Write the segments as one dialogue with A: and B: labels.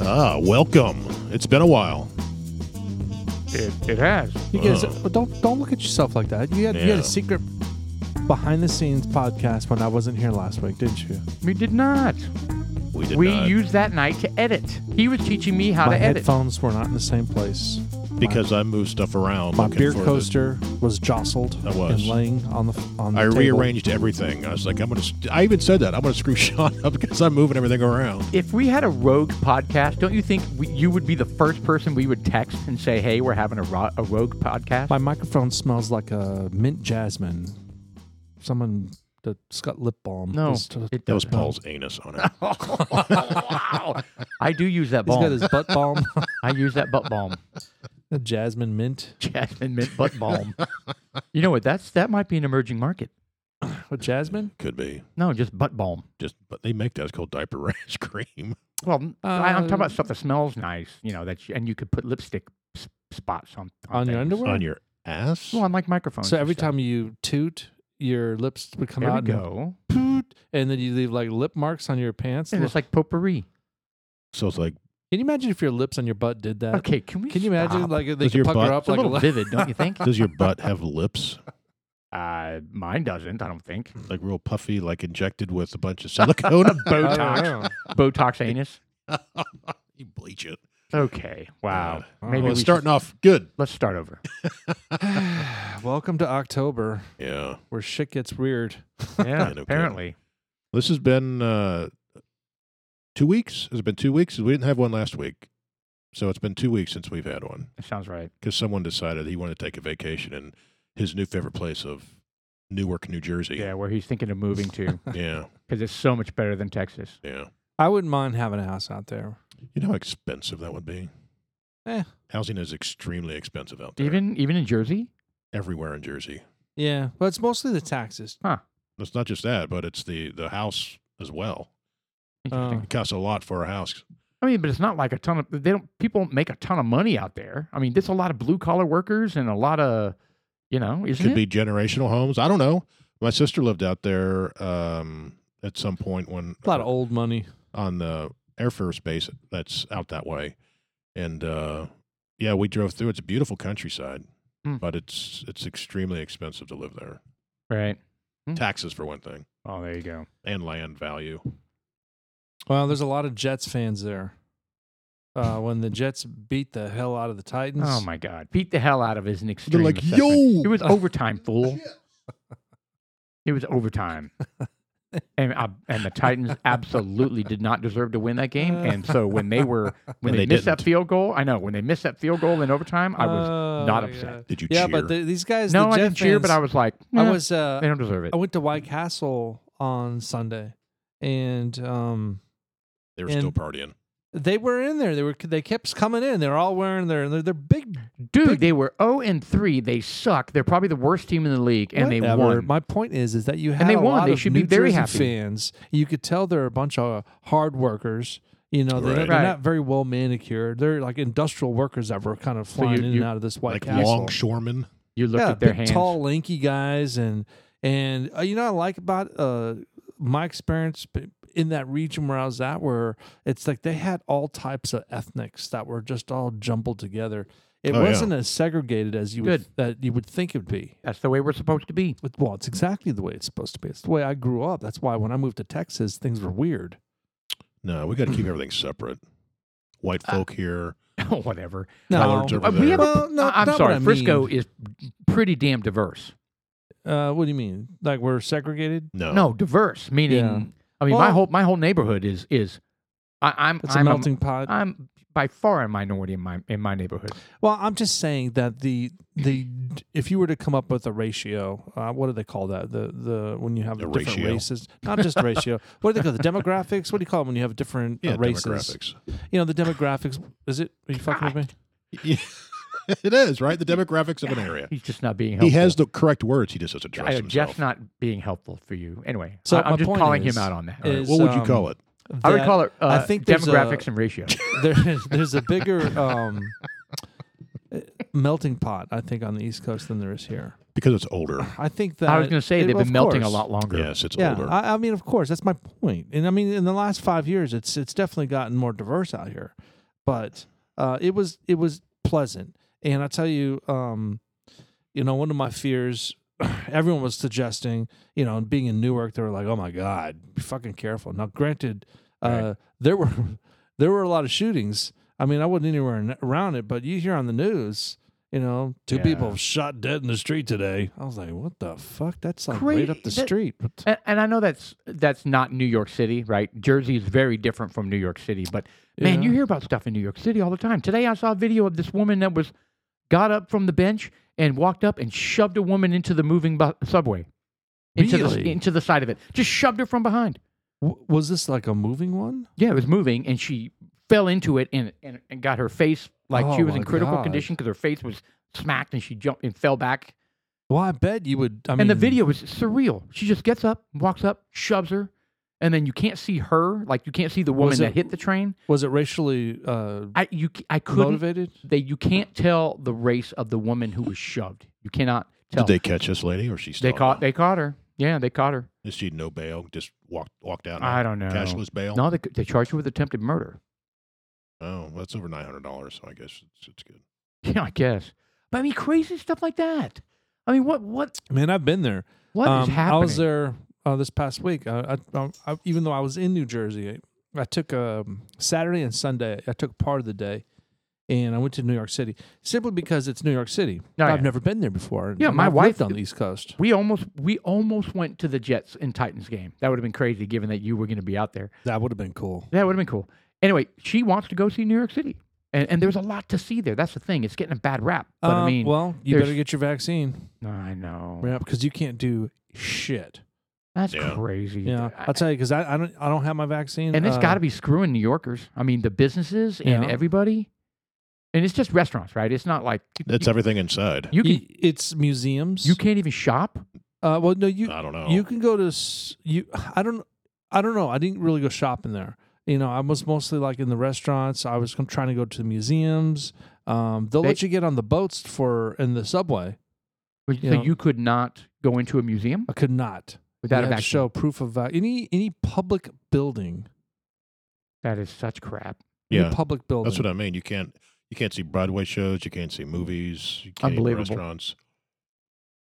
A: Ah, welcome. It's been a while.
B: It, it has.
C: You guys,
A: Oh.
C: well, don't don't look at yourself like that. You had you had
A: Yeah.
C: a secret behind the scenes podcast when I wasn't here last week, didn't you?
B: We did not.
A: We did
B: we
A: not
B: used that night to edit. He was teaching me how
C: My
B: to edit.
C: headphones were not in the same place.
A: because I moved stuff around.
C: My
A: looking
C: beer
A: for the-
C: coaster was jostled
A: I was.
C: and laying on the f- on the
A: I
C: table.
A: rearranged everything. I was like, I'm gonna. s- I even said that I'm gonna screw Sean up because I'm moving everything around.
B: If we had a rogue podcast, don't you think we, you would be the first person we would text and say, "Hey, we're having a, ro- a rogue podcast"?
C: My microphone smells like a mint jasmine. Someone that's got lip balm.
B: no,
C: Just, uh,
B: it
A: That was
B: doesn't.
A: Paul's anus on it.
B: wow. I do use that
C: he's got
B: balm.
C: his butt balm.
B: I use that butt balm,
C: a jasmine mint.
B: jasmine mint butt balm. You know what? That's that might be an emerging market.
C: What Oh, jasmine?
A: Could be
B: No, just butt balm. Just
A: but they make that. It's called diaper rash cream.
B: well, I, I'm talking
C: Uh,
B: about stuff that smells nice. You know that, you, and you could put lipstick s- spots on
C: On your
B: things.
C: underwear?
A: on your ass.
B: Well, on like microphones.
C: So
B: and
C: every
B: stuff.
C: time you toot, your lips would come
B: there
C: out.
B: we
C: and
B: go,
C: poot, and then you leave like lip marks on your pants.
B: and it's like potpourri.
A: So it's like,
C: can you imagine if your lips on your butt did that?
B: Okay, can we?
C: Can you imagine
B: stop?
C: like they
A: Does
C: could
A: your
C: pucker
A: butt-
C: up
B: it's a
C: like
B: little
C: a
B: vivid, don't you think?
A: does your butt have lips?
B: Uh, mine doesn't. I don't think.
A: Like real puffy, like injected with a bunch of silicone.
C: I don't
B: Botox,
C: know.
B: Botox anus.
A: you bleach it.
B: Okay, wow.
C: God.
B: Maybe
C: Well,
B: we
A: Well,
B: should-
A: starting off good.
B: Let's start over.
C: Welcome to October,
A: Yeah.
C: where shit gets weird.
B: Yeah,
A: no kidding.
B: apparently.
A: This has been uh, two weeks. Has it been two weeks? We didn't have one last week. So it's been two weeks since we've had one
B: That sounds right.
A: because someone decided he wanted to take a vacation in his new favorite place of Newark, New Jersey.
B: Yeah, where he's thinking of moving to
A: Yeah.
B: because it's so much better than Texas.
A: yeah.
C: I wouldn't mind having a house out there.
A: You know how expensive that would be?
C: Eh.
A: Housing is extremely expensive out there.
B: Even even in Jersey.
A: Everywhere in Jersey.
C: Yeah, but it's mostly the taxes.
A: It's not just that, but it's the, the house as well.
B: Interesting.
A: It costs a lot for a house.
B: I mean, but it's not like a ton of they don't people don't make a ton of money out there. I mean, there's a lot of blue collar workers and a lot of you know, isn't
A: could
B: it?
A: be generational homes. I don't know. My sister lived out there um, at some point when
C: A lot of old money.
A: on the Air Force base that's out that way, and uh, yeah, we drove through. It's a beautiful countryside,
B: Hmm.
A: but it's it's extremely expensive to live there.
B: right.
A: Taxes for one thing,
B: Oh, there you go.
A: and land value.
C: Well, there's a lot of Jets fans there. Uh, when the Jets beat the hell out of the Titans.
B: Oh my God, beat the hell out of is an extreme.
A: like,
B: assessment.
A: "Yo!" Oh.
B: it was overtime, fool. It was overtime, and I, and the Titans absolutely did not deserve to win that game.
C: Uh.
B: And so when they were
A: And
B: when
A: they
B: they, missed that
A: didn't.
B: field goal, I know when they missed that field goal in overtime, I was
C: Oh,
B: not
C: my
B: upset.
C: God.
A: Did you?
C: Yeah,
A: cheer?
C: but the, these guys.
B: no,
C: the
B: I
C: Jet
B: didn't cheer, but
C: fans-
B: I was like,
C: I
B: "Nah,
C: was uh,
B: they don't deserve it.
C: I went to White Castle on Sunday, and um,
A: they were still
C: and-
A: partying.
C: they were in there. They were they kept coming in. They're all wearing their their, their big
B: Dude, they were 0 and 3. They suck. They're probably the worst team in the league, and
C: whatever.
B: they won.
C: My point is, is that you had
B: they
C: a
B: won.
C: lot
B: They
C: of
B: should be
C: New
B: very
C: Jersey
B: happy.
C: fans. You could tell they're a bunch of hard workers. You know, they're,
A: Right.
C: they're
B: Right.
C: not very well manicured. They're like industrial workers that were kind of flying
B: you-
C: in
B: you-
C: and out of this White
A: Like
C: Castle.
A: longshoremen.
B: You looked
C: yeah,
B: at their
C: big,
B: hands.
C: tall, lanky guys, and and uh, you know what I like about uh, my experience b- in that region where I was at, where it's like they had all types of ethnics that were just all jumbled together. It
A: Oh, yeah.
C: wasn't as segregated as you would,
B: Good.
C: that you would think it would be.
B: That's the way we're supposed to be.
C: But, well, it's exactly the way it's supposed to be. It's the way I grew up. That's why when I moved to Texas, things were weird.
A: No, we got to keep everything separate. White folk here.
B: Oh, Whatever.
A: Collards over
B: Uh, we
A: there.
B: have a-
C: Um, Well, no,
B: I- I'm
C: not what
B: sorry.
C: I mean.
B: Frisco is pretty damn diverse.
C: Uh, what do you mean? Like we're segregated?
A: no,
B: No, diverse meaning.
C: Yeah.
B: I mean, my
C: Well-
B: whole my whole neighborhood is is. I, I'm
C: It's
B: I'm
C: a melting pot.
B: I'm by far a minority in my in my neighborhood.
C: Well, I'm just saying that the the if you were to come up with a ratio, uh, what do they call that? The the when you have
A: A
C: different
A: ratio.
C: races, not just a ratio. What do they call the demographics? What do you call them when you have different uh,
A: Yeah,
C: races?
A: demographics.
C: You know the demographics. Is it? Are you fucking with me?
A: it is right. The demographics of an area.
B: He's just not being helpful.
A: He has the correct words. He just doesn't trust
B: I,
A: himself.
B: Jeff's not being helpful for you. Anyway,
C: So
B: I,
C: my
B: am just
C: point
B: calling
C: is-
B: him out on that.
C: is-
A: what would you
C: um,
A: call it?
B: I would
C: That
B: call it. Uh,
C: I think there's a-
B: demographics and ratio.
C: there, there's a bigger um, melting pot, I think, on the East Coast than there is here.
A: Because it's older.
C: I think that
B: I was going to say
C: it-
B: they've
C: of
B: been melting a
C: course.
B: lot longer.
A: Yes, it's
C: Yeah,
A: older.
C: I, I mean, of course, that's my point. And I mean, in the last five years, it's it's definitely gotten more diverse out here. but uh, it was it was pleasant. And I tell you, um, you know, one of my fears. Everyone was suggesting, you know, and being in Newark, they were like, "Oh my God, be fucking careful." Now, granted, uh,
B: Right.
C: there were there were a lot of shootings. I mean, I wasn't anywhere in, around it, but you hear on the news, you know, two
B: Yeah.
C: people shot dead in the street today. I was like, "What the fuck?" That's like right
B: Crazy.
C: up the
B: That-
C: street. But-
B: And, and I know that's that's not New York City, right? Jersey is very different from New York City, but man,
C: Yeah.
B: you hear about stuff in New York City all the time. Today, I saw a video of this woman that was got up from the bench and walked up and shoved a woman into the moving bu- subway, into the
C: Really?
B: into the side of it, just shoved her from behind.
C: W- was this like a moving one?
B: Yeah, it was moving, and she fell into it and and, and got her face like she
C: Oh
B: was in
C: my
B: critical
C: God.
B: condition because her face was smacked, and she jumped and fell back.
C: Well, I bet you would. I mean,
B: and the video is surreal. She just gets up, walks up, shoves her, and then you can't see her. Like you can't see the woman
C: Was
B: that
C: it-
B: hit the train.
C: was it racially uh,
B: I you c- I couldn't.
C: motivated?
B: They you can't tell the race of the woman who was shoved. You cannot tell.
A: Did they catch this lady, or she?
B: They
A: still-
B: caught. They caught her. Yeah, they caught her.
A: Is she no bail? Just walked walked out. on
B: I don't know.
A: Cashless bail.
B: No, they, c- they charged her with attempted murder.
A: Oh, that's over nine hundred dollars. So I guess it's, it's good.
B: Yeah, I guess. But I mean, crazy stuff like that. I mean, what what
C: Man, I've been there.
B: what is
C: Um,
B: happening?
C: I was there uh, this past week. I, I, I, I, even though I was in New Jersey, I, I took um, Saturday and Sunday. I took part of the day, and I went to New York City simply because it's New York City.
B: Oh,
C: I've
B: yeah.
C: never been there before.
B: Yeah,
C: and
B: my
C: I've
B: wife-
C: lived on the East Coast.
B: We almost we almost went to the Jets and Titans game. That would have been crazy, given that you were going to be out there.
C: That would have been cool.
B: That would have been cool. Anyway, she wants to go see New York City, and, and there's a lot to see there. That's the thing; it's getting a bad rap. But I
C: Um,
B: mean,
C: well, you
B: there's-
C: better get your vaccine,
B: I know
C: yeah, because you can't do shit.
B: that's
A: Yeah.
B: crazy.
C: Yeah,
B: I-
C: I'll tell you because I, I don't I don't have my vaccine,
B: and it's
C: uh,
B: got to be screwing New Yorkers. I mean, the businesses and
C: Yeah.
B: everybody, and it's just restaurants, right? It's not like
A: That's
B: you,
A: everything inside.
B: you can
C: y- it's museums.
B: you can't even shop.
C: uh, well, no, you
A: I don't know.
C: You can go to s- you. I don't. I don't know. I didn't really go shopping there. You know, I was mostly like in the restaurants. I was con- trying to go to the museums. Um, they'll
B: They-
C: let you get on the boats for in the subway.
B: So
C: Yeah.
B: you could not go into a museum
C: I could not.
B: without
C: you
B: a
C: had to
B: vaccine.
C: show proof of vac- any any public building.
B: That is such crap.
C: any
A: yeah,
C: public building.
A: that's what I mean. You can't you can't see Broadway shows. You can't see movies. You can't eat in
B: Unbelievable.
A: restaurants.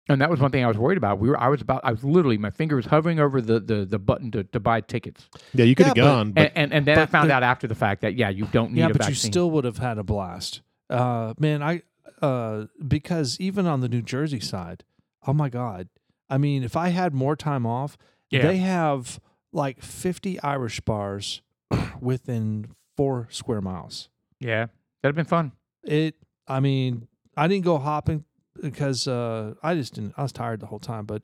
B: And that was one thing I was worried about. We were, I was about, I was literally, my finger was hovering over the the, the button to, to buy tickets.
A: Yeah, you could have
C: Yeah, but-
A: gone,
B: and,
A: but
B: and, and then I
C: but
B: found
C: the-
B: out after the fact that yeah, you don't need
C: yeah,
B: a
C: but
B: vaccine.
C: you still would have had a blast. Uh, man, I uh, because even on the New Jersey side, oh my god. I mean, if I had more time off,
B: Yeah.
C: they have like 50 Irish bars within 4 square miles.
B: yeah, that'd have been fun.
C: It I mean, I didn't go hopping because uh, I just didn't I was tired the whole time, but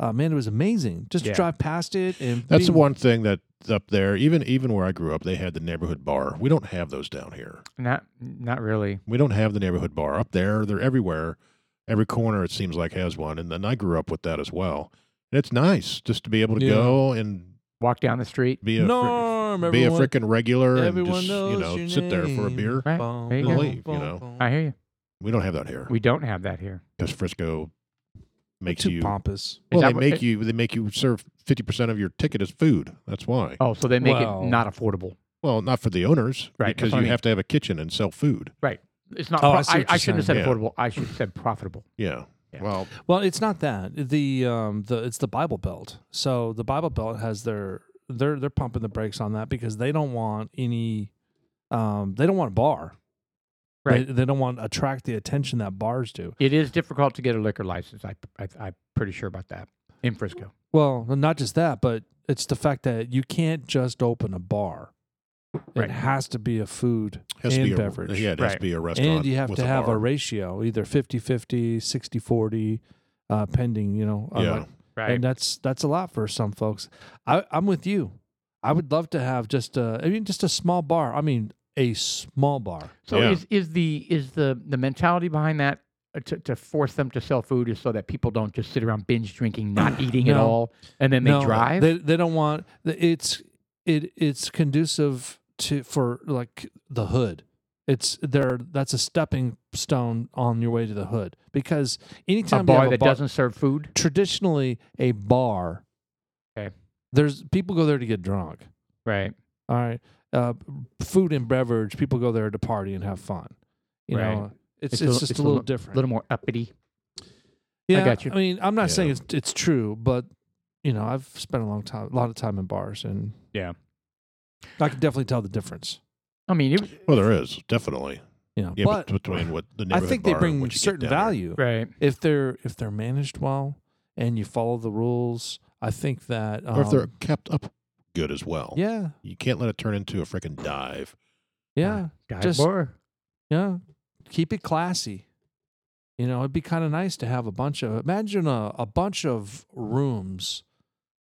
C: uh, man, it was amazing just
B: Yeah.
C: to drive past it and
A: that's the
C: being-
A: one thing that's up there. Even even where I grew up, they had the neighborhood bar. We don't have those down here.
B: Not not really.
A: We don't have the neighborhood bar up there. They're everywhere. Every corner it seems like has one. And then I grew up with that as well. And it's nice just to be able to
C: Yeah.
A: go and
B: Walk down the street.
A: be a fr-
C: Norm,
A: be a
C: everyone.
A: freaking regular and
C: everyone
A: just you
C: knows
A: know
C: your
A: sit there for a
C: name.
A: beer.
B: Right.
C: Bum,
B: There you
C: bum,
A: go. Leave, you
C: bum,
A: know.
C: bum.
B: I hear you.
A: We don't have that here
B: We don't have that here.
A: because Frisco makes
C: too
A: you.
C: pompous.
B: Is
A: Well,
B: that
A: they
B: what-
A: make you. They make you serve fifty percent of your ticket as food. That's why.
B: Oh, so they make
C: Well-
B: it not affordable.
A: Well, not for the owners,
B: Right, that's
A: Because
B: what
A: you
B: I mean.
A: have to have a kitchen and sell food.
B: It's not.
C: Oh, I
B: pro-
C: see what
B: I,
C: you're
B: I shouldn't have said
A: saying. Yeah.
B: affordable. I should have said profitable.
A: Yeah.
B: Yeah.
A: Well,
C: Well, it's not that the um the it's the Bible Belt. So the Bible Belt has their they're they're pumping the brakes on that because they don't want any um they don't want a bar.
B: Right.
C: They, they don't want to attract the attention that bars do.
B: It is difficult to get a liquor license. I, I I'm pretty sure about that in Frisco.
C: Well, not just that, but it's the fact that you can't just open a bar.
B: Right.
C: It has to be a food
A: has
C: and
A: to be a,
C: beverage.
A: uh, Yeah, it has to
B: Right.
A: be a restaurant.
C: and you have
A: with
C: to
A: a
C: have
A: bar.
C: a ratio, either 50-50, 60-40, uh, pending, you know, uh,
A: Yeah.
C: like and that's that's a lot for some folks. I, I'm with you. I would love to have just a, I mean, just a small bar. I mean, a small bar.
B: So
A: Yeah.
B: is is the is the the mentality behind that uh, to, to force them to sell food is so that people don't just sit around binge drinking, not eating at
C: No.
B: all, and then they
C: No,
B: drive.
C: They, they don't want it's it it's conducive to for like the hood. It's there. That's a stepping stone on your way to the hood because anytime
B: a
C: you have
B: bar
C: a
B: that
C: bar-
B: doesn't serve food.
C: traditionally a bar.
B: Okay.
C: There's people go there to get drunk.
B: Right.
C: All right. Uh, food and beverage, people go there to party and have fun. You
B: Right.
C: know,
B: It's
C: it's it's,
B: a little-
C: just
B: it's a
C: a little
B: little- a
C: different.
B: little more uppity.
C: yeah,
B: got you.
C: I mean, I'm not saying
A: Yeah.
C: it's it's true, but you know, I've spent a long time, a lot of time in bars, and
B: Yeah.
C: I can definitely tell the difference.
B: I mean, it was
A: Well, there is definitely.
C: You know,
A: Yeah,
C: but
A: bet- between what the
C: I
A: neighborhood
C: think they
A: bar and
C: bring
A: what you get
C: certain
A: down there.
C: value
B: right.
C: if they're if they're managed well and you follow the rules. I think that um,
A: or if they're kept up good as well.
C: yeah,
A: you can't let it turn into a freaking dive.
C: yeah.
B: Dive
C: Just-
B: bar.
C: Yeah. Keep it classy. You know, it'd be kind of nice to have a bunch of imagine a, a bunch of rooms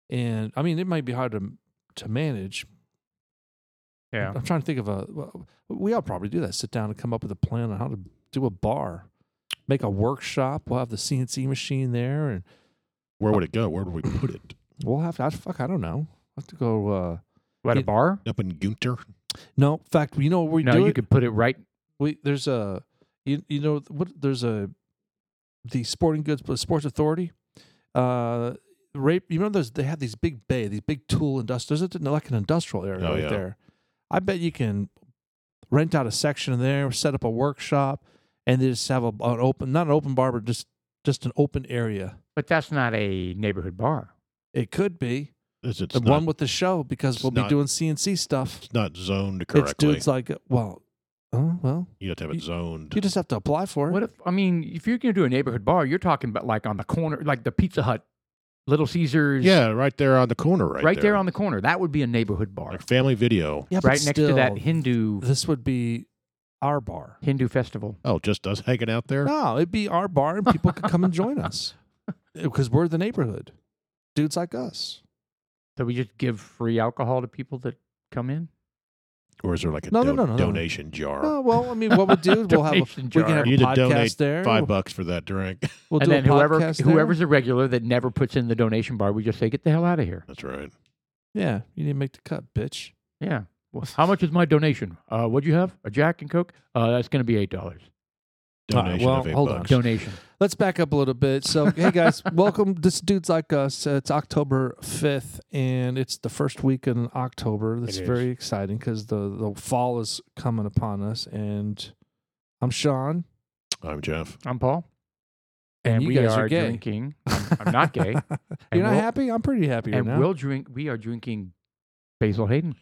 C: and I mean it might be hard to to manage.
B: Yeah.
C: I'm trying to think of a well, we all probably do that. Sit down and come up with a plan on how to do a bar. Make a workshop. We'll have the CNC machine there and
A: Where would it go? Where would we put it?
C: we'll have to I, fuck I don't know. We'll have to go uh
B: What a
C: It-
B: bar?
A: Up in Gunter?
C: No, in fact, you know what we
B: no,
C: do
B: you
C: it?
B: could put it right.
C: we there's a you, you know what there's a the sporting goods the sports authority uh rape you remember those they have these big bay these big tool industrial there's a, like an industrial area
A: Oh,
C: right
A: yeah.
C: there i bet you can rent out a section there set up a workshop and just have a, an open not an open bar but just just an open area
B: But that's not a neighborhood bar.
C: it could be
A: It's, it's,
C: the
A: not,
C: one with the show because
A: it's
C: we'll be
A: not-
C: doing cnc stuff
A: it's not zoned
C: it's
A: correctly.
C: dudes like well oh well
A: you have to have it zoned.
C: you just have to apply for it
B: What if I mean, if you're gonna do a neighborhood bar, you're talking about like on the corner, like the Pizza Hut, Little Caesars.
A: yeah, right there on the corner,
B: Right,
A: right,
B: there. on the corner. That would be a neighborhood bar.
A: like family video.
C: yeah, but
B: right next to that
C: still,
B: Hindu
C: this would be our bar.
B: Hindu festival.
A: Oh, just us hanging out there.
C: No, it'd be our bar and people could come and join us because we're the neighborhood. Dudes like us.
B: So we just give free alcohol to people that come in?
A: Or is there like a
C: No, no,
A: do-
C: no, no, no.
A: donation jar?
C: Oh, well, I mean, what we'll do, we'll have a,
B: Donation
C: we can
B: jar.
C: have a
A: You need to
C: podcast
A: donate
C: there.
A: Five bucks for that drink.
C: We'll
B: and
C: do
B: then
C: a
B: whoever
C: podcast there.
B: whoever's a regular that never puts in the donation bar, we just say, get the hell out of here.
A: That's right.
C: yeah, you didn't make the cut, bitch.
B: Yeah. Well, how much is my donation? Uh, what'd you have? A Jack and Coke? Uh, that's going to be $8.
C: All right,
A: Donation
C: well,
A: of eight
C: hold on.
A: bucks.
B: Donation.
C: Let's back up a little bit. So, hey guys, welcome. This dudes like us. Uh, it's October fifth, and it's the first week in October. That's
B: It is.
C: very exciting because the the fall is coming upon us. And I'm Sean.
A: I'm Jeff.
B: I'm Paul.
C: And you
B: we
C: guys are
B: are,
C: gay.
B: drinking. I'm, I'm not gay. And
C: You're not
B: we'll-
C: happy? I'm pretty happy right
B: And
C: now.
B: we'll drink. We are drinking Basil Hayden.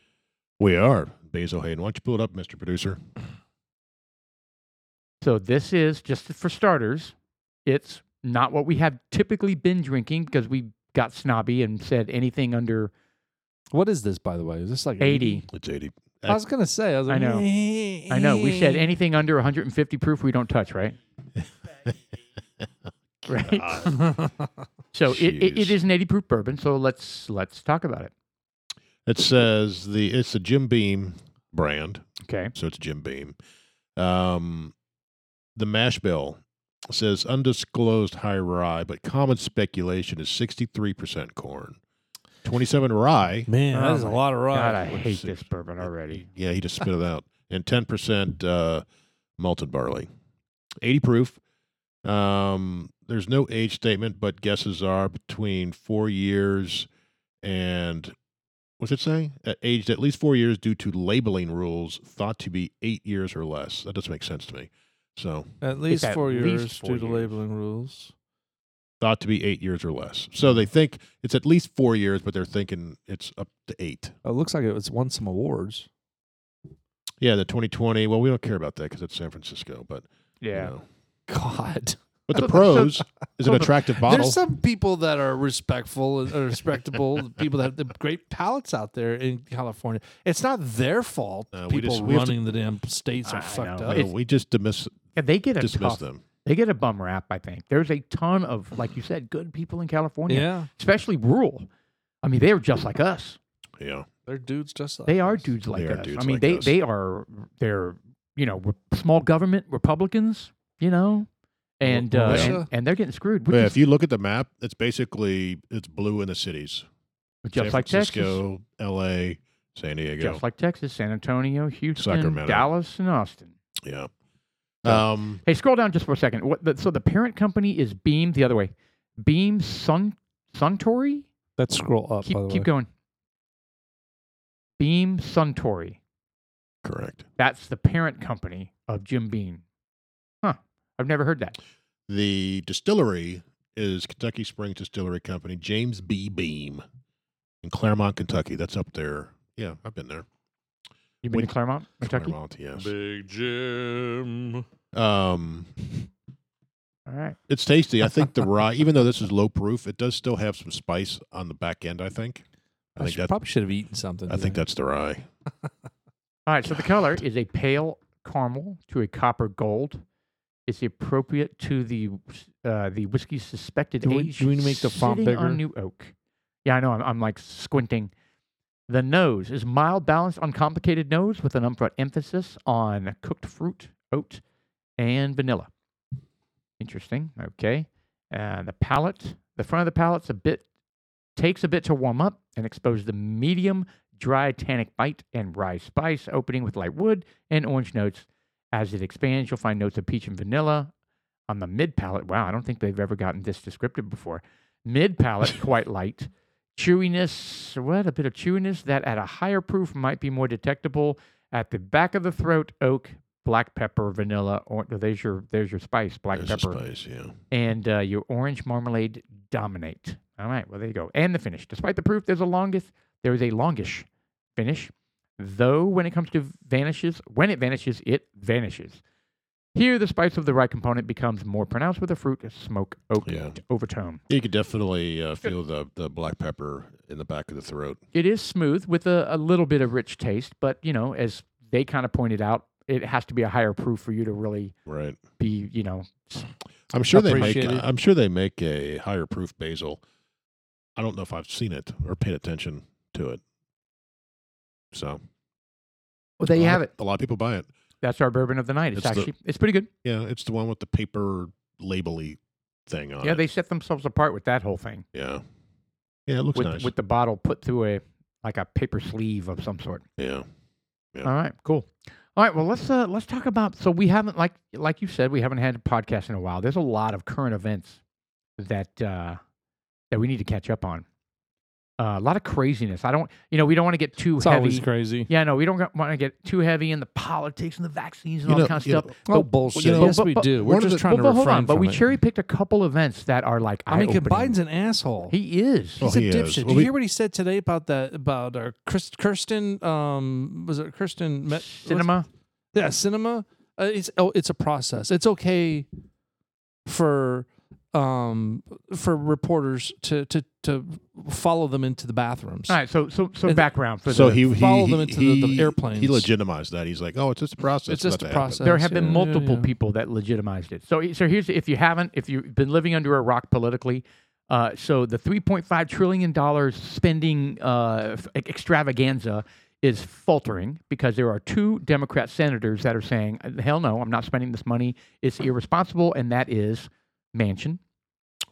A: We are Basil Hayden. Why don't you pull it up, Mr. Producer?
B: So this is just for starters. It's not what we have typically been drinking because we got snobby and said anything under
C: What is this, by the way? Is this like
B: 80.
A: It's 80.
C: I was gonna say. I, was
B: I
C: like,
B: know. I know. We said anything under 150 proof we don't touch, right? Right.
A: God.
B: So it, it,
A: Jeez.
B: it is an 80 proof bourbon. So let's let's talk about it.
A: It says the it's a Jim Beam brand,
B: Okay.
A: so it's Jim Beam. Um, the mash bill says undisclosed high rye, but common speculation is sixty three percent corn, twenty seven rye.
C: Man, that
B: Oh
C: is a
B: my
C: lot of
B: God,
C: rye.
B: I
A: Let's
B: hate
A: see.
B: this bourbon already.
A: Yeah, he just spit it out, and ten percent uh, malted barley, eighty proof. Um, there's no age statement, but guesses are between four years and what's it say? Uh, aged at least four years due to labeling rules, thought to be eight years or less. That doesn't make sense to me. So
C: At least
B: at
C: four
B: least
C: years
B: four
C: due to
B: years.
C: labeling rules.
A: thought to be eight years or less. So they think it's at least four years, but they're thinking it's up to eight.
C: It looks like it was won some awards.
A: Yeah, the 2020. Well, we don't care about that because it's San Francisco, but you
B: Yeah.
A: know.
C: God,
A: But the
B: So- so-
A: pros is an
B: so the-
A: attractive bottle.
C: there's some people that are respectful and- or respectable. people that have the great palates out there in California. It's not their fault.
A: No, we
C: people
A: just- we have to-
C: running the damn states are
B: I
C: fucked
B: know.
A: No,
C: up.
B: It's-
A: we just dismiss,
B: Yeah, they get a
A: dismiss
B: tough,
A: them.
B: they get a bum rap. I think there's a ton of like you said, good people in California,
C: yeah,
B: especially rural. I mean, they are just like us.
A: Yeah.
C: they're dudes just like
B: They are
C: us.
B: dudes like
A: are
B: us.
A: dudes
B: I mean,
A: like
B: they
A: us.
B: they are they're you know re- small government Republicans, you know, and uh, and,
C: Militia.
B: and they're getting screwed. Which
A: But
B: is
A: if you look at the map, it's basically it's blue in the cities.
B: just
A: San
B: like Texas,
A: Francisco, L.A., San Diego.
B: just like Texas, San Antonio, Houston,
A: Sacramento.
B: Dallas, and Austin.
A: yeah.
B: So-
A: Um,
B: Hey, scroll down just for a second. What the, so the parent company is Beam. The other way, Beam Sun Suntory.
C: Let's scroll up.
B: Keep
C: Oh, by the
B: keep
C: way.
B: going. Beam Suntory.
A: Correct.
B: That's the parent company of Jim Beam. Huh. I've never heard that.
A: The distillery is Kentucky Springs Distillery Company, James B. Beam in Claremont, Kentucky. That's up there. Yeah, I've been there.
B: You've been
A: Wait,
B: to Claremont, Kentucky?
A: Claremont, yes.
C: Big Jim.
A: Um,
B: All right.
A: it's tasty. I think the rye, even though this is low proof, it does still have some spice on the back end. I think. I
C: I,
A: think
C: should-
A: that.
C: probably should have eaten something.
A: I think
C: today.
A: that's the rye.
B: All right. So the color is a pale caramel to a copper gold. It's appropriate to the uh, the whiskey's suspected
C: Do we-
B: age.
C: do we make the font
B: sitting
C: bigger?
B: on new oak? Yeah, I know. I'm, I'm like squinting. The nose is mild, balanced, uncomplicated nose with an upfront emphasis on cooked fruit, oat, and vanilla. Interesting. Okay. Uh, the palate, the front of the palate's a bit takes a bit to warm up and expose the medium dry tannic bite and rye spice, opening with light wood and orange notes. As it expands, you'll find notes of peach and vanilla on the mid palate. Wow, I don't think they've ever gotten this descriptive before. Mid palate, quite light. Chewiness, what a bit of chewiness that at a higher proof might be more detectable at the back of the throat. Oak, black pepper, vanilla. Or, there's your there's your spice, black
A: There's the
B: pepper
A: spice, yeah.
B: and uh, your orange marmalade dominate. All right, well there you go. And the finish. Despite the proof, there's a longest there is a longish finish, though when it comes to vanishes, when it vanishes, it vanishes. Here, the spice of the rye component becomes more pronounced with a fruit smoke oak
A: Yeah.
B: overtone.
A: You could definitely uh, feel the the black pepper in the back of the throat.
B: It is smooth with a, a little bit of rich taste, but you know, as they kind of pointed out, it has to be a higher proof for you to really
A: Right.
B: be, you know,
A: I'm sure they make.
C: Appreciated.
A: I'm sure they make a higher proof basil. I don't know if I've seen it or paid attention to it. So
B: well, there
A: a
B: you
A: lot
B: have
A: of-
B: it.
A: A lot of people buy it.
B: That's our bourbon of the night. It's,
A: It's the-
B: actually it's pretty good.
A: Yeah, it's the one with the paper labely thing on
B: Yeah,
A: it.
B: they set themselves apart with that whole thing.
A: yeah, yeah. It looks
B: with,
A: nice.
B: with the bottle put through a like a paper sleeve of some sort.
A: yeah, Yeah.
B: All right, cool. All right, well let's uh, let's talk about. So we haven't like like you said we haven't had a podcast in a while. There's a lot of current events that uh, that we need to catch up on. Uh, a lot of craziness. I don't, you know, we don't want to get too
C: It's always
B: heavy.
C: crazy.
B: Yeah, no, we don't want to get too heavy in the politics and the vaccines and
A: You
B: all
A: know-
B: that kind of
A: you
B: stuff.
A: know-
C: Oh, bullshit.
A: you know-
C: yes,
B: but-
C: we
B: but-
C: do.
A: one
C: We're
A: of
C: just
A: the-
B: Well,
C: trying
B: but
C: to
B: hold
C: refrain
B: on, but
C: from
B: we
C: it.
B: cherry picked a couple events that are like
C: I mean,
B: eye-opening.
C: Biden's an asshole.
B: He is.
A: Oh,
C: He's a
A: he is.
C: dipshit.
A: Well,
C: Did
A: we-
C: you hear what he said today about that? About uh, Chris, Kirsten, um, was it Kirsten? Met,
B: cinema.
C: Yeah, cinema. Uh, it's oh, it's a process. It's okay for um for reporters to to to follow them into the bathrooms.
B: All right, so so so
C: And-
B: background for
A: so
B: the,
A: he he
C: follow
A: he,
C: them into the- the
A: he- He
C: airplanes.
A: legitimized that. He's like, oh, it's just a process.
C: It's
A: Let
C: just a
A: that happen.
C: process.
B: there have been
C: Yeah, yeah,
B: multiple
C: yeah.
B: people that legitimized it. So so here's if you haven't if you've been living under a rock politically, uh, so the 3.5 trillion dollars spending uh, f- extravaganza is faltering because there are two Democrat senators that are saying, uh, "Hell no, I'm not spending this money. It's irresponsible," and that is Mansion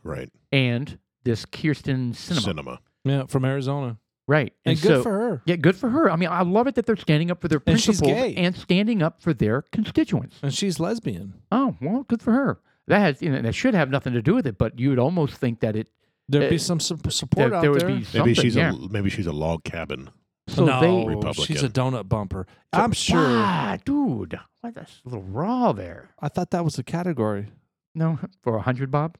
A: Right.
B: and this Kirsten Cinema.
A: Cinema.
C: Yeah, from Arizona,
B: Right,
C: and, good
B: so-
C: for her.
B: Yeah, good for her. I mean, I love it that they're standing up for their
C: And she's
B: principles
C: gay.
B: and standing up for their constituents.
C: And she's lesbian.
B: Oh well, good for her. That has you know, that should have nothing to do with it, but you would almost think that it
C: There'd
B: Uh,
C: be some su- support
B: that
C: out
B: there would
C: there.
B: be something.
A: Maybe she's
B: yeah.
A: a maybe she's a log cabin.
B: so
C: no,
B: they,
A: Republican.
C: she's a donut bumper. I'm sure.
B: Ah, dude, why that's a little raw there.
C: I thought that was the category.
B: No, for a hundred bob.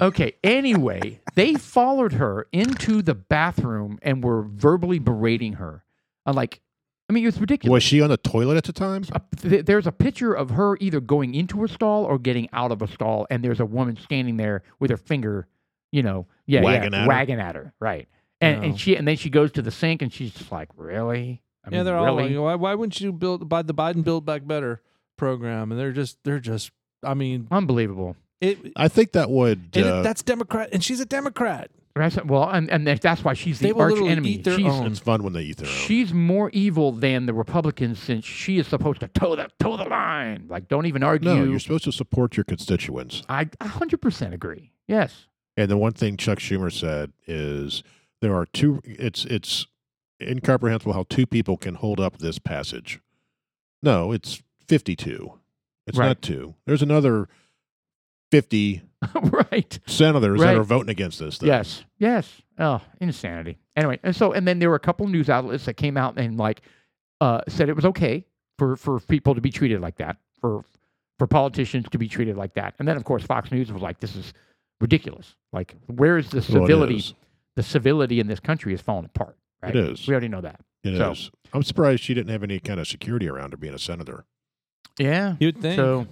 B: okay. Anyway, they followed her into the bathroom and were verbally berating her. i like, I mean, it was ridiculous.
A: Was she on the toilet at the time?
B: a, th- there's a picture of her either going into a stall or getting out of a stall, and there's a woman standing there with her finger, you know, yeah,
A: Wagging
B: yeah,
A: at her?
B: wagging at her, right? And
C: No.
B: and she and then she goes to the sink and she's just like, really? I
C: yeah,
B: mean,
C: they're all
B: really?
C: like, why, why wouldn't you build by the Biden Build Back Better program? And they're just they're just. I mean,
B: unbelievable.
C: it.
A: I think that would.
C: and
A: uh,
C: that's Democrat, and she's a Democrat.
B: Right? So- Well, and and that- that's why she's
C: They
B: the
C: will
B: arch
C: literally
B: enemy.
C: eat their
B: she's,
C: own.
A: it's fun when they eat their own.
B: she's more evil than the Republicans since she is supposed to toe the toe the line. Like, don't even argue.
A: no, you're supposed to support your constituents.
B: I I hundred percent agree. Yes.
A: And the one thing Chuck Schumer said is there are two. It's it's incomprehensible how two people can hold up this passage. No, it's fifty-two. It's
B: Right.
A: not two. There's another fifty
B: right.
A: senators
B: Right.
A: that are voting against this thing.
B: Yes. Yes. Oh, insanity. Anyway, and so and then there were a couple news outlets that came out and like uh, said it was okay for for people to be treated like that, for for politicians to be treated like that, and then of course Fox News was like, "This is ridiculous. Like, where is the
A: Well, it
B: civility?
A: is.
B: the civility in this country is falling apart." Right?
A: It is.
B: We already know that.
A: It
B: So-
A: is. I'm surprised she didn't have any kind of security around her being a senator.
B: Yeah.
C: You'd think.
B: So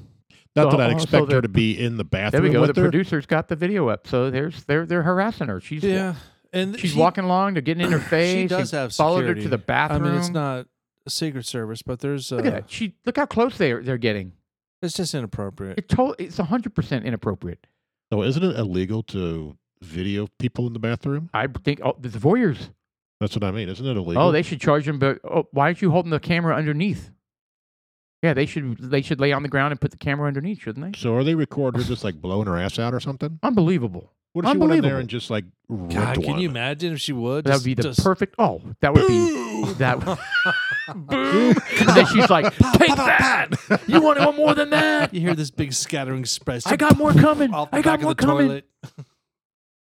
A: Not
B: So
A: that I'd
B: also
A: expect her
B: the-
A: to be in the
B: there
A: bathroom
B: we go. The
A: with her.
B: producer's got the video up, so there's they're they're harassing her. She's
C: yeah. And
B: she's
C: she-
B: walking along. They're getting in her face.
C: She
B: They
C: does have
B: followed her to
C: security.
B: the
C: I
B: bathroom.
C: mean, it's not a Secret Service, but there's
B: Look at
C: uh,
B: that. She look how close they are, they're getting.
C: it's just inappropriate.
B: It to, it's hundred percent inappropriate.
A: So isn't it illegal to video people in the bathroom?
B: I think oh the voyeurs.
A: That's what I mean. Isn't it illegal?
B: Oh, they should charge them. But oh, why aren't you holding the camera underneath? Yeah, they should. They should lay on the ground and put the camera underneath, shouldn't they?
A: so are they recording her just like blowing her ass out or something?
B: Unbelievable.
A: What if she went in there
B: Unbelievable.
A: and just like ripped
C: God,
A: one?
C: can you imagine if she would?
B: that
C: Just-
B: would be the
C: just-
B: perfect. Oh, that would be that. would- Boom! and then she's like, "Take that! You want one more than that?
C: You hear this big scattering splash.
B: I got more coming!
C: off the
B: I got
C: back
B: more
C: of the
B: coming!"
C: toilet.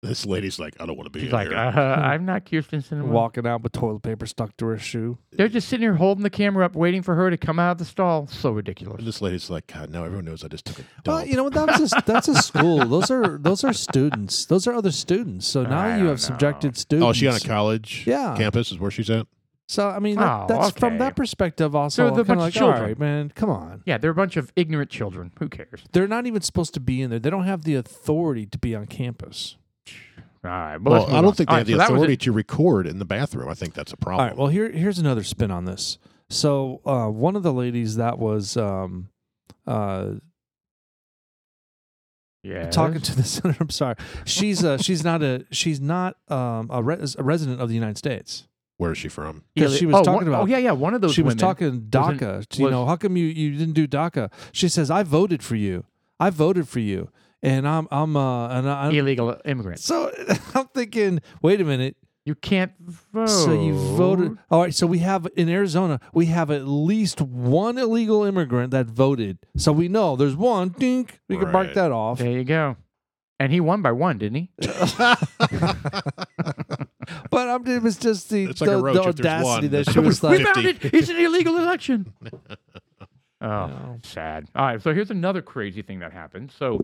A: This lady's like, I don't want to be
B: She's
A: in
B: like,
A: here.
B: uh, "I'm not Kirsten Cinema."
C: Walking out with toilet paper stuck to her shoe.
B: They're just sitting here holding the camera up, waiting for her to come out of the stall. So ridiculous.
A: and this lady's like, God, now everyone knows I just took a dump.
C: Well, you know what? That's a, that's a school. Those are those are students. Those are other students. So now
B: I
C: you
B: don't know.
C: have subjected students.
A: oh, is she on a college
C: Yeah.
A: campus is where she's at?
C: So I mean, that,
B: Oh,
C: that's
B: okay.
C: from that perspective. Also,
B: They're the
C: I'm kinda
B: bunch of
C: like,
B: children.
C: all right, man, come on.
B: Yeah, they're a bunch of ignorant children. Who cares?
C: They're not even supposed to be in there. They don't have the authority to be on campus.
B: All right. Well,
A: Well,
B: let's move
A: I don't
B: on.
A: think they
B: All
A: have the
B: right, so that was
A: authority
B: it.
A: to record in the bathroom. I think that's a problem.
C: All right. Well, here here's another spin on this. So uh, one of the ladies that was um, uh,
B: Yes.
C: talking to the senator, I'm sorry, she's uh, she's not a she's not um, a, res- a resident of the United States.
A: where is she from?
B: Yeah,
C: 'cause
B: they-
C: she was
B: oh,
C: talking
B: one-
C: about-
B: Oh yeah, yeah. One of those.
C: she was
B: women-
C: talking DACA. you
B: was-
C: know, how come you, you didn't do DACA? She says, "I voted for you. I voted for you, and I'm I'm uh, and I, I'm
B: illegal immigrants.
C: So I'm thinking, wait a minute.
B: You can't vote.
C: So you
B: Oh.
C: voted. All right. So we have in Arizona, we have at least one illegal immigrant that voted. So we know there's one. Dink. We can mark
A: Right.
C: that off.
B: There you go. And he won by one, didn't he?
C: But I'm, it was just the,
A: It's like
C: the,
A: a roach
C: the
A: if there's
C: audacity
A: one,
C: that
A: there's
C: she was
B: we
C: like,
B: found
A: 50.
B: it. It's an illegal election. oh,
C: No.
B: sad. All right. So here's another crazy thing that happened. So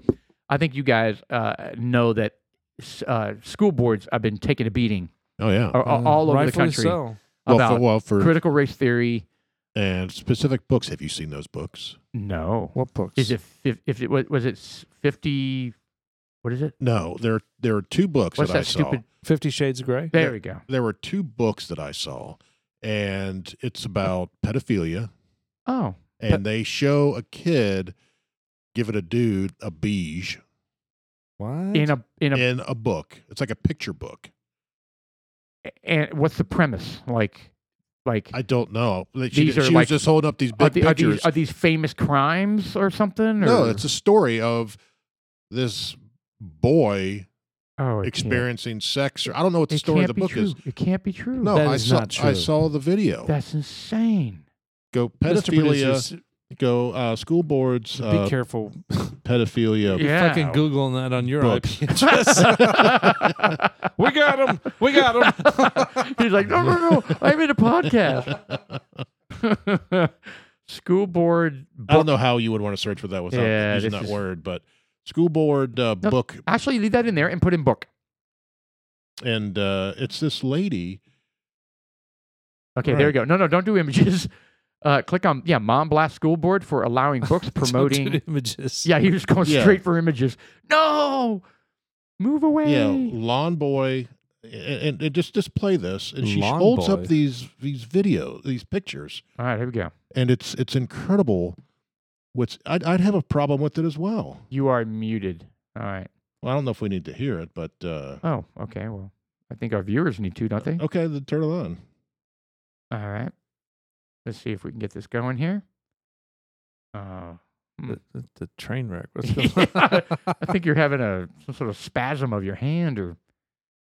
B: I think you guys uh, know that s- uh, school boards have been taking a beating uh,
A: Oh yeah.
B: a- a- all over the
C: Mm, rightfully
B: country
C: So.
A: well,
B: about
A: for, well, for
B: critical race theory.
A: and specific books. Have you seen those books?
B: No.
C: What books?
B: Is it if, if it was, was it s- fifty? What is it?
A: No, there there are two books
B: What's
A: that,
B: that
A: I
B: stupid?
A: saw.
C: Fifty Shades of Grey?
B: There
A: Yeah.
B: we go.
A: There were two books that I saw, and it's about pedophilia,
B: Oh,
A: and they show a kid giving a dude a beige
C: What?
B: in a in a
A: in a book. It's like a picture book.
B: and what's the premise? Like, like
A: I don't know. Like, She,
B: These
A: she
B: are
A: was
B: like-
A: just holding up these
B: are,
A: big
B: the, are
A: pictures.
B: these are these famous crimes or something? Or?
A: no, it's a story of this boy
B: oh, it can't-
A: experiencing sex or I don't know what the
B: it
A: story of
B: can't
A: the
B: be
A: book
B: true.
A: is.
B: It can't be true.
A: No,
C: That
A: I
C: is
A: saw
C: not
A: I
C: true.
A: saw the video.
B: that's insane.
A: go
C: Mr.
A: pedophilia,
C: Producers,
A: go uh, school boards,
C: be
A: uh,
C: careful.
A: pedophilia.
B: Yeah.
C: Fucking googling that on your
A: Books.
C: IP address. we got him. We got him.
B: He's like, no, no, no, I'm in a podcast. School board.
A: I don't
B: Book.
A: know how you would want to search for that without
B: Yeah,
A: using
B: this
A: that
B: is-
A: word, but school board uh,
B: No.
A: book,
B: Actually, leave that in there and put in book.
A: and uh, it's this lady.
B: Okay, there you go. No, no, don't do images. Uh, click on yeah, mom blast school board for allowing books promoting
C: Tilted images.
B: Yeah, he was going
A: Yeah.
B: straight for images. No, move away.
A: Yeah, lawn boy, and, and just display this, and she
C: Lawn
A: holds
C: boy?
A: up these these videos, these pictures,
B: All right, here we go.
A: and it's it's incredible. What's I'd, I'd have a problem with it as well.
B: You are muted. All right.
A: Well, I don't know if we need to hear it, but uh,
B: Oh, okay. Well, I think our viewers need to, don't they?
A: okay, then turn it on.
B: All right. Let's see if we can get this going here. Uh,
C: The, the- the train wreck. What's
B: Yeah.
C: going on?
B: I think you're having a some sort of spasm of your hand, or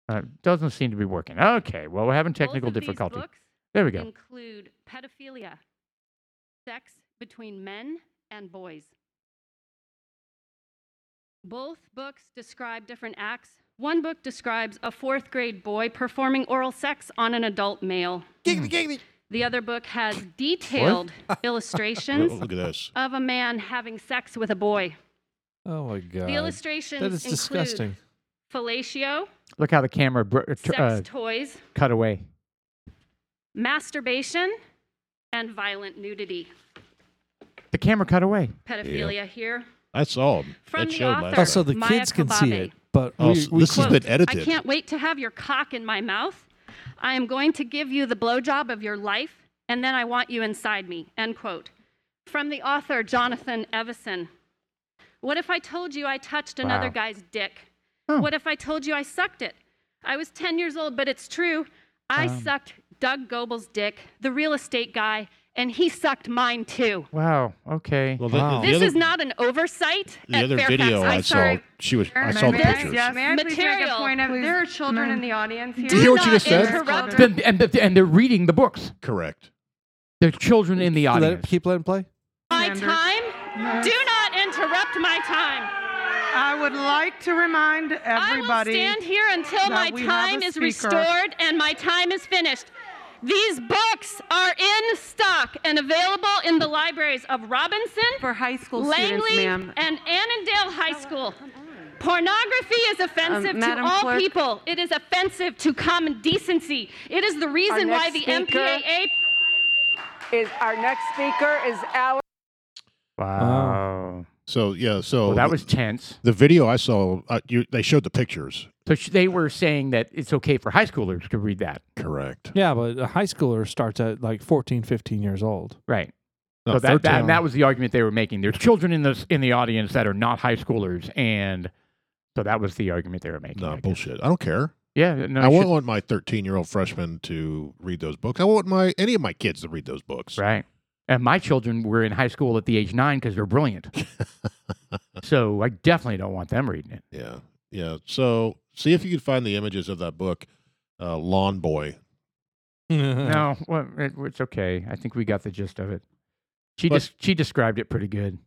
B: uh, doesn't seem to be working. Okay. Well, we're having technical
D: Both of
B: difficulty.
D: These books
B: There we go.
D: include pedophilia, sex between men and boys. Both books describe different acts. One book describes a fourth grade boy performing oral sex on an adult male.
E: Giggity, giggity.
D: The other book has detailed illustrations
A: Look at this.
D: of a man having sex with a boy.
C: Oh my god.
D: The illustrations
C: that is
D: include
C: disgusting.
D: fellatio,
B: Look how the camera br- uh, tr-
D: sex
B: uh,
D: toys,
B: cut away.
D: masturbation, and violent nudity.
B: The camera cut away.
D: Pedophilia here.
A: I saw him.
D: From
A: that
D: the
A: showed
D: author.
A: last
C: Oh,
A: night.
C: so the
D: Maya
C: kids can see
D: Kobabe.
C: it, but
A: Oh,
C: we,
A: so
C: we
A: this has
C: can't.
A: been edited.
D: I can't wait to have your cock in my mouth. I am going to give you the blowjob of your life, and then I want you inside me. End quote. From the author Jonathan Evison. What if I told you I touched another
B: Wow.
D: guy's dick?
B: Oh.
D: What if I told you I sucked it? I was 10 years old, but it's true. I
A: Um.
D: sucked Doug Goebel's dick, the real estate guy, and he sucked mine too.
B: Wow. Okay.
A: Well, the,
C: Wow.
A: the
D: This
A: other,
D: is not an oversight.
A: the
D: at
A: other
D: Fairfax.
A: video I,
D: I'm
A: saw.
D: sorry.
A: She was. I
F: May-
A: saw the
F: may I-
A: pictures.
F: Yes, may I please make
D: Material.
F: a point of there are children in the audience here.
D: Do
A: hear what you
D: not
A: just said?
D: interrupt
B: Then- and, th- and they're reading the books.
A: Correct.
B: They're children in the
C: Let
B: audience.
C: it, keep letting it play.
D: my
F: Commander.
D: time. Do not interrupt my time.
F: I would like to remind everybody.
D: I will stand here until my
F: that we have
D: time
F: a
D: is
F: speaker.
D: restored and my time is finished. These books are in stock and available in the libraries of Robinson,
F: for high school students,
D: Langley,
F: ma'am.
D: and Annandale High School. Pornography is offensive to
F: Madam
D: all
F: Clerk.
D: people. It is offensive to common decency. It is the reason why
G: next
D: the
G: speaker-
D: MPAA
G: Is our next speaker is Alex.
A: Oh.
B: wow.
A: So yeah. So
B: Well, that
A: the-
B: was tense.
A: the video I saw. Uh, you, they showed the pictures.
B: So sh- they were saying that it's okay for high schoolers to read that.
A: Correct.
C: Yeah, but a high schooler starts at like 14, 15 years old.
B: Right.
A: No,
B: so that,
A: 13.
B: that, and that was the argument they were making. There's children in this in the audience that are not high schoolers, and so that was the argument they were making. I
A: No
B: guess.
A: bullshit. I don't care.
B: Yeah, no,
A: I
B: it
A: wouldn't
B: should-
A: want my 13 year old freshman to read those books. I wouldn't want my any of my kids to read those books.
B: right. And my children were in high school at the age nine because they're brilliant. so I definitely don't want them reading it.
A: Yeah. Yeah. So see if you can find the images of that book, uh, Lawn Boy.
B: No, well, it, it's okay. I think we got the gist of it. She
A: But-
B: just she described it pretty good.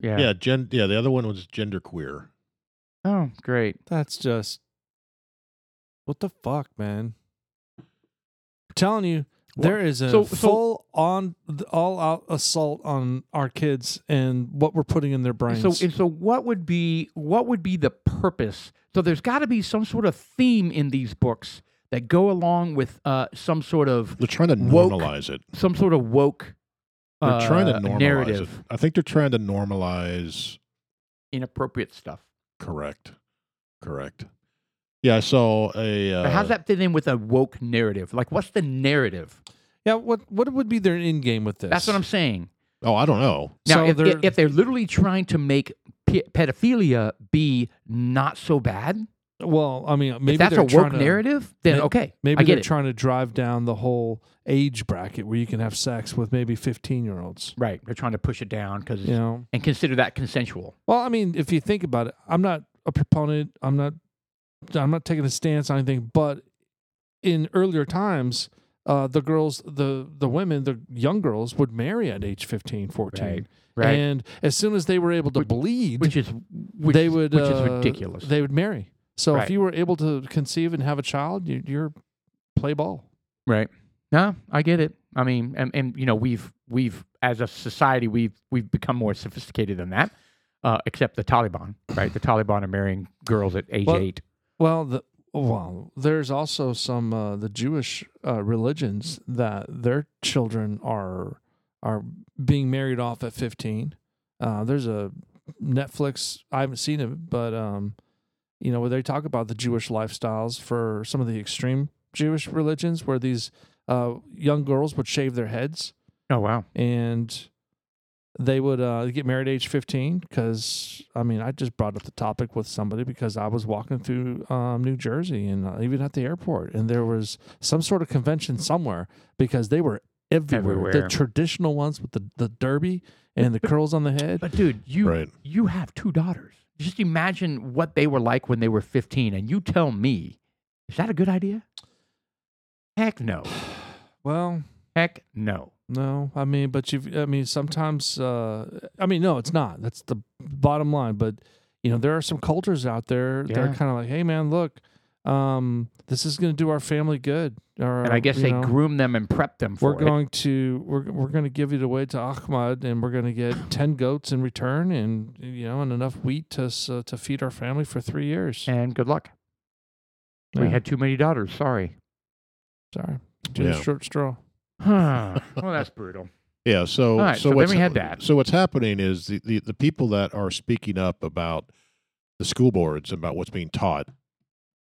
B: Yeah.
A: Yeah. Gen. Yeah. The other one was Gender Queer.
B: Oh, great.
C: That's just what the fuck, man. I'm telling you, there is a
B: so- so-
C: full on, all out assault on our kids and what we're putting in their brains.
B: So and so what would be what would be the purpose? So there's got to be some sort of theme in these books that go along with uh, some sort of
A: They're trying to
B: Woke.
A: normalize it.
B: some sort of woke
A: They're
B: uh,
A: trying to normalize
B: narrative
A: it. I think they're trying to normalize.
B: inappropriate stuff.
A: Correct. Correct. Yeah. I saw a. Uh,
B: But how's that fit in with a woke narrative? Like what's the narrative?
C: yeah, what what would be their end game with this?
B: That's what I'm saying.
A: Oh, I don't know.
B: Now,
C: So
B: if,
C: they're-
B: if, if they're literally trying to make pe- pedophilia be not so bad,
C: Well, I mean, maybe
B: if that's
C: they're
B: a
C: trying
B: woke
C: to-
B: narrative, then
C: may-
B: okay,
C: Maybe
B: I get
C: they're
B: it.
C: trying to drive down the whole age bracket where you can have sex with maybe 15 year olds.
B: right, they're trying to push it down because
C: You know?
B: and consider that consensual.
C: Well, I mean, if you think about it, I'm not a proponent. I'm not. I'm not taking a stance on anything. But in earlier times, uh, the girls, the the women, the young girls would marry at age 15, 14.
B: Right, right.
C: And as soon as they were able to
B: Which-
C: bleed,
B: which is which,
C: they
B: is-
C: would,
B: which is
C: uh,
B: ridiculous.
C: They would marry. So
B: Right.
C: if you were able to conceive and have a child, you, you're play ball.
B: right? No, I get it. I mean, and, and you know, we've we've as a society we've we've become more sophisticated than that. Uh, except the Taliban, right? The Taliban are marrying girls at age
C: Well,
B: eight.
C: Well, the well, there's also some uh, the Jewish uh, religions that their children are are being married off at 15. Uh, there's a Netflix. I haven't seen it, but um, you know where they talk about the Jewish lifestyles for some of the extreme Jewish religions, where these uh, young girls would shave their heads
B: Oh wow!
C: and they would uh, get married age 15 because i mean i just brought up the topic with somebody because i was walking through um, new jersey and uh, even at the airport and there was some sort of convention somewhere because they were everywhere,
B: Everywhere.
C: the traditional ones with the, the derby and the curls on the head
B: But dude, you
A: Right.
B: you have two daughters. Just imagine what they were like when they were fifteen, and you tell me, is that a good idea? Heck no!
C: well
B: Heck no!
C: no i mean but you've i mean sometimes uh, i mean no it's not that's the bottom line but you know, there are some cultures out there that
B: Yeah.
C: are kind of like, hey, man, look, um, this is going to do our family good. Or,
B: And I guess
C: you
B: they
C: know,
B: groom them and prep them for
C: We're
B: it.
C: going to we're we're going to give it away to Ahmad, and we're going to get ten goats in return, and you know, and enough wheat to s- uh, to feed our family for three years.
B: and good luck. We
C: Yeah.
B: had too many daughters. Sorry.
C: Sorry, Jimmy
A: Yeah.
C: short straw.
B: well, that's brutal.
A: Yeah. So,
B: All right, so
A: so
B: then
A: what's,
B: we had that.
A: So what's happening is the, the, the people that are speaking up about the school boards about what's being taught,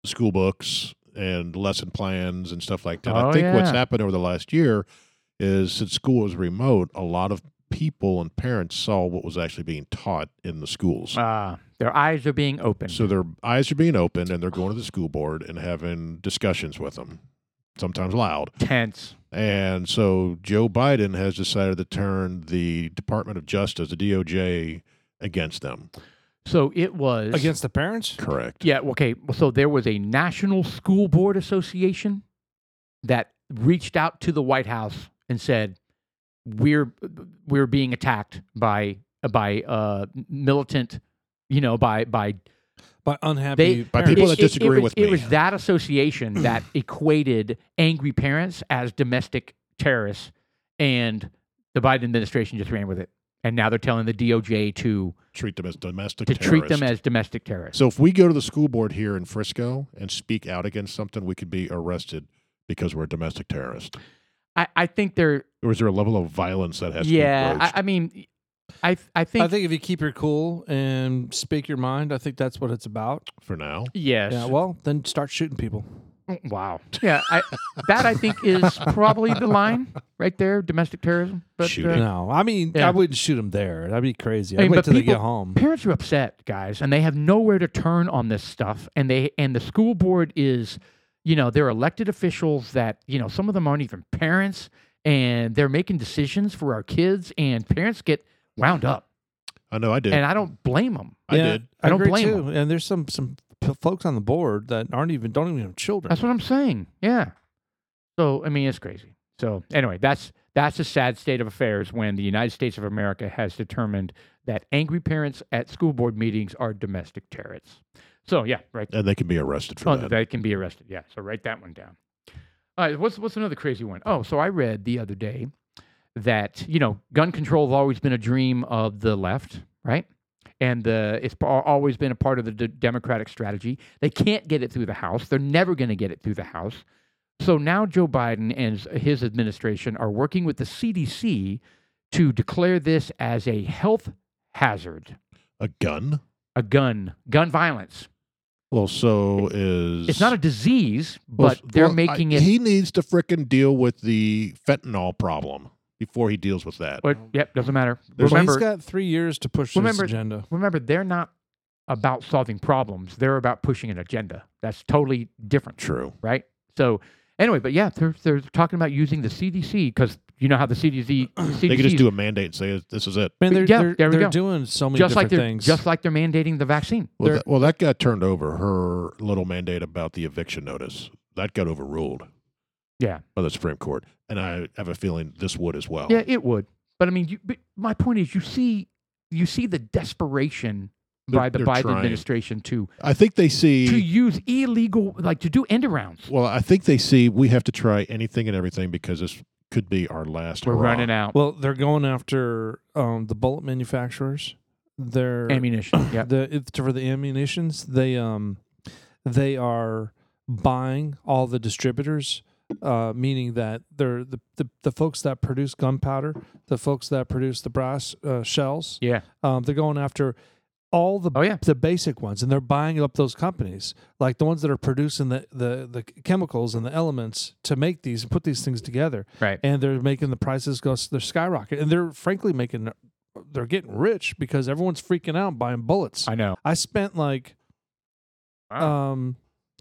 A: school books and lesson plans and stuff like that.
B: Oh,
A: I think what's
B: yeah.
A: happened over the last year is since school was remote, a lot of people and parents saw what was actually being taught in the schools.
B: Uh, their eyes are being opened.
A: So their eyes are being opened and they're going to the school board and having discussions with them, sometimes loud.
B: tense.
A: And so Joe Biden has decided to turn the Department of Justice, the DOJ, against them.
B: So it was
C: Against the parents?
A: Correct.
B: Yeah. Okay. well, So there was a National School Board Association that reached out to the White House and said, "We're we're being attacked by by uh, militant, you know, by by
C: By unhappy
B: They-
A: By
C: parents.
A: people that disagree
B: was-
A: with
B: It
A: me.
B: was that association that equated angry parents as domestic terrorists, and the Biden administration just ran with it. And now they're telling the DOJ to
A: Treat them as domestic
B: to treat them
A: terrorists.
B: as domestic terrorists.
A: So if we go to the school board here in Frisco and speak out against something, we could be arrested because we're a domestic terrorist.
B: I, I think they're
A: Or is there a level of violence that has to be
B: yeah. I,
A: broached?
B: I mean, I I think,
C: I think if you keep your cool and speak your mind, I think that's what it's about.
A: for now?
B: yes.
C: Yeah. Well, then start shooting people.
B: Mm, wow. Yeah. I, that I think is probably the line right there. Domestic terrorism. But
A: Shooting.
B: uh,
C: No, I mean
B: Yeah.
C: I wouldn't shoot them there. That'd be crazy.
B: I
C: I'd
B: mean,
C: wait
B: but
C: till
B: people-
C: they get home.
B: parents are upset guys and they have nowhere to turn on this stuff and they and the school board is you know they're elected officials that you know some of them aren't even parents and they're making decisions for our kids and parents get wound up
A: I know I did.
B: and i don't blame them
A: I
C: Yeah,
A: did.
B: I don't
C: agree
B: blame
C: too. And there's some some p- folks on the board that aren't even don't even have children.
B: that's what i'm saying yeah so i mean it's crazy so anyway that's that's a sad state of affairs when the united states of america has determined that angry parents at school board meetings are domestic terrorists so yeah right
A: And they can be arrested for
B: Oh,
A: that.
B: they can be arrested. Yeah. So write that one down. All right. What's what's another crazy one? Oh, so I read the other day that you know gun control has always been a dream of the left, right? And the it's pa- always been a part of the d- Democratic strategy. They can't get it through the House. They're never going to get it through the House. So now Joe Biden and s- his administration are working with the CDC to declare this as a health hazard,
A: a gun?
B: a gun, gun violence.
A: Well, so is
B: It's not a disease,
A: Well,
B: but
A: s-
B: they're
A: well, I-
B: making it
A: He needs to frickin' deal with the fentanyl problem before he deals with that.
B: But yep, doesn't matter.
A: There's-
C: Well,
B: remember,
C: he's got three years to push
B: Remember-
C: this agenda.
B: remember, they're not about solving problems. They're about pushing an agenda. That's totally different,
A: True.
B: right? So anyway, but yeah, they're they're talking about using the CDC because you know how the CDC, CDC
A: They could just do a mandate and say this is it.
C: Man, they're
B: Yeah,
C: they're,
B: there we
C: they're
B: go.
C: doing so many
B: just like
C: different
B: they're
C: things.
B: just like they're mandating the vaccine.
A: Well,
B: They're-
A: that, well, that got turned over. Her little mandate about the eviction notice that got overruled
B: yeah,
A: by the Supreme Court, and I have a feeling this would as well.
B: yeah, it would. But I mean, you, but my point is, you see, you see the desperation
A: They're-
B: by the
A: they're
B: Biden
A: trying.
B: administration to
A: I think they
B: to
A: see.
B: use illegal, like to do end arounds.
A: Well, I think they see we have to try anything and everything because this could be our last.
B: We're
A: hurrah.
B: running out
C: well, they're going after um, the bullet manufacturers. They're
B: ammunition. Yeah,
C: the it- for the ammunitions they um they are buying all the distributors uh meaning that they're the the, the folks that produce gunpowder the folks that produce the brass uh, shells
B: yeah.
C: um they're going after all the
B: Oh yeah.
C: the basic ones and they're buying up those companies like the ones that are producing the the, the chemicals and the elements to make these put these things together
B: Right.
C: and they're making the prices go they're skyrocket and they're frankly making they're getting rich because everyone's freaking out buying bullets
B: I know.
C: I spent like
B: Wow.
C: um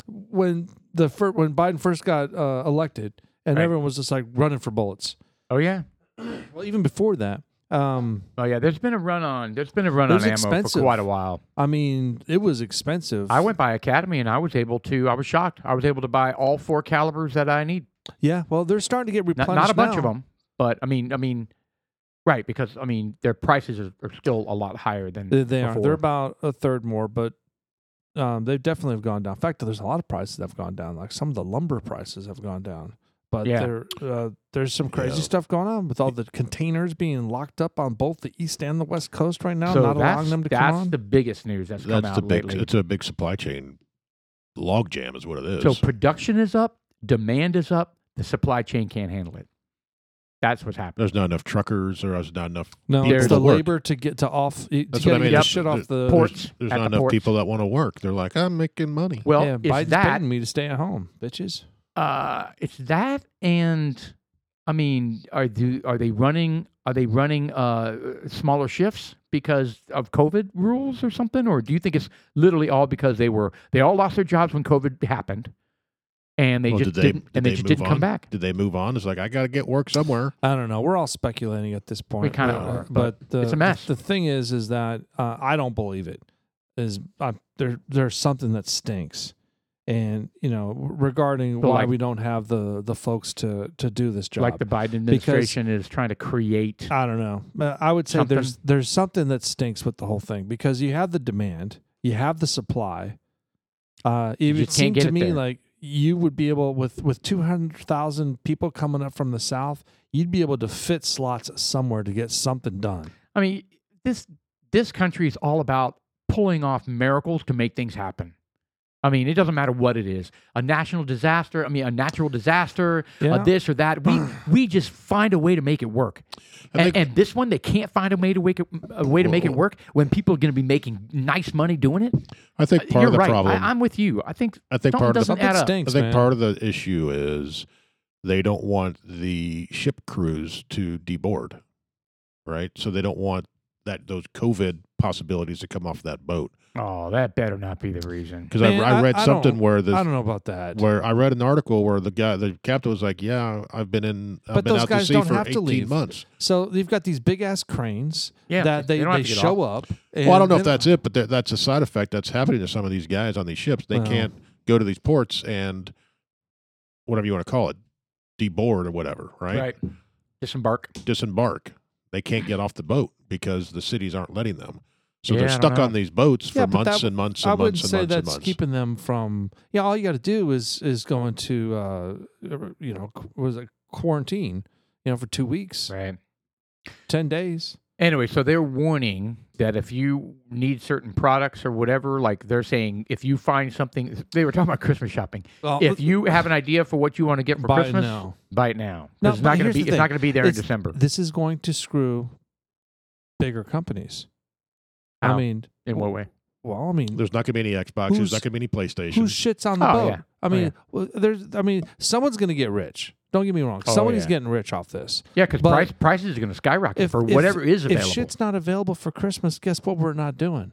C: when the fir- when Biden first got uh, elected and
B: Right.
C: everyone was just like running for bullets.
B: Oh yeah.
C: Well, even before that, um,
B: Oh yeah. There's been a run on. There's been a run on
C: It was
B: ammo for
C: expensive.
B: quite a while.
C: I mean, it was expensive.
B: I went by Academy and I was able to. I was shocked. I was able to buy all four calibers that I need.
C: Yeah, well, they're starting to get
B: Not,
C: replenished.
B: not a bunch of
C: now.
B: them, but I mean, I mean, Right, because I mean their prices are, are still a lot higher than
C: They, they are. They're
B: before.
C: about a third more, but um, they've definitely have gone down. In fact, there's a lot of prices that have gone down. Like some of the lumber prices have gone down. But
B: Yeah.
C: there, uh, there's some crazy
A: Yeah.
C: stuff going on with all the containers being locked up on both the east and the west coast right now,
B: so
C: not
B: that's,
C: allowing them to
B: that's
C: come on.
B: the biggest news that's, come
A: That's
B: out
A: the big.
B: lately.
A: It's a big supply chain logjam, is what it is.
B: So production is up, demand is up, the supply chain can't handle it. That's what's happening.
A: there's not enough truckers. There's not enough.
C: no,
A: people
C: it's
A: to
C: the
A: work.
C: labor to get to off. To
A: That's
C: get
A: what I mean.
C: the
A: There's-
C: shit off the
A: there's-
B: Ports
A: There's,
B: at
A: not
B: the
A: enough
B: ports.
A: people that want to work. They're like, I'm making money.
B: Well,
C: yeah,
B: it's
C: Biden's
B: that
C: begging me to stay at home, bitches.
B: uh, it's that and I mean, are do are they running are they running uh, smaller shifts because of COVID rules or something, or do you think it's literally all because they were they all lost their jobs when COVID happened, and they
A: Well,
B: just
A: did they-
B: didn't
A: did
B: and they,
A: they
B: just
A: move
B: didn't
A: on?
B: come back?
A: Did they move on? It's like I got to get work somewhere.
C: I don't know. We're all speculating at this point.
B: kinda
C: uh,
B: are,
C: but,
B: but
C: the,
B: it's a mess.
C: The, thing is, is that uh, I don't believe it. Is uh, there? There's something that stinks, and you know, regarding
B: But
C: why
B: like-
C: we don't have the the folks to to do this job.
B: Like the Biden administration is trying to create.
C: I don't know. Uh, I would say there's there's something that stinks with the whole thing because you have the demand, you have the supply. Uh, it
B: You
C: would
B: just
C: seem
B: can't get
C: to
B: it
C: me
B: there.
C: like you would be able with with two hundred thousand people coming up from the south, you'd be able to fit slots somewhere to get something done.
B: I mean, this this country is all about pulling off miracles to make things happen. I mean, it doesn't matter what it is. A national disaster, I mean, a natural disaster,
C: Yeah.
B: a this or that. We we just find a way to make it work.
A: I
B: And,
A: think-
B: and this one, they can't find a way to make it, a way to make it work when people are going to be making nice money doing it.
A: I think part
B: Uh, You're
A: of the
B: right.
A: problem.
B: I, I'm with you. I think
A: I think
B: something
A: part of the-
B: doesn't
C: Something
B: add up.
C: stinks,
A: I think
C: man.
A: part of the issue is they don't want the ship crews to deboard, right? So they don't want that those COVID possibilities to come off that boat.
B: Oh, that better not be the reason.
A: Because I,
C: Man,
A: I
C: I-
A: read
C: I don't-
A: something where
C: I
A: this,
C: don't know about that.
A: where I read an article where the guy, the captain was like, "Yeah, I've been in, I've
C: But
A: been
C: those
A: out
C: guys
A: to sea
C: don't
A: for
C: have to
A: eighteen
C: leave.
A: months."
C: So you've got these big ass cranes
B: Yeah,
C: that
B: they
C: they,
B: don't have
C: they
B: to get
C: show up.
A: Well, I don't know if
C: and-
A: that's it, but that that's a side effect that's happening to some of these guys on these ships. They
C: Well.
A: can't go to these ports and whatever you want to call it, deboard or whatever,
B: right. Disembark.
A: disembark. They can't get off the boat because the cities aren't letting them. So
B: Yeah, I
A: they're
B: don't
A: stuck on
B: know.
A: these boats for
C: Yeah, but
A: months
C: that-
A: and months
C: I
A: and
C: wouldn't
A: months and
C: say
A: months and
C: that's
A: months.
C: keeping them from. Yeah, all you got to do is is going to uh, you know qu- what is it quarantine? You know, for two weeks,
B: Right.
C: ten days.
B: Anyway, so they're warning that if you need certain products or whatever, like they're saying, if you find something, they were talking about Christmas shopping.
C: Well,
B: if you have an idea for what you want to get for
C: Uh, Buy it
B: Christmas,
C: now.
B: buy it now. 'Cause
C: No,
B: it's not
C: but
B: going
C: here's
B: to be.
C: the
B: It's not
C: thing.
B: going to be there
C: It's-
B: in December.
C: This is going to screw bigger companies.
B: How?
C: I mean,
B: in what way?
C: well, I mean,
A: There's not going to be any Xboxes.
C: Who's-
A: not going to be any
C: who
A: PlayStations.
C: shits on the
B: Oh,
C: boat?
B: yeah.
C: I
B: Oh,
C: mean,
B: yeah.
C: well, there's. I mean, someone's going to get rich. Don't get me wrong.
B: Oh,
C: Somebody's
B: yeah.
C: getting rich off this.
B: Yeah, because
C: But-
B: price, prices are going to skyrocket
C: If-
B: for
C: if-
B: whatever is available.
C: If shit's not available for Christmas, guess what? We're not doing.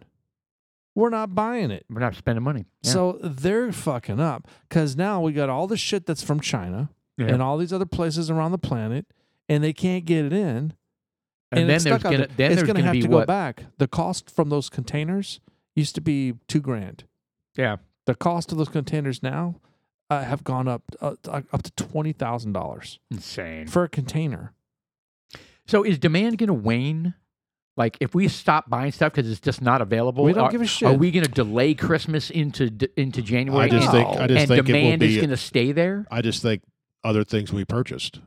C: We're not buying it.
B: we're not spending money. Yeah.
C: So they're fucking up because now we got all the shit that's from China
B: Yeah.
C: and all these other places around the planet, and they can't get it in.
B: and, then
C: it's
B: there's
C: stuck out
B: going to
C: there.
B: then
C: it's
B: there's
C: gonna
B: going
C: have
B: be
C: to
B: what?
C: go back. The cost from those containers used to be two grand.
B: Yeah,
C: The cost of those containers now uh, have gone up uh, up to twenty thousand dollars
B: insane.
C: for a container.
B: so is demand going to wane? Like if we stop buying stuff because it's just not available,
C: We don't
B: are,
C: give a
B: Are
C: shit.
B: we going to delay Christmas into d- into January?
A: I just
B: and-
A: think I just
B: and
A: think it will
B: demand is
A: be.
B: going to stay there.
A: I just think other things we purchased.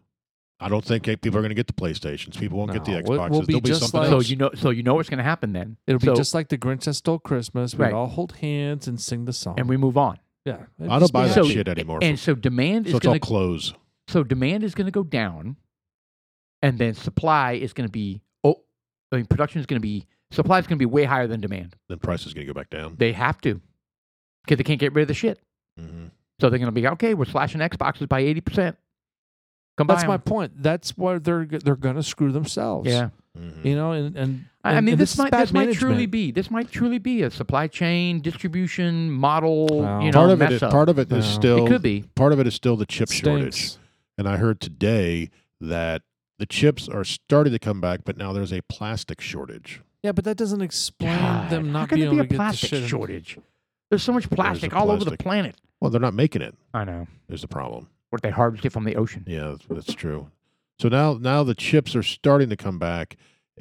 A: I don't think eh, people are going to get the PlayStations. People won't get the
C: No,
A: Xboxes.
C: we'll- we'll be
A: There'll be
C: just
A: something
C: like-
B: So
A: else.
B: you know, so you know what's going to happen then.
C: It'll
B: So-
C: be just like the Grinch that stole Christmas. We
B: Right.
C: would all hold hands and sing the song.
B: and we move on.
C: yeah, it'd
A: I don't
C: just
A: buy
C: be
A: that
C: happy.
A: shit anymore.
B: And so demand
A: so
B: is
A: it's all
B: going to
A: clothes.
B: so demand is going to go down, and then supply is going to be oh, I mean production is going to be supply is going to be way higher than demand.
A: Then price is going to go back down.
B: They have to because they can't get rid of the shit.
A: hmm
B: So they're going to be okay. We're slashing Xboxes by eighty percent. Come
C: That's
B: buy
C: my
B: 'em.
C: point. That's where they're g- they're gonna screw themselves.
B: yeah.
A: hmm
C: you know, and and
B: I I
C: and-
B: mean,
C: and
B: this,
C: is
B: might
C: bad
B: this might truly
C: management.
B: be this might truly be a supply chain distribution model.
C: Wow.
B: You know,
A: part of it.
B: mess
A: Is,
B: up.
A: part of it is
C: Yeah. It
A: still.
B: it could be.
A: Part of it is still the chip shortage.
C: Stinks.
A: And I heard today that the chips are starting to come back, but now there's a plastic shortage.
C: Yeah, but that doesn't explain
B: God,
C: them
B: how
C: not
B: can
C: being
B: there
C: able
B: be
C: to
B: a
C: get the
B: plastic
C: shit. in-
B: shortage? There's so much plastic all over the
A: plastic.
B: planet.
A: Well, they're not making it.
B: I know.
A: Is the problem?
B: What they harvest it from the ocean.
A: Yeah, that's, that's true. So now now the chips are starting to come back,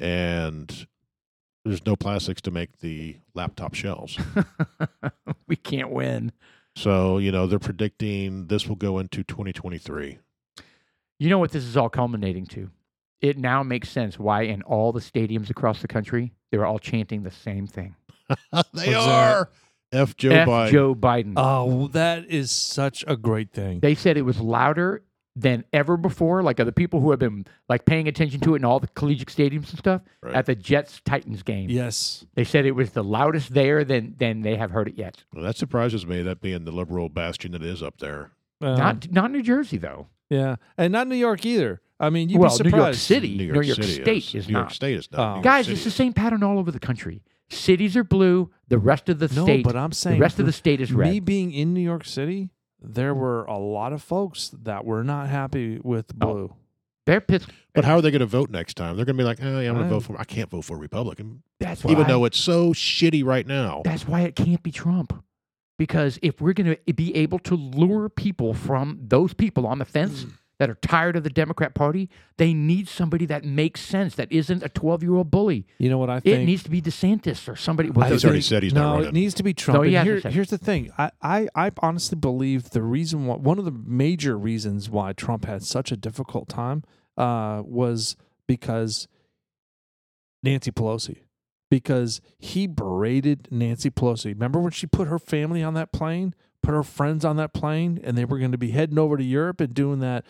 A: and there's no plastics to make the laptop shells.
B: we can't win.
A: So you know they're predicting this will go into 2023.
B: You know what this is all culminating to? It now makes sense why in all the stadiums across the country they were all chanting the same thing.
A: they
C: What's that?
A: are F Joe
B: F.
A: Biden.
B: Joe Biden.
C: Oh, that is such a great thing.
B: they said it was louder than ever before. Like uh, the people who have been like paying attention to it in all the collegiate stadiums and stuff
A: Right.
B: at the Jets Titans game.
C: Yes.
B: They said it was the loudest there than than they have heard it yet.
A: Well, that surprises me. That being the liberal bastion that is up there.
C: Um,
B: not not New Jersey though.
C: yeah, and not New York either. I mean, you'd
B: well,
C: be
B: New
C: surprised.
B: York City,
A: New
B: New
A: York,
B: York,
A: City
B: State is,
A: is. New
B: not. Um,
A: York State is not.
C: Oh.
A: New York
B: Guys,
A: City
B: it's the
A: is.
B: same pattern all over the country. Cities are blue. The rest of the
C: No,
B: state,
C: but I'm saying
B: the rest of
C: for
B: the state is
C: Me
B: red.
C: being in New York City, there were a lot of folks that were not happy with
B: Oh.
C: blue.
B: They're pissed.
A: But how are they going to vote next time? They're going to be like, oh, yeah, I'm going
C: I-
A: to vote for. I can't vote for a Republican,
B: That's
A: even
B: why-
A: though it's so shitty right now.
B: That's why it can't be Trump. Because if we're going to be able to lure people from those people on the fence
C: Mm.
B: that are tired of the Democrat Party, they need somebody that makes sense, that isn't a 12 year old bully.
C: You know what I
B: It
C: think?
B: needs to be DeSantis or somebody
C: I
B: with
A: He's
B: those.
A: already
C: think-
A: said he's
C: no,
A: not
C: it
A: running.
C: needs to be Trump.
B: No, he
C: And
B: hasn't
C: here-
B: said.
C: here's the thing. I, I, I honestly believe the reason why, one of the major reasons why Trump had such a difficult time uh, was because Nancy Pelosi. Because he berated Nancy Pelosi. Remember when she put her family on that plane, put her friends on that plane, and they were going to be heading over to Europe and doing that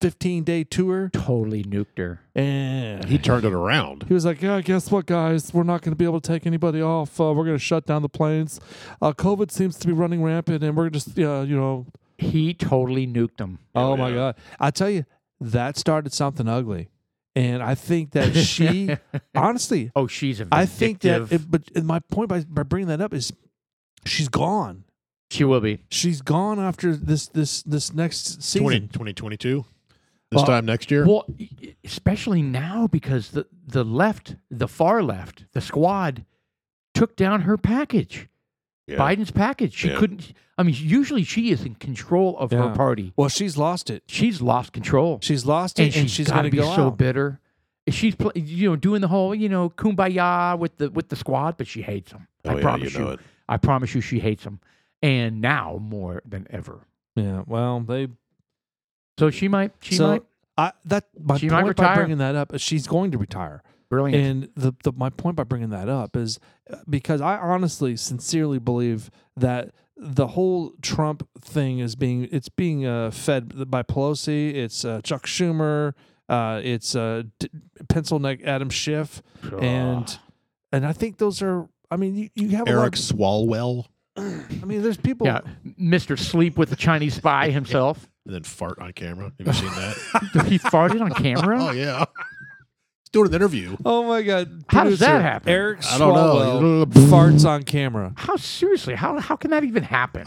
C: 15 day tour?
B: Totally nuked her.
C: And
A: He turned it around.
C: he was like, "Yeah, guess what, guys? We're not going to be able to take anybody off. Uh, we're going to shut down the planes. Uh, COVID seems to be running rampant, and we're just, uh, you know."
B: He totally nuked them.
C: Oh my
A: yeah.
C: god! I tell you, that started something ugly, and I think that she, honestly,
B: Oh, she's a
C: I think that.
B: vindictive-
C: It, but my point by, by bringing that up is, she's gone.
B: she will be.
C: She's gone after this this this next
A: 20,
C: season.
A: 2022? This
C: Well,
A: time next year?
B: Well, e- e- especially now because the, the left, the far left, the squad took down her package.
A: Yeah.
B: Biden's package. She
A: Yeah.
B: couldn't. I mean, usually she is in control of
C: Yeah.
B: her party.
C: Well, she's lost it.
B: She's lost control,
C: She's lost it,
B: and
C: and,
B: she's,
C: she's
B: got
C: going
B: to
C: to
B: be
C: go
B: so
C: out.
B: bitter. She's pl- you know doing the whole you know kumbaya with the with the squad, but she hates them.
A: Oh,
B: I
A: yeah, you
B: promise
A: know it.
B: I promise you, she hates them, and now more than ever.
C: Yeah. Well, they
B: So she might. She
C: so
B: might.
C: I, that my
B: She might
C: point by
B: retire.
C: bringing that up is she's going to retire.
B: Brilliant.
C: And the, the my point by bringing that up is uh, because I honestly, sincerely believe that the whole Trump thing is being it's being uh, fed by Pelosi. It's uh, Chuck Schumer. Uh, it's uh, D- pencil neck Adam Schiff, and and I think those are. I mean, you, you have
A: Eric
C: a
A: Swalwell
C: lot. Of, I mean, there's people.
B: yeah, Mr. Sleep with the Chinese spy himself.
A: and then fart on camera. Have you seen that?
B: he farted on camera.
A: oh, yeah. He's doing an interview.
C: Oh my God!
B: How does that
C: Producer
B: happen?
C: Eric
A: I don't know.
C: Swalwell farts on camera.
B: How seriously? How how can that even happen?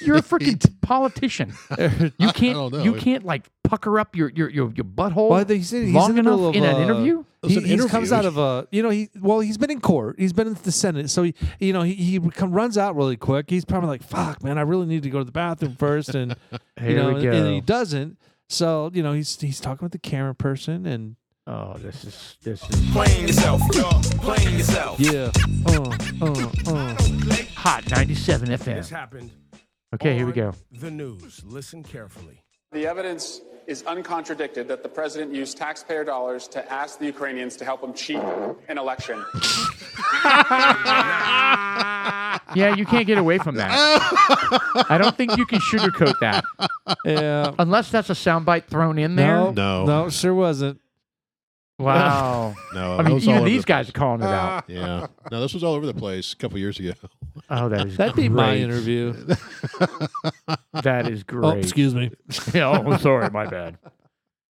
B: You're a freaking politician. You can't.
A: don't know.
B: You can't like pucker up your your your, your butthole
C: Well, they- he's in, he's
B: long
C: in the
B: enough
C: middle of
B: in an
C: uh,
B: interview.
A: was
C: He,
A: an
C: he
A: interview.
C: comes out of a you know he well he's been in court he's been in the Senate so he you know he he come, runs out really quick he's probably like fuck man I really need to go to the bathroom first and you
B: Here
C: know
B: we
C: and, and he
B: go.
C: doesn't so you know he's he's talking with the camera person and
B: Oh, this is this is
E: Playing yourself, playing yourself.
C: yeah uh, uh, uh.
B: hot 97 FM.
E: happened.
B: Okay, here we
E: on
B: go.
E: The news. Listen carefully.
H: The evidence is uncontradicted that the president used taxpayer dollars to ask the Ukrainians to help him cheat an election.
B: Yeah, you can't get away from that. I don't think you can sugarcoat that
C: yeah
B: unless that's a soundbite thrown in there.
C: no
A: No.
C: no sure wasn't
B: Wow.
C: Oh,
A: No,
B: I
A: that
B: mean,
A: was all
B: even
A: over
B: these
A: the-
B: guys are calling it out.
A: Yeah. No, this was all over the place a couple years ago.
B: Oh, that is
C: that'd be my
B: great.
C: interview
B: That is great.
C: oh excuse me
B: yeah, oh, sorry, my bad.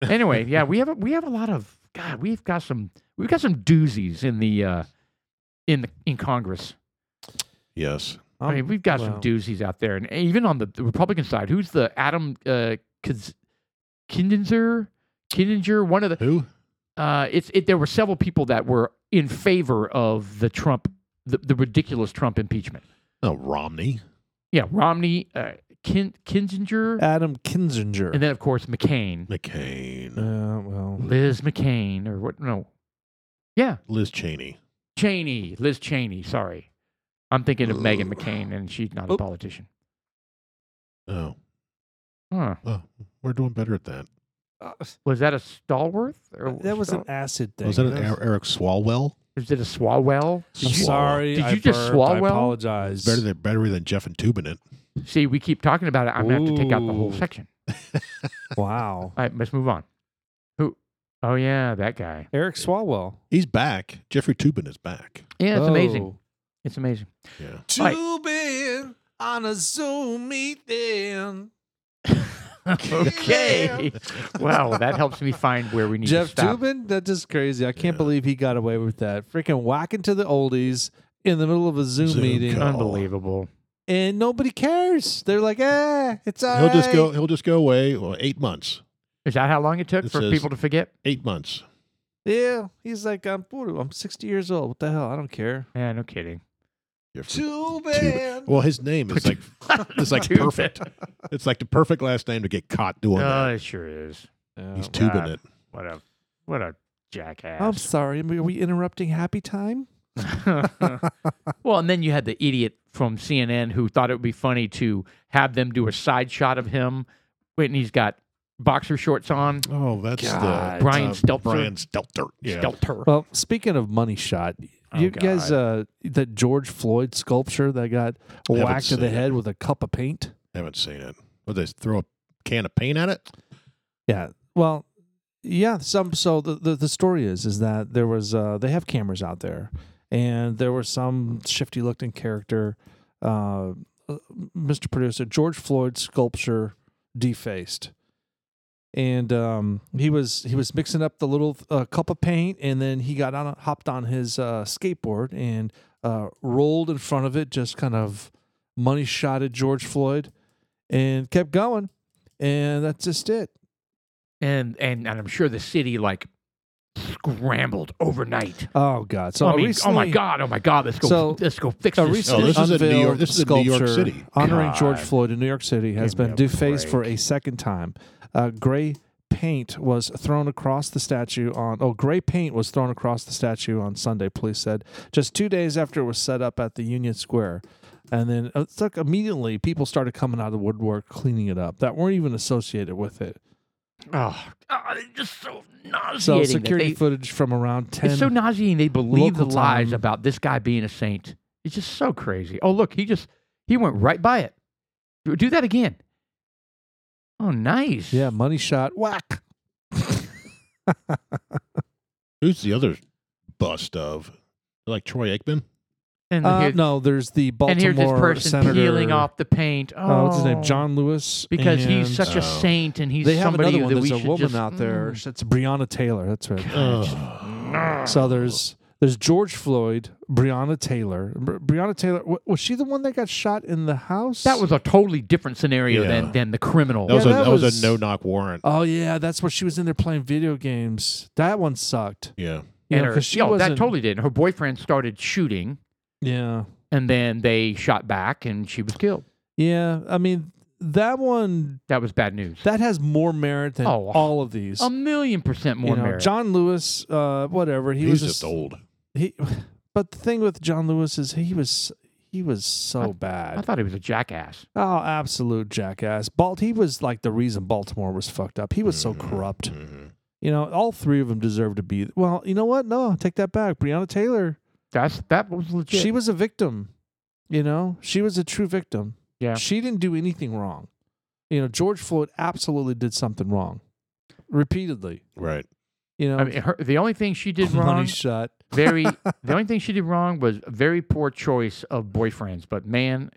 B: Anyway, yeah, we have a, we have a lot of God. We've got some we've got some doozies in the uh, in the in Congress.
A: Yes.
B: I
C: Um,
B: mean, we've got
C: wow.
B: some doozies out there, and even on the, the Republican side, who's the Adam uh, Kiz- Kindinger? Kindinger, one of the
A: Who?
B: uh, it's it. There were several people that were in favor of the Trump, the, the ridiculous Trump impeachment.
A: Oh, Romney.
B: Yeah, Romney, uh, Kin- Kinzinger,
C: Adam Kinzinger.
B: and then of course McCain,
A: McCain,
C: uh, well,
B: Liz McCain, or what? No, yeah,
A: Liz Cheney.
B: Cheney, Liz Cheney. Sorry, I'm thinking of Megan McCain, and she's not a
C: Oop.
B: politician.
A: Oh,
B: Huh.
A: oh, we're doing better at that.
C: uh,
B: Was that a Stallworth? Or
C: that was an
B: Stall-
C: acid thing.
A: Was that an
C: That's-
A: Er- Eric Swalwell?
B: Is it a Swalwell?
C: I'm
A: Did you-
C: sorry.
B: did
C: I
B: you just
C: burped,
B: swallow?
C: I apologize.
A: Better than better than Jeff and Tubin. It.
B: See, we keep talking about it. I'm gonna have to take out the whole
C: Ooh.
B: section.
C: wow.
B: All right, let's move on. Who? Oh yeah, that guy.
C: Eric Swalwell.
A: He's back. Jeffrey Tubin is back.
B: Yeah, it's amazing.
C: Oh.
B: It's amazing.
A: Yeah.
B: Right.
C: Tubin on a Zoom meeting.
B: okay. wow, that helps me find where we need
C: Jeff
B: to stop.
C: Tubin, that is crazy. I can't
A: Yeah.
C: believe he got away with that. Freaking whacking to the oldies in the middle of a Zoom,
A: Zoom
C: meeting,
A: call.
B: Unbelievable.
C: and nobody cares. They're like, eh, it's all
A: He'll just go.
C: right."
A: He'll just go away. Well, eight months.
B: Is that how long it took
A: It
B: for
A: says-
B: people to forget?
A: Eight months.
C: Yeah, he's like, I'm 40. I'm 60 years old. What the hell? I don't care.
B: Yeah, no kidding.
A: Jeffrey Tubin.
C: Tubin.
A: Well, his name is like it's like
B: Tubin.
A: perfect. It's like the perfect last name to get caught doing
B: Oh,
A: that.
B: it sure is.
A: He's
C: Oh,
A: tubing
B: God.
A: it.
B: What a what a
C: I'm
B: jackass.
C: sorry. Are we interrupting happy time?
B: Um, well, and then you had the idiot from CNN who thought it would be funny to have them do a side shot of him when he's got boxer shorts on.
A: Oh, that's
C: God.
A: the
B: Brian Stelter.
A: Brian Stelter. Yeah.
B: Stelter.
C: Well, speaking of money shot,
B: Oh,
C: you guys,
B: God.
C: uh, that George Floyd sculpture that got
A: Haven't
C: whacked in
A: seen
C: the
A: it.
C: head with a cup of paint.
A: Haven't seen it. What they throw a can of paint at it?
C: Yeah. Well, yeah. Some. So the, the the story is is that there was uh they have cameras out there, and there was some shifty looking character, uh, uh, Mr. Producer George Floyd's sculpture defaced, and um he was he was mixing up the little uh, cup of paint, and then he got on hopped on his uh, skateboard and uh rolled in front of it, just kind of money shot at George Floyd, and kept going, and that's just it.
B: And, and and I'm sure the city like scrambled overnight.
C: Oh God! So
B: I mean,
C: recently,
B: oh my god, oh my god, let's go
C: So,
B: let's go fix
C: A
B: this.
C: recently
A: this is in New
C: unveiled
A: York- this is in New York
C: sculpture
A: City.
C: honoring
B: God.
C: George Floyd in New York City has
B: Give me
C: been
B: a
C: defaced for a second time. Uh, gray paint was thrown across the statue on. Oh, gray paint was thrown across the statue on Sunday. Police said just two days after it was set up at the Union Square. And then uh, it's like immediately people started coming out of the woodwork cleaning it up that weren't even associated with it.
B: Oh, God, it's just so nauseating.
C: So
B: that
C: security
B: they-
C: footage from around ten.
B: It's so nauseating. They believe the
C: local
B: lies
C: time.
B: about this guy being a saint. It's just so crazy. Oh, look, he just he went right by it. Do- Do that again. Oh, nice.
C: yeah, money shot. Whack.
A: Who's the other bust of? Like Troy Aikman?
B: And
C: Uh,
B: here-
C: no, there's the
B: and
C: Baltimore
B: here's this person
C: senator
B: peeling off the paint. Oh,
C: uh, what's his name? John Lewis.
B: Because he's
C: and- uh,
B: such a
A: Oh.
B: saint, and he's
C: they have
B: somebody
C: another one.
B: that we
C: There's a
B: should
C: woman
B: just,
C: out there.
B: Mm.
C: That's Breonna Taylor. That's right.
A: Oh.
C: So there's there's George Floyd, Breonna Taylor. Bre- Breonna Taylor wa- was she the one that got shot in the house?
B: That was a totally different scenario than
A: Yeah.
B: than the criminal.
A: That was
C: Yeah,
A: a
C: that
A: that was,
C: was-
A: a no knock warrant.
C: Oh yeah, that's where she was in there playing video games. That one sucked.
A: yeah.
C: You
B: and
C: know,
B: her,
C: 'cause she
B: oh, that
C: wasn't-
B: totally did. Her boyfriend started shooting,
C: Yeah.
B: and then they shot back, and she was killed.
C: Yeah. I mean, that one
B: That was bad news.
C: that has more merit than
B: Oh,
C: all of these.
B: a million percent
C: You
B: more
C: know,
B: merit.
C: John Lewis, uh, whatever. He was
A: He's
C: a
A: just
C: s-
A: old.
C: he but the thing with John Lewis is he was he was so
B: I-
C: bad.
B: I thought he was a jackass.
C: oh, absolute jackass. Balt he was like the reason Baltimore was fucked up. He was so
B: Mm-hmm,
C: corrupt.
A: Mhm.
C: You know, all three of them deserve to be Well, you know what? No, take that back. Breonna Taylor,
B: That's that was legit.
C: she was a victim. You know, she was a true victim.
B: yeah.
C: She didn't do anything wrong. You know, George Floyd absolutely did something wrong. Repeatedly.
A: Right.
C: You know,
B: I mean, her, the only thing she did
C: money
B: wrong,
C: shot.
B: very the only thing she did wrong was very poor choice of boyfriends. But man,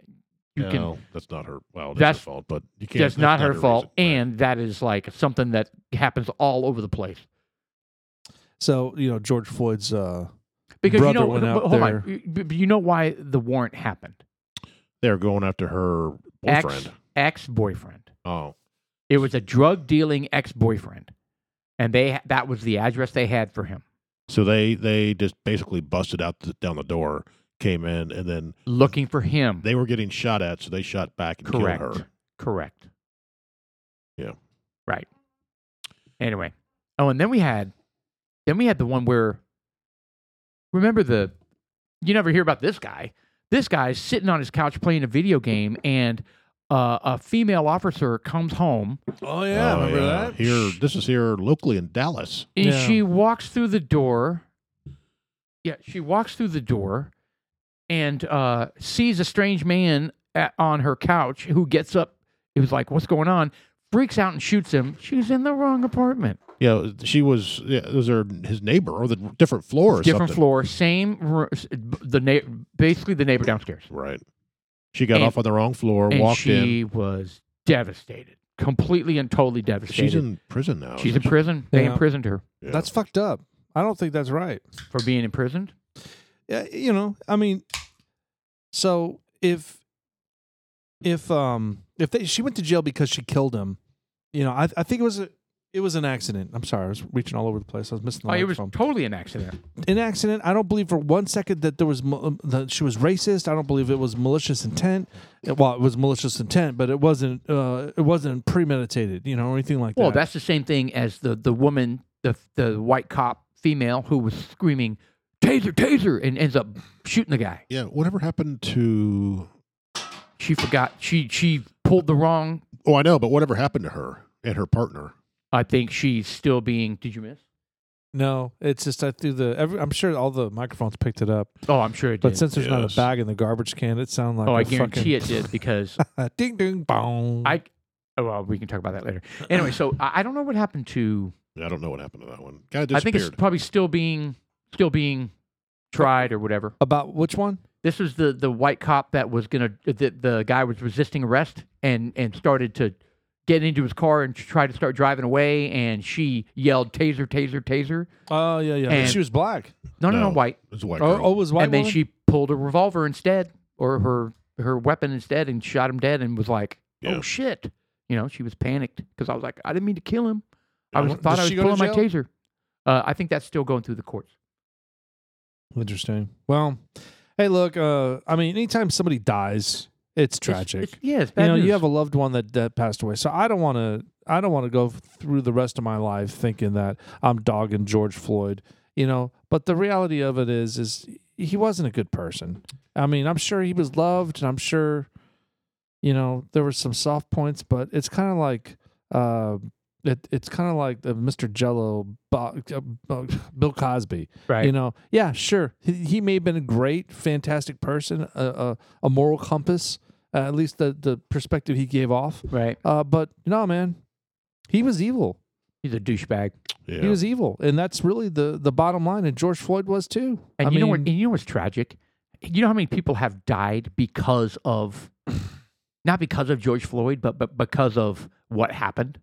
B: you
A: no,
B: can.
A: that's not her. Well, that's,
B: That's-
A: her fault, but you can't.
B: That's not her
A: reason.
B: fault,
A: Right.
B: and that is like something that happens all over the place.
C: So, you know, George Floyd's uh
B: Because
C: Brother
B: you know,
C: went out
B: hold on, you- but you know why the warrant happened?
A: they're going after her boyfriend.
B: Ex boyfriend.
A: Oh,
B: It was a drug dealing ex boyfriend, and they ha- that was the address they had for him.
A: so they they just basically busted out the, down the door, came in, and then
B: Looking for him.
A: they were getting shot at, so they shot back and
B: Correct.
A: killed her.
B: correct.
A: Yeah.
B: Right. Anyway. Oh, and then we had then we had the one where remember the you never hear about this guy. This guy's sitting on his couch playing a video game and uh, a female officer comes home
C: Oh yeah,
A: Oh,
C: remember
A: yeah.
C: that?
A: Here, this is here locally in Dallas.
B: and
C: Yeah.
B: she walks through the door. Yeah, she walks through the door and uh, sees a strange man at, on her couch who gets up. It was like, "What's going on?" Freaks out and shoots him. She's in the wrong apartment,
A: Yeah, she was. Yeah, it was her his neighbor or the different floor or
B: different
A: something.
B: floor, same ro- s- b- the na- basically the neighbor downstairs,
A: Right. She got
B: And-
A: off on the wrong floor,
B: and
A: walked in.
B: she was devastated, completely and totally devastated.
A: She's in prison now.
B: She's in
A: isn't
B: prison. They
C: Yeah.
B: imprisoned her
A: she? Yeah.
C: That's fucked up. I don't think that's right.
B: for being imprisoned.
C: Yeah, you know, I mean, so if if um if they she went to jail because she killed him, you know, I I think it was a it was an accident. I'm sorry, I was reaching all over the place. I was missing the
B: Oh, it was
C: microphone.
B: totally an accident.
C: an accident. I don't believe for one second that there was mal- um, that she was racist. I don't believe it was malicious intent. Uh, Well, it was malicious intent, but it wasn't. Uh, it wasn't premeditated, you know, or anything like
B: Well,
C: that.
B: that's the same thing as the the woman, the the white cop female who was screaming "taser, taser" and ends up shooting the guy.
A: yeah. Whatever happened to?
B: She forgot. She she pulled the wrong.
A: Oh, I know, but whatever happened to her and her partner?
B: I think she's still being. Did you miss?
C: no. It's just I threw the. Every, I'm sure all the microphones picked it up,
B: Oh, I'm sure it
C: but
B: did.
C: since there's not
A: Yes.
C: a bag in the garbage can, it sounded like.
B: oh,
C: I
B: I guarantee it did because
C: it. ding ding bong.
B: I. Oh, well, we can talk about that later. Anyway, so I, I don't know what happened to.
A: I don't know what happened to that one. Guy
B: I think
A: disappeared.
B: it's probably still being still being tried or whatever.
C: about which one?
B: This was the the white cop that was gonna the, the guy was resisting arrest and and started to get into his car and try to start driving away and she yelled taser taser taser
C: Oh yeah yeah.
B: And-
C: she was black.
B: no no no,
A: No.
B: white
A: It was a white
C: Oh,
A: girl.
C: oh, it was white.
B: and then
C: woman?
B: she pulled a revolver instead or her her weapon instead and shot him dead and was like
A: Yeah.
B: oh shit you know she was panicked because I was like I didn't mean to kill him I
A: Yeah,
B: was
A: what-
B: thought
C: does
B: I was
C: she go to
B: pulling my
C: jail?
B: taser uh, I think that's still going through the courts
C: Interesting. Well, hey, look. Uh, I mean, anytime somebody dies, it's
B: It's-
C: tragic.
B: it's- yeah it's bad
C: you know,
B: news.
C: you have a loved one that, that passed away. So I don't want to. I don't want to go through the rest of my life thinking that I'm dogging George Floyd. You know, but the reality of it is, is he wasn't a good person. I mean, I'm sure he was loved, and I'm sure, you know, there were some soft points, but it's kind of like, uh, it, it's kind of like the Mr. Jello, Bo- uh, Bo- Bill Cosby.
B: right
C: You know, yeah, sure. He, he may have been a great, fantastic person, a, a, a moral compass, uh, at least the, the perspective he gave off.
B: right
C: Uh, but no, man, he was evil.
B: he's a douchebag
A: yeah.
C: He was evil. And that's really the, the bottom line. And George Floyd was too.
B: And
C: I
B: you know what?
C: mean,
B: And you know what's tragic? You know how many people have died because of, not because of George Floyd, but but because of what happened.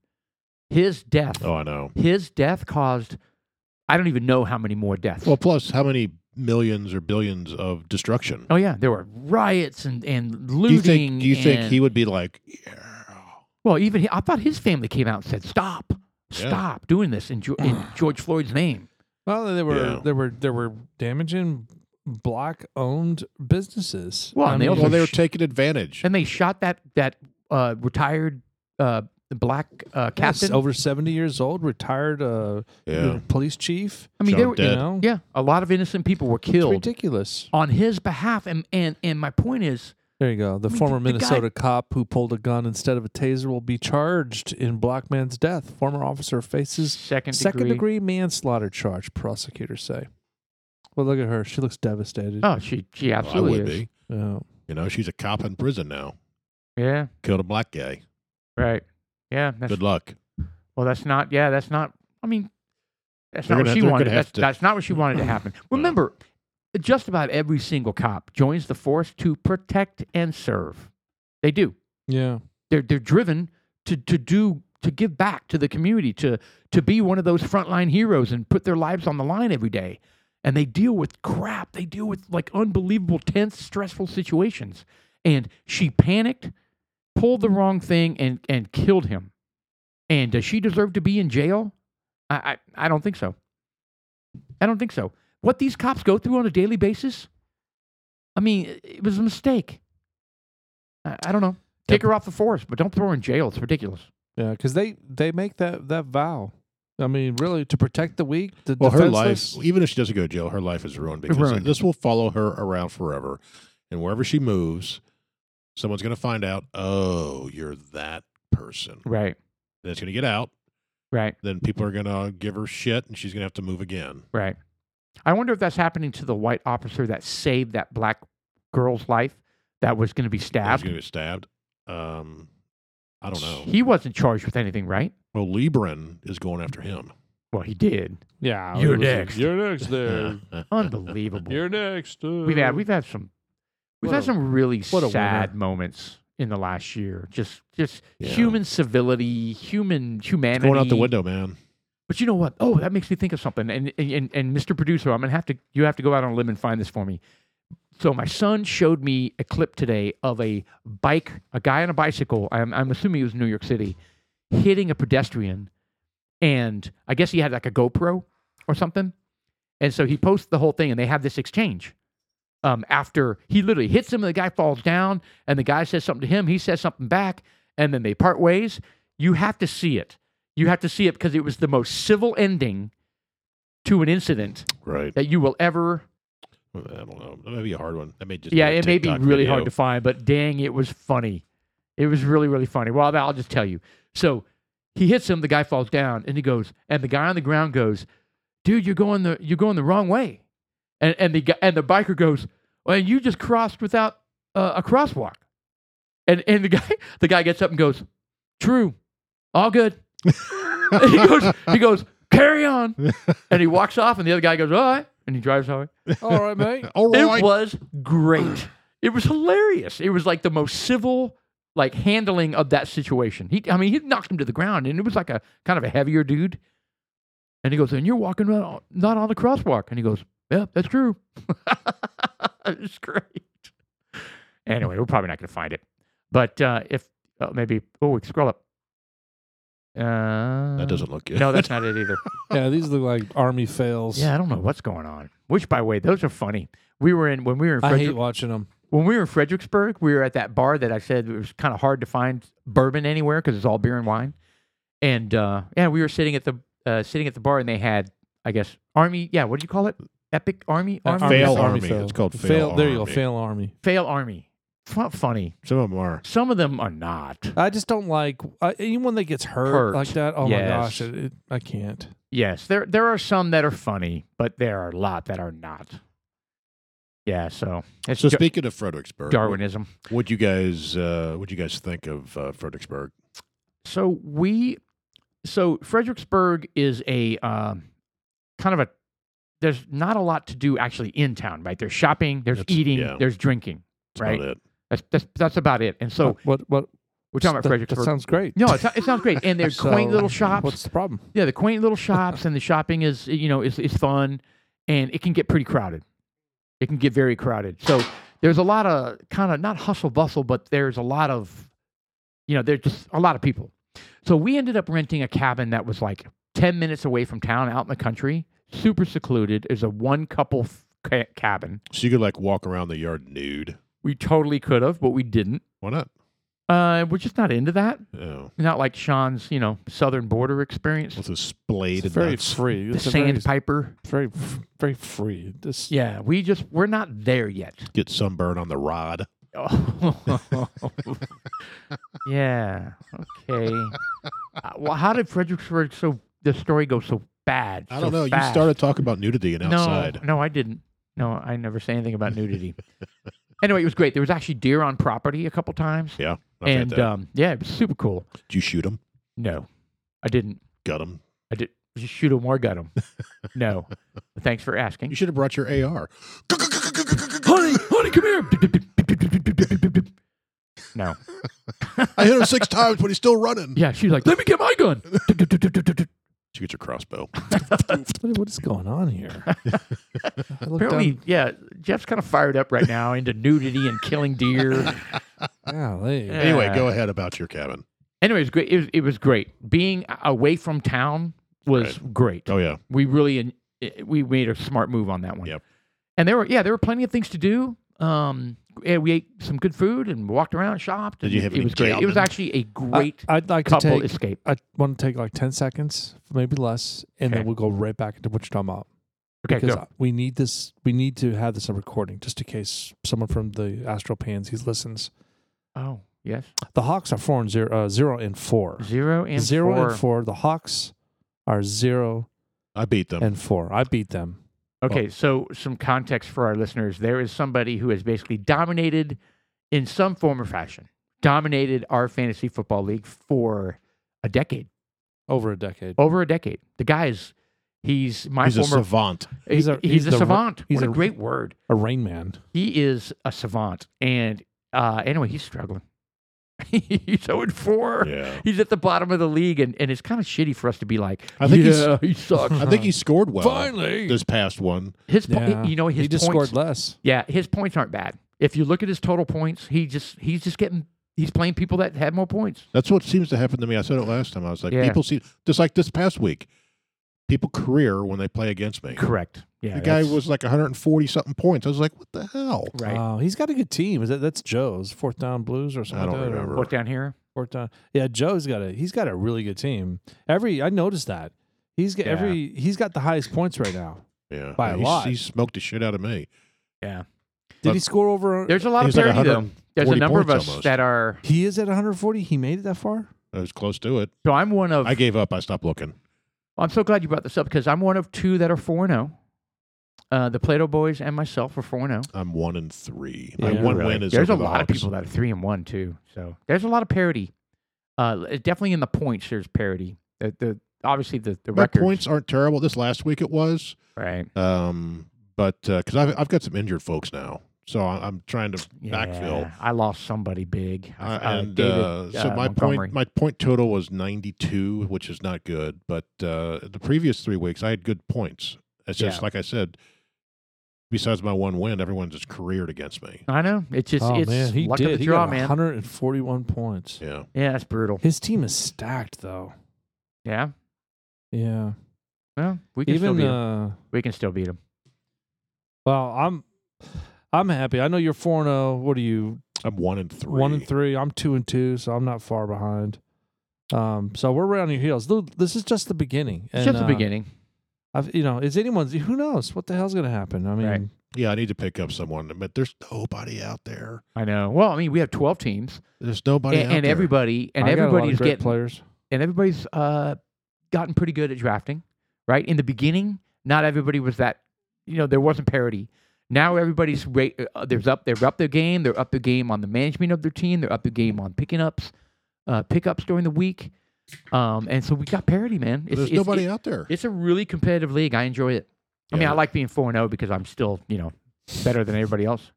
B: His death.
A: oh, I know.
B: His death caused. I don't even know how many more deaths.
A: Well, plus how many millions or billions of destruction?
B: oh yeah, there were riots and and
A: do
B: looting.
A: you think? Do you think
B: and-
A: he would be like? Yeah.
B: Well, even he, I thought his family came out and said, "Stop,
A: Yeah.
B: stop doing this in, Geo- in George Floyd's name."
C: well, they were,
A: Yeah.
C: they were, they were damaging black owned businesses.
B: Well,
C: I
B: and they
C: mean,
B: also
A: Well, they were
B: sh-
A: taking advantage.
B: And they shot that that uh, retired uh, black uh,
C: yes,
B: captain.
C: over 70 years old, retired uh,
A: Yeah.
C: police chief.
B: I mean, they
A: Shot
B: were,
A: dead.
C: You know,
B: yeah, a lot of innocent people were
C: it's
B: killed.
C: ridiculous.
B: on his behalf. And and and my point is,
C: There you go. The
B: mean,
C: former
B: the- the guy-
C: Minnesota cop who pulled a gun instead of a taser will be charged in black man's death. Former officer faces
B: second
C: second degree, manslaughter charge, prosecutors say. Well, look at her. She looks devastated. Uh,
B: Oh, she she
A: Well, I
B: absolutely
A: would
B: is.
A: be.
C: Yeah.
A: You know, she's a cop in prison now.
B: Yeah,
A: Killed a black guy.
B: right. Yeah, that's,
A: Good luck.
B: well, that's not. Yeah, that's not. I mean, that's
A: They're
B: not
A: gonna-
B: what she
A: they're
B: wanted.
A: gonna
B: That's,
A: have to-
B: that's not what she wanted to happen. Remember, just about every single cop joins the force to protect and serve. They do.
C: Yeah.
B: They're they're driven to to do to give back to the community to to be one of those frontline heroes and put their lives on the line every day. And they deal with crap. They deal with like unbelievable tense, stressful situations. And she panicked, pulled the wrong thing, and and killed him. And does she deserve to be in jail? I I, I don't think so. I don't think so. What these cops go through on a daily basis. I mean, it was a mistake. I, I don't know. Take her off the force, but don't throw her in jail. It's ridiculous.
C: Yeah, because they they make that that vow. I mean, really, to protect the weak, the
A: Well, her life,
C: defenseless.
A: even if she doesn't go to jail, her life is ruined because
B: Ruined.
A: this will follow her around forever. And wherever she moves, someone's going to find out, oh, you're that person.
B: Right.
A: Then it's going to get out.
B: Right.
A: Then people are going to give her shit and she's going to have to move again.
B: Right. I wonder if that's happening to the white officer that saved that black girl's life that was going to be
A: And She's
B: stabbed.
A: going to get stabbed. Um, I don't know.
B: He wasn't charged with anything, right?
A: Well, Libran is going after him.
B: Well, he did.
C: Yeah,
B: You're
C: it was like,
B: next.
C: You're next. There.
B: Unbelievable.
C: you're next. uh."
B: we've had we've had some we've
C: What
B: had
C: a-
B: some really
C: what a
B: sad
C: winner.
B: moments in the last year. Just just
A: Yeah.
B: human civility, human
A: It's
B: humanity.
A: going out the window, man.
B: But you know what? Oh, that makes me think of something. And and, and, and Mr. Producer, I'm gonna have to you have to go out on a limb and find this for me. So my son showed me a clip today of a bike, a guy on a bicycle. I'm I'm assuming it was New York City, hitting a pedestrian, and I guess he had like a GoPro or something. And so he posts the whole thing, and they have this exchange. Um, after he literally hits him, and the guy falls down, and the guy says something to him, he says something back, and then they part ways. You have to see it. You have to see it because it was the most civil ending to an incident
A: Right.
B: that you will ever.
A: I don't know. That may be a hard one. That may just
B: yeah,
A: be a
B: it may be
A: TikTok
B: really
A: video.
B: hard to find, but dang, it was funny. It was really, really funny. Well, I'll just tell you. So he hits him, the guy falls down, and he goes, and the guy on the ground goes, "Dude, you're going the you're going the wrong way," and and the guy, and the biker goes, "Well, and you just crossed without uh, a crosswalk," and and the guy the guy gets up and goes, "True, all good." And he goes, he goes, carry on. And he walks off, and the other guy goes, all right. And he drives away.
C: All right, mate.
A: All right.
B: It was great. It was hilarious. It was like the most civil, like handling of that situation. He, I mean, he knocked him to the ground, and it was like a kind of a heavier dude. And he goes, and you're walking not on- not on the crosswalk. And he goes, yeah, that's true. it's great. Anyway, we're probably not going to find it, but uh, if uh, maybe oh, we can scroll up. Uh,
A: that doesn't look good.
B: No, that's not it either.
C: yeah, these look like army fails.
B: Yeah, I don't know what's going on. Which, by the way, those are funny. We were in when we were in
C: I
B: Frederick,
C: hate watching them.
B: when we were in Fredericksburg. We were at that bar that I said it was kind of hard to find bourbon anywhere because it's all beer and wine. And uh, yeah, we were sitting at the uh, sitting at the bar, and they had I guess army. Yeah, what do you call it? Epic army,
C: Uh,
B: army,
A: Fail
B: Fail,
A: Army. It's called Fail
C: There you go,
A: Army.
C: fail army.
B: army. Fu- funny.
A: Some of them are.
B: Some of them are not.
C: I just don't like uh, anyone that gets hurt,
B: Hurt.
C: like that. Oh my
B: Yes.
C: gosh, it, it, I can't.
B: Yes, there there are some that are funny, but there are a lot that are not. Yeah, so it's
A: So
B: Dar-
A: speaking of Fredericksburg,
B: Darwinism.
A: What you guys? Uh, what you guys think of uh, Fredericksburg?
B: So we, so Fredericksburg is a um, kind of a. There's not a lot to do actually in town, right? There's shopping, there's
A: That's-
B: eating,
A: yeah.
B: there's drinking.
A: That's
B: Right.
A: about it.
B: That's, that's that's about it. And so
C: What- what? What?
B: we're talking about
C: that-
B: Fredericksburg.
C: That sounds great.
B: no, it, so- it sounds great, and they're quaint
C: So,
B: little shops.
C: What's the problem?
B: Yeah, the quaint little shops and the shopping is you know is is fun, and it can get pretty crowded. It can get very crowded. So there's a lot of kind of not hustle bustle, but there's a lot of, you know, there's just a lot of people. So we ended up renting a cabin that was like ten minutes away from town, out in the country, super secluded. It was a one couple f- ca- cabin.
A: So you could like walk around the yard nude.
B: We totally could have, but we didn't.
A: Why not?
B: Uh, we're just not into that.
A: Oh,
B: Not like Sean's, you know, southern border experience.
A: with a splayed
C: It's
A: and
C: very
A: nuts.
C: free.
B: The
C: It's a very-
B: sandpiper.
C: Very, f- very free. This.
B: Yeah, we just we're not there yet.
A: get sunburn on the rod.
B: Oh. yeah. Okay. Uh, well, how did Fredericksburg so the story go so bad?
A: I
B: so
A: don't know. You
B: fast?
A: started talking about nudity and
B: no,
A: outside.
B: No, I didn't. No, I never say anything about nudity. anyway, it was great. There was actually deer on property a couple times.
A: Yeah. I've had
B: and
A: that.
B: um, yeah, it was super cool.
A: Did you shoot him?
B: No, I didn't.
A: Gut him?
B: I did just shoot him or gut him. No. Thanks for asking.
A: You should have brought your AR.
B: honey, honey, come here. no.
A: I hit him six times, but he's still running.
B: Yeah, she's like, let me get my gun.
A: Did you get your crossbow?
C: What, what is going on here? I looked
B: Apparently, yeah, Jeff's kind of fired up right now into nudity and killing deer.
C: down- golly.
B: Yeah.
A: Anyway, go ahead about your cabin.
B: Anyway, it was great. It was, it was great being a- away from town was great.
A: Oh, yeah.
B: eh, We really en- we made a smart move on that one.
A: Yep.
B: And there were yeah, there were plenty of things to do. Um, yeah, we ate some good food and walked around, shopped.
A: Did you
B: and
A: have
B: it
A: any
B: was great. It was
A: ramen?
B: actually a great
C: I, would like to
B: couple
C: take.
B: escape.
C: I want to take like ten seconds, maybe less, and
B: Okay.
C: then we'll go right back into what you're talking about.
B: Okay,
C: because
B: go.
C: I- we need this. We need to have this on recording, just in case someone from the Astral Pansies listens.
B: Oh yes,
C: The Hawks are four and zero, uh, zero and four,
B: zero and
C: Zero
B: four.
C: and four. The Hawks are zero
A: I beat them.
C: and four. I beat them.
B: Okay, so some context for our listeners. There is somebody who has basically dominated in some form or fashion, dominated our fantasy football league for a decade,
C: Over a decade.
A: Oh.
B: over a decade. The guy is he's my
A: He's a
B: former
A: savant.
B: he-
C: He's
B: he's
C: a-
B: a,
C: he's the-
B: savant.
C: he's
B: what a,
C: a-
B: great word.
C: A Rain Man.
B: He is a savant and uh anyway, he's struggling. he's 0 and 4.
A: Yeah.
B: He's at the bottom of the league and, and it's kind of shitty for us to be like,
A: I think he's-
B: yeah, he sucks.
A: I think he scored well.
C: Finally.
A: This past one.
B: his po-
C: Yeah.
B: you know his
C: he just
B: points,
C: scored less.
B: Yeah, his points aren't bad. If you look at his total points, he just he's just getting he's playing people that had more points.
A: That's what seems to happen to me. I said it last time. I was like,
B: Yeah.
A: people see, just like this past week, people career when they play against me.
B: Correct. Yeah.
A: The guy
B: that's-
A: was like 140 something points. I was like, what the hell?
B: right.
C: Oh, he's got a good team. Is that that's Joe's fourth down blues or something?
A: I don't
C: like that, or
A: remember.
B: What down here?
C: Fourth down. Yeah, Joe's got a he's got a really good team. Every I noticed that. He's got
B: Yeah.
C: every he's got the highest points right now.
A: Yeah.
C: By a
A: He's-
C: lot.
A: He smoked the shit out of me.
B: Yeah.
C: Did
A: But-
C: he score over
B: There's a lot
A: He's
B: of
A: like
B: parity though.
A: 140
B: There's a number of us
A: points almost.
B: that are.
C: He is at 140. He made it that far.
A: I was close to it.
B: So I'm one of.
A: I gave up. I stopped looking.
B: I'm so glad you brought this up because I'm one of two that are four and zero. Uh, the Plato Boys and myself are four and zero.
A: I'm one and three. My
C: Yeah,
A: one
C: really.
A: win is
B: There's a
A: over the
B: lot of
A: Hawks.
B: people that are three and one too. So there's a lot of parity. Uh, definitely in the points, there's parity. The, the obviously the the
A: My
B: records,
A: points aren't terrible. This last week it was,
B: right?
A: um, but because I've I've got some injured folks now, so I- I'm trying to backfill.
B: Yeah, I lost somebody big. I-
A: Uh,
B: I-
A: and
B: David,
A: uh, so
B: uh,
A: my
B: Montgomery.
A: point my point total was 92, which is not good. But uh, the previous three weeks I had good points. It's just
B: Yeah.
A: like I said. Besides my one win, everyone just careered against me.
B: I know it's just it's luck of the
C: Oh, He
B: draw,
C: got
B: man.
C: 141 points.
A: Yeah,
B: Yeah, that's brutal.
C: His team is stacked though.
B: Yeah,
C: Yeah.
B: well, we can still
C: Even
B: beat him.
C: uh,
B: We can still beat him.
C: well, I'm I'm happy. I know you're 4 and 0. What are you?
A: I'm one and three.
C: 1 and 3. I'm 2 and 2, so I'm not far behind. Um, so we're right on your heels. Th- This is just the beginning.
B: It's
C: And,
B: just the
C: uh,
B: beginning.
C: I've, you know, is anyone's? Who knows what the hell's going to happen? I mean,
B: Right.
A: Yeah, I need to pick up someone, but there's nobody out there.
B: I know. Well, I mean, we have twelve teams,
A: There's nobody
B: and,
A: out
B: and
A: there.
B: everybody, and
C: I got a lot of
B: everybody's
C: great
B: getting,
C: players.
B: and everybody's uh, gotten pretty good at drafting. Right in the beginning, not everybody was that. You know, there wasn't parity. Now everybody's ra- uh, there's up they're up their game. They're up their game on the management of their team. They're up their game on picking ups, uh, pickups during the week, um, and so we got parity, man. It's,
A: There's
B: it's-
A: nobody
B: it-
A: out there.
B: It's a really competitive league. I enjoy it. I mean,
A: Yeah.
B: I like being four and zero because I'm still, you know, better than everybody else.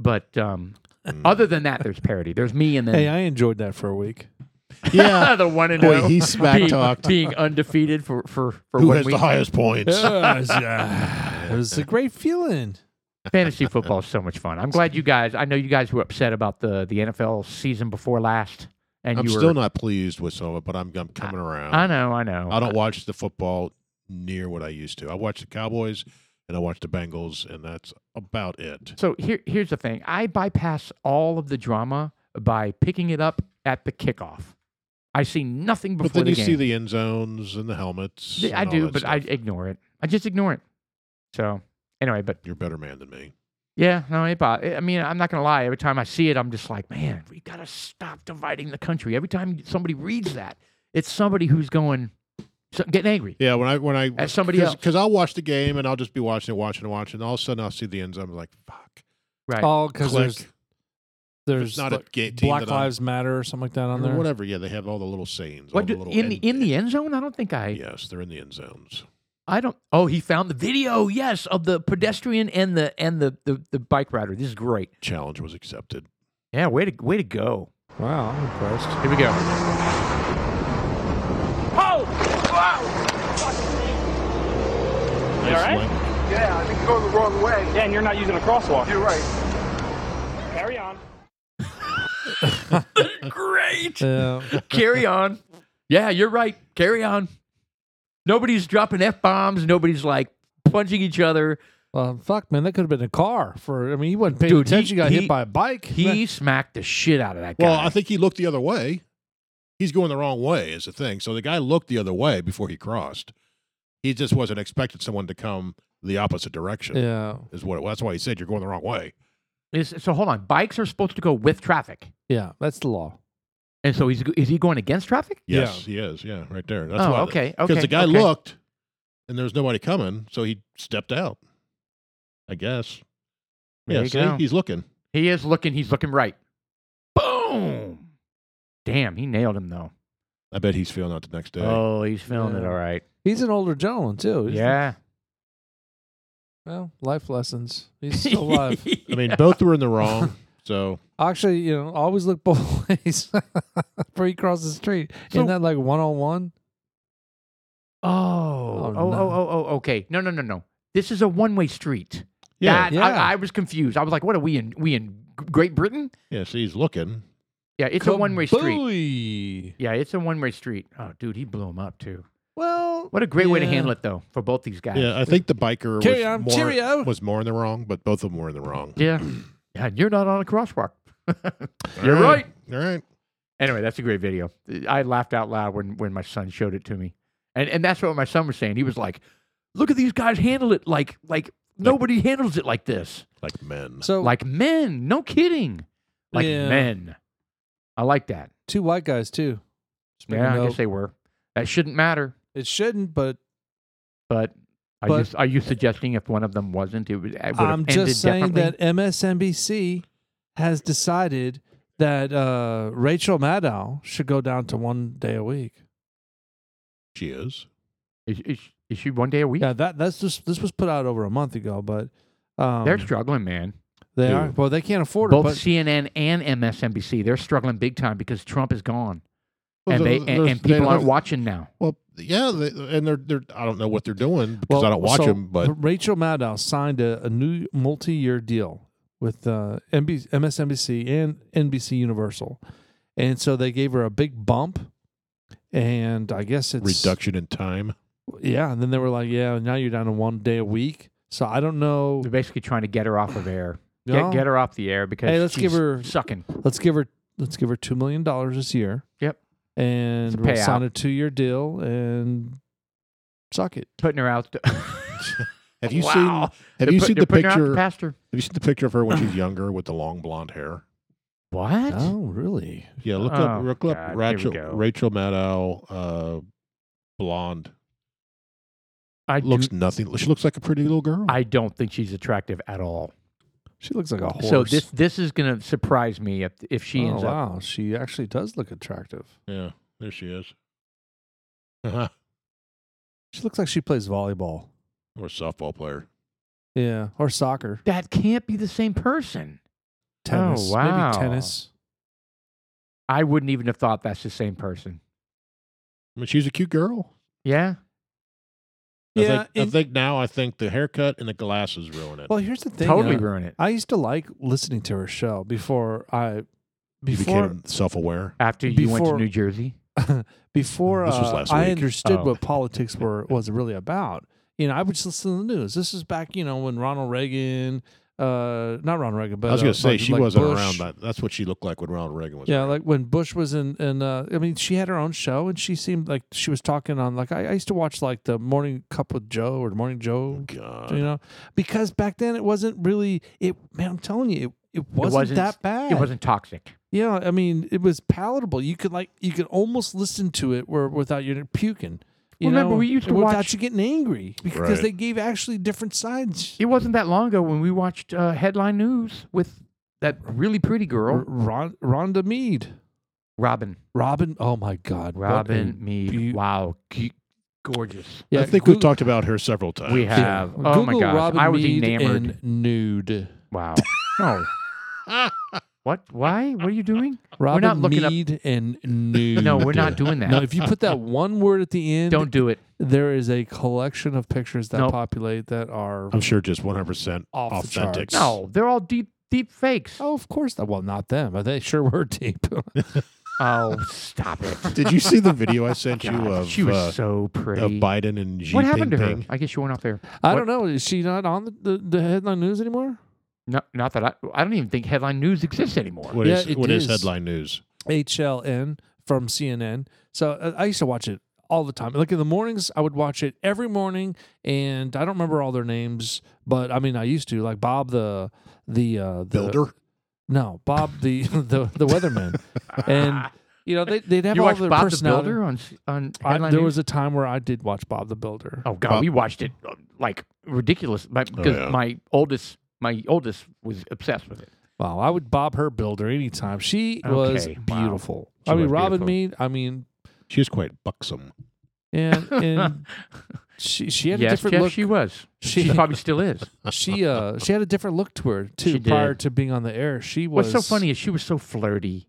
B: But um,
A: Mm.
B: other than that, there's parity. There's me and then
C: Hey, I enjoyed that for a week.
A: yeah,
B: the one and oh.
A: Boy,
B: zero.
A: he smack
B: being,
A: talked.
B: being undefeated for for for
A: who
B: one
A: has
B: week.
A: the highest points?
C: it was a great feeling.
B: Fantasy football is so much fun. I'm glad you guys. I know you guys were upset about the the NFL season before last, and
A: I'm
B: you were.
A: still not pleased with some of it, but I'm, I'm coming around.
B: I know, I know.
A: I don't watch the football near what I used to. I watch the Cowboys and I watch the Bengals, and that's about it.
B: So here, here's the thing. I bypass all of the drama by picking it up at the kickoff. I see nothing before
A: But then
B: the
A: you
B: game.
A: see the end zones and the helmets.
B: I
A: and all
B: do,
A: that
B: but I
A: stuff.
B: ignore it. I just ignore it. So anyway, but
A: You're a better man than me.
B: yeah, no, it bo- I mean, I'm not gonna lie. Every time I see it, I'm just like, man, we gotta stop dividing the country. Every time somebody reads that, it's somebody who's going, so, getting angry.
A: Yeah, when I when I
B: As somebody
A: cause,
B: else.
A: because I'll watch the game and I'll just be watching it, watching and watching. And all of a sudden, I'll see the end zone. I'm like, fuck.
B: Right.
C: All because
A: Click.
C: Oh, there's there's
A: not a
C: like
A: ga- team
C: Black
A: that I'm-
C: Lives Matter or something like that on
A: Or
C: there.
A: whatever. Yeah, they have all the little sayings.
B: what
A: all the
B: do,
A: little
B: in the
A: end-
B: in the end zone? I don't think I.
A: Yes, they're in the end zones.
B: I don't. Oh, he found the video. Yes, of the pedestrian and the and the the, the bike rider. This is great.
A: Challenge was accepted.
B: Yeah, way to way to go.
C: Wow, I'm impressed.
B: Here we go.
A: Nice link.
I: Yeah, I think you're going the wrong way. Yeah, and you're not using a crosswalk. You're right. Carry on.
B: Great.
C: Yeah.
B: Carry on. Yeah, you're right. Carry on. Nobody's dropping f bombs. Nobody's like punching each other.
C: Well, fuck, man, that could have been a car. For I mean, he wasn't paying
B: Dude, he-
C: attention. He, got
B: he-
C: hit by a bike.
B: He smacked the shit out of that guy.
A: Well, I think he looked the other way. He's going the wrong way is the thing. So the guy looked the other way before he crossed. He just wasn't expecting someone to come the opposite direction.
C: yeah,
A: Is what it was. That's why he said you're going the wrong way.
B: Is, so hold on. Bikes are supposed to go with traffic.
C: yeah, that's the law.
B: And so he's, is he going against traffic?
A: Yes, he is. Yeah, right there. That's
B: oh,
A: why.
B: okay.
A: Because
B: okay,
A: the guy
B: okay.
A: looked, and there was nobody coming, so he stepped out. I guess.
B: There
A: yeah.
B: you
A: See,
B: go.
A: he's looking.
B: He is looking. He's looking right. Boom. Damn, he nailed him though.
A: I bet he's feeling out the next day.
B: Oh, he's feeling it
C: Yeah.
B: all right.
C: He's an older gentleman too. He's-
B: Yeah.
C: Well, life lessons. He's still alive.
A: I mean, both were in the wrong. So
C: Actually, you know, always look both ways before you cross the street.
B: So-
C: Isn't that like one on one?
B: oh, oh,
C: no.
B: oh, oh, oh, okay. No, no, no, no. This is a one-way street.
A: yeah,
B: That-
C: yeah.
B: I, I was confused. I was like, what are we in? We in G- Great Britain?
A: yeah. See, he's looking.
B: Yeah, it's a one-way street.
C: street.
B: Yeah, it's a one-way street. Oh, dude, he blew him up too.
C: Well,
B: What a great way to
C: yeah.
B: handle it though for both these guys.
A: Yeah, I think the biker
C: Carry
A: was,
C: on,
A: more,
C: cheerio.
A: was more in the wrong, but both of them were in the wrong.
B: Yeah. yeah and you're not on a crosswalk.
A: All
B: You're right.
A: All right.
B: Anyway, that's a great video. I laughed out loud when, when my son showed it to me. And and that's what my son was saying. He was like, Look at these guys handle it like like nobody handles it like this.
A: Like men.
C: So
B: Like men. No kidding. Like
C: Oh. Yeah.
B: men. I like that.
C: two white guys too. Just make a
B: Yeah, I
C: note.
B: guess they were. That shouldn't matter.
C: it shouldn't, but
B: But are,
C: But-
B: you, s- are you suggesting if one of them wasn't, it would, it would have
C: I'm
B: ended
C: just saying
B: differently?
C: that MSNBC has decided that uh, Rachel Maddow should go down to one day a week.
A: she is.
B: Is, is, is she one day a week?
C: Yeah, that that's just this was put out over a month ago, but um,
B: They're struggling, man.
C: they are
A: Dude.
C: well they can't afford it.
B: Both
C: But
B: CNN and MSNBC, they're struggling big time because Trump is gone.
A: Well,
B: and they
A: th-
B: and,
A: there's-
B: and
A: they
B: people
A: don't
B: aren't
A: have-
B: watching now.
A: Well, yeah, they, and they're they're. I don't know what they're doing because
C: well,
A: I don't watch
C: so
A: them. But
C: Rachel Maddow signed a, a new multi-year deal with uh, MB, MSNBC and NBC Universal, and so they gave her a big bump, and I guess it's
A: reduction in time.
C: Yeah, and then they were like, "Yeah, now you're down to one day a week." So I don't know.
B: They're basically trying to get her off of air.
C: No.
B: Get, get her off the air because
C: Hey, let's give
B: she's
C: her-
B: sucking.
C: Let's give her let's give her two million dollars this year.
B: Yep.
C: and
B: It's a
C: we'll sign
B: payout.
C: a two year deal and suck it.
B: Putting her out. To,
A: Have you
B: wow.
A: seen? Have you
B: put-
A: seen
B: they're
A: the
B: putting her out to
A: picture? Have
B: pasture.
A: you seen the picture of her when she's younger with the long blonde hair?
B: What?
C: Oh, really?
A: Yeah, look
B: Oh,
A: up, look up
B: God, here we
A: Rachel
B: go.
A: Rachel Maddow, uh, blonde.
B: I
A: Looks
B: do,
A: nothing. She looks like a pretty little girl.
B: I don't think she's attractive at all.
C: She looks like a horse.
B: So this this is gonna surprise me if if she
C: oh,
B: ends up.
C: wow, she actually does look attractive.
A: yeah, there she is. Uh-huh.
C: She looks like she plays volleyball.
A: Or a softball player.
C: Yeah, or soccer,
B: That can't be the same person.
C: tennis,
B: Oh, wow.
C: maybe tennis.
B: I wouldn't even have thought that's the same person.
A: I mean, she's a cute girl.
B: Yeah.
A: I think, I
C: and-
A: think now I think the haircut and the glasses ruin it.
C: well, here's the thing.
B: totally
C: uh,
B: ruin it.
C: I used to like listening to her show before I
A: you
C: before
A: became self-aware.
B: After you went to
C: before-
B: New Jersey.
C: before
A: This was
C: uh,
A: last
C: I
A: week.
C: understood
B: Oh.
C: what politics were was really about. You know, I would just listen to the news. This is back, you know, when Ronald Reagan, uh, not Ronald Reagan, but
A: I was going
C: uh,
A: to say
C: like-
A: she
C: like
A: wasn't
C: Bush.
A: around. That. That's what she looked like when Ronald Reagan was.
C: Yeah,
A: around.
C: like when Bush was in, and uh, I mean, she had her own show, and she seemed like she was talking on like I, I used to watch like the Morning Cup with Joe or Morning Joe,
A: Oh, God.
C: you know, because back then it wasn't really it. Man, I'm telling you, it, it, wasn't,
B: wasn't-
C: that bad.
B: It wasn't toxic.
C: Yeah, I mean, it was palatable. You could like you could almost listen to it where without you puking. You
B: Remember,
C: know,
B: we used to
C: without
B: watch-
C: you getting angry because
A: Right.
C: they gave actually different sides.
B: It wasn't that long ago when we watched uh, Headline News with that really pretty
C: R-
B: girl,
C: Ron, Rhonda Mead,
B: Robin.
C: Robin. Oh my God, what a-
B: Robin Mead.
C: beau-
B: wow, ge- gorgeous.
C: Yeah,
A: I think
C: Goog-
A: we've talked about her several times.
B: We have. Oh my
C: Google
B: gosh,
C: Robin
B: I was
C: Mead
B: enamored.
C: and nude.
B: Wow. No. what? Why? What are you doing?
C: Robin
B: not looking up-
C: Mead and nude.
B: No, we're not doing that.
C: No, if you put that one word at the end,
B: Don't do it.
C: there is a collection of pictures that
B: Nope.
C: populate that are.
A: I'm sure just 100 percent
C: Off the
A: authentic.
C: charts.
B: No, they're all deep, deep fakes.
C: Oh, of course. Well, not them, but they sure were deep.
B: Oh, stop it.
A: Did you see the video I sent you
B: God,
A: of,
B: she was
A: uh,
B: so pretty.
A: of Biden and Xi
B: what happened to her?
A: Jinping?
B: I guess she went off there.
C: I
B: What-
C: don't know. Is she not on the, the, the headline news anymore?
B: No, not that I. I don't even think headline news exists anymore.
A: What is
C: Yeah, it
A: what is
C: is.
A: headline news?
C: HLN from CNN. So uh, I used to watch it all the time. Like in the mornings, I would watch it every morning, and I don't remember all their names, but I mean, I used to like Bob the the uh, the,
A: Builder.
C: No, Bob the the the weatherman, and you know they they'd have
B: you
C: all
B: watched
C: their
B: Bob the
C: personality.
B: Builder on s- on
C: I,
B: headline
C: there
B: news?
C: was a time where I did watch Bob the Builder.
B: Oh God,
A: Bob-
B: we watched it uh, like ridiculous my- because
A: yeah.
B: my oldest my oldest was obsessed with it.
C: Wow, I would Bob her Builder anytime. She was
B: Okay, wow.
C: beautiful.
B: She
C: I mean,
B: was
C: Robin
B: beautiful.
C: Mead. I mean,
A: She's quite buxom.
C: and, and she she had a
B: yes,
C: different
B: Jeff,
C: look.
B: she was. She,
C: She-
B: probably still is.
C: she uh she had a different look to her
B: She
C: too
B: did.
C: prior to being on the air. She was
B: What's so funny is she was so flirty.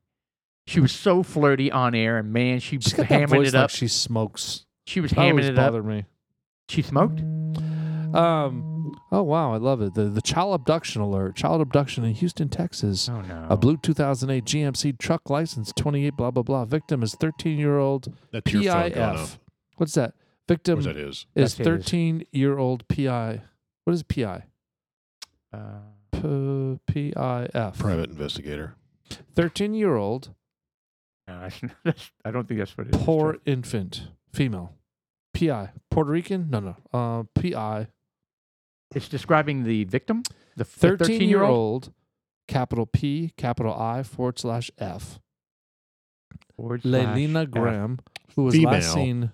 B: She was so flirty on air, and man, she was
C: She's got that
B: hammering
C: voice
B: it
C: like
B: up.
C: she smokes.
B: She was
C: That
B: hammering
C: always
B: it up.
C: bothered me.
B: She smoked.
C: Um. Oh wow, I love it. The the child abduction alert. Child abduction in Houston, Texas.
B: Oh no.
C: A blue 2008 GMC truck license 28 blah blah blah. Victim is 13 year old
A: That's your phone going
C: PIF.
A: off.
C: What's that? Victim
A: Was that his?
C: is
B: That's his.
C: 13 year old PI. What is PI?
B: Uh,
C: P- PIF.
A: Private investigator.
C: 13 year old
B: no, that's, that's, I don't think that's what it is.
C: poor infant female pi puerto rican no no uh, pi
B: It's describing the victim, the
C: 13 year
B: old.
C: old capital p capital i forward slash f
B: forward slash
C: Lelina
B: F
C: graham who was last
A: Female.
C: seen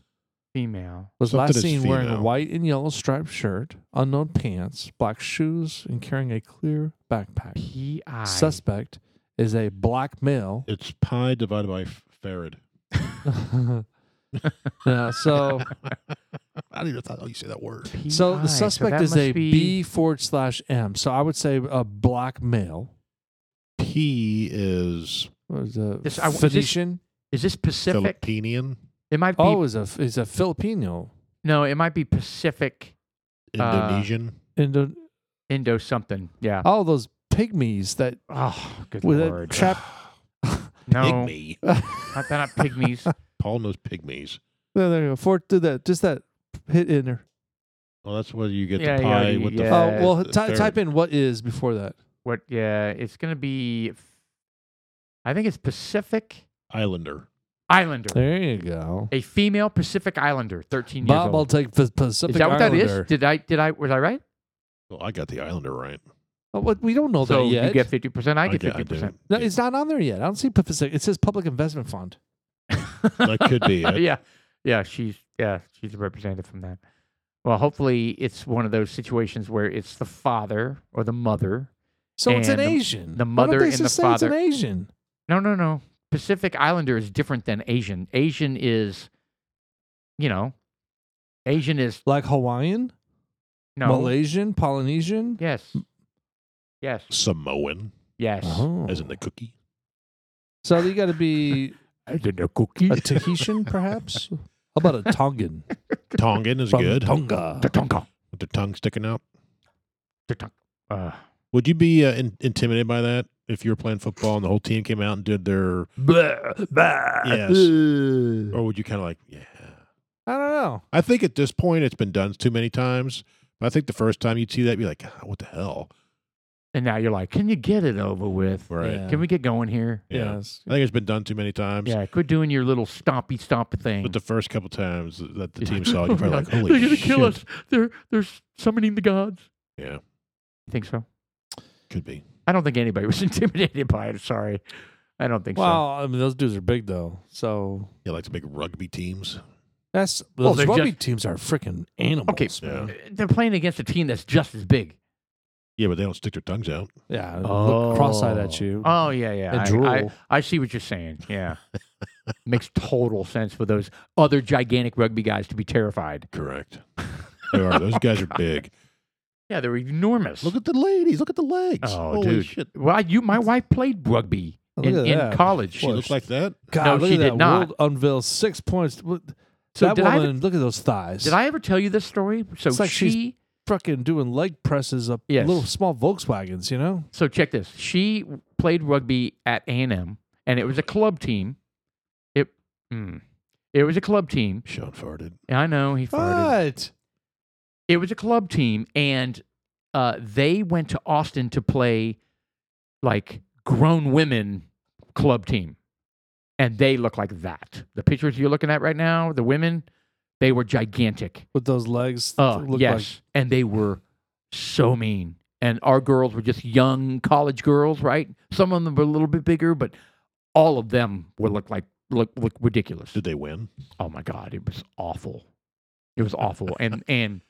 B: Female.
C: was
A: Something
C: last
A: is
C: seen wearing a
A: female.
C: white and yellow striped shirt unknown pants black shoes and carrying a clear backpack
B: P.I.
C: suspect is a black male
A: It's pi divided by f- farad.
C: Yeah, so
A: I don't even know how you say that word.
C: so
B: P.I.,
C: the suspect
B: that
C: is a
B: must be-
C: b forward slash m so i would say a black male
A: P is
C: What is that?
B: This- I- is this
C: Phoenician?
B: Is this Pacific?
A: Filipinian.
B: It might be.
C: oh, is a is a Filipino.
B: no, it might be Pacific Uh,
A: Indonesian.
C: Indo-
B: Indo something. Yeah.
C: all those pygmies that
B: Oh, good
C: with
B: lord.
C: that trap.
B: no,
A: Pygmy.
B: not, they're not pygmies.
A: Paul knows pygmies.
C: There, there you go. For do that, just that hit in there.
A: Well, that's where you get
B: Yeah,
A: the
B: yeah,
A: pi
B: yeah,
A: with
B: yeah.
A: the.
C: Oh
B: Uh,
C: well,
A: the
C: ty-
A: third.
C: type in what is before that.
B: what? Yeah, it's gonna be. I think it's Pacific
A: Islander.
B: Islander.
C: There you go.
B: A female Pacific Islander, thirteen years
C: Bob, I'll
B: old.
C: take the Pacific
B: is that what that
C: Islander.
B: is? Did I? Did I? Was I right?
A: Well, I got the Islander right.
C: Oh, what, we don't know
B: so
C: that yet.
B: you get fifty percent. I get
A: got-
B: fifty percent.
C: no, it's not on there yet. I don't see Pacific. It says Public Investment Fund.
A: That could be it.
B: yeah, yeah. She's yeah. She's a representative from that. Well, hopefully, it's one of those situations where it's the father or the mother.
C: So it's an
B: And the-
C: Asian.
B: the
C: Why don't
B: mother
C: they
B: and
C: just
B: the
C: say It's
B: father-
C: an Asian.
B: No, no, no. Pacific Islander is different than Asian. Asian is, you know, Asian is
C: Like Hawaiian,
B: no.
C: Malaysian, Polynesian.
B: Yes. Yes.
A: Samoan,
B: Yes.
C: Oh.
A: as in the cookie.
C: So you got to be
B: I did a cookie.
C: a Tahitian, perhaps. How about a Tongan?
A: Tongan is
C: From
A: good.
C: Tonga.
A: With the tongue sticking out.
B: Uh,
A: Would you be uh, in- intimidated by that if you were playing football and the whole team came out and did their yes? Or would you kind of like, yeah?
C: I don't know.
A: I think at this point it's been done too many times. But I think the first time you'd see that, you'd be like, "Ah, what the hell?
B: and now you're like, can you get it over with?
A: Right?
C: Yeah.
B: Can we get going here?
A: Yeah.
C: Yes.
A: I think it's been done too many times.
B: Yeah, quit doing your little stompy stomp thing.
A: But the first couple times that the
B: Yeah.
A: team saw it, you're probably like,
B: They're
A: holy
B: gonna
A: shit.
B: kill us. They're they're summoning the gods.
A: Yeah,
B: You think so?
A: could be.
B: I don't think anybody was intimidated by it. Sorry, I don't think so.
C: Well, I mean, those dudes are big though. So
A: Yeah, like the big rugby teams.
C: that's
B: Well,
C: those
B: they're
C: rugby
B: just-
C: teams are freaking animals.
B: Okay.
C: man.
B: Uh, They're playing against a team that's just as big.
A: Yeah, but they don't stick their tongues out.
C: Yeah. Look cross-eyed at you.
B: Oh yeah, yeah.
C: And
B: I,
C: drool.
B: I, I see what you're saying. Yeah, makes total sense for those other gigantic rugby guys to be terrified.
A: Correct. they are. Those guys are big.
B: Yeah, they're enormous.
A: Look at the ladies. Look at the legs.
B: oh,
A: holy
B: dude.
A: shit.
B: Well, you, my wife played rugby
C: Look
B: in,
C: at
B: in
C: that.
B: college.
A: She looks like that.
C: God,
B: No,
C: look
B: she
C: at
B: did
C: that.
B: not.
C: World unveiled six points. What-
B: So
C: that
B: did I ever-
C: woman, look at those thighs.
B: Did I ever tell you this story? So
C: It's like
B: she.
C: she's- Fucking doing leg presses up
B: Yes.
C: little small Volkswagens, you know?
B: So check this. She played rugby at A and M, and it was a club team. Mm. It was a club team.
A: Sean farted.
B: I know he farted.
C: But
B: It was a club team, and uh, they went to Austin to play like grown women club team, and they look like that. The pictures you're looking at right now, the women, they were gigantic.
C: with those legs,
B: Uh,
C: look
B: yes,
C: like
B: and they were so mean. And our girls were just young college girls, right? Some of them were a little bit bigger, but all of them were looked like look look ridiculous.
A: Did they win?
B: Oh my god, it was awful. It was awful, and and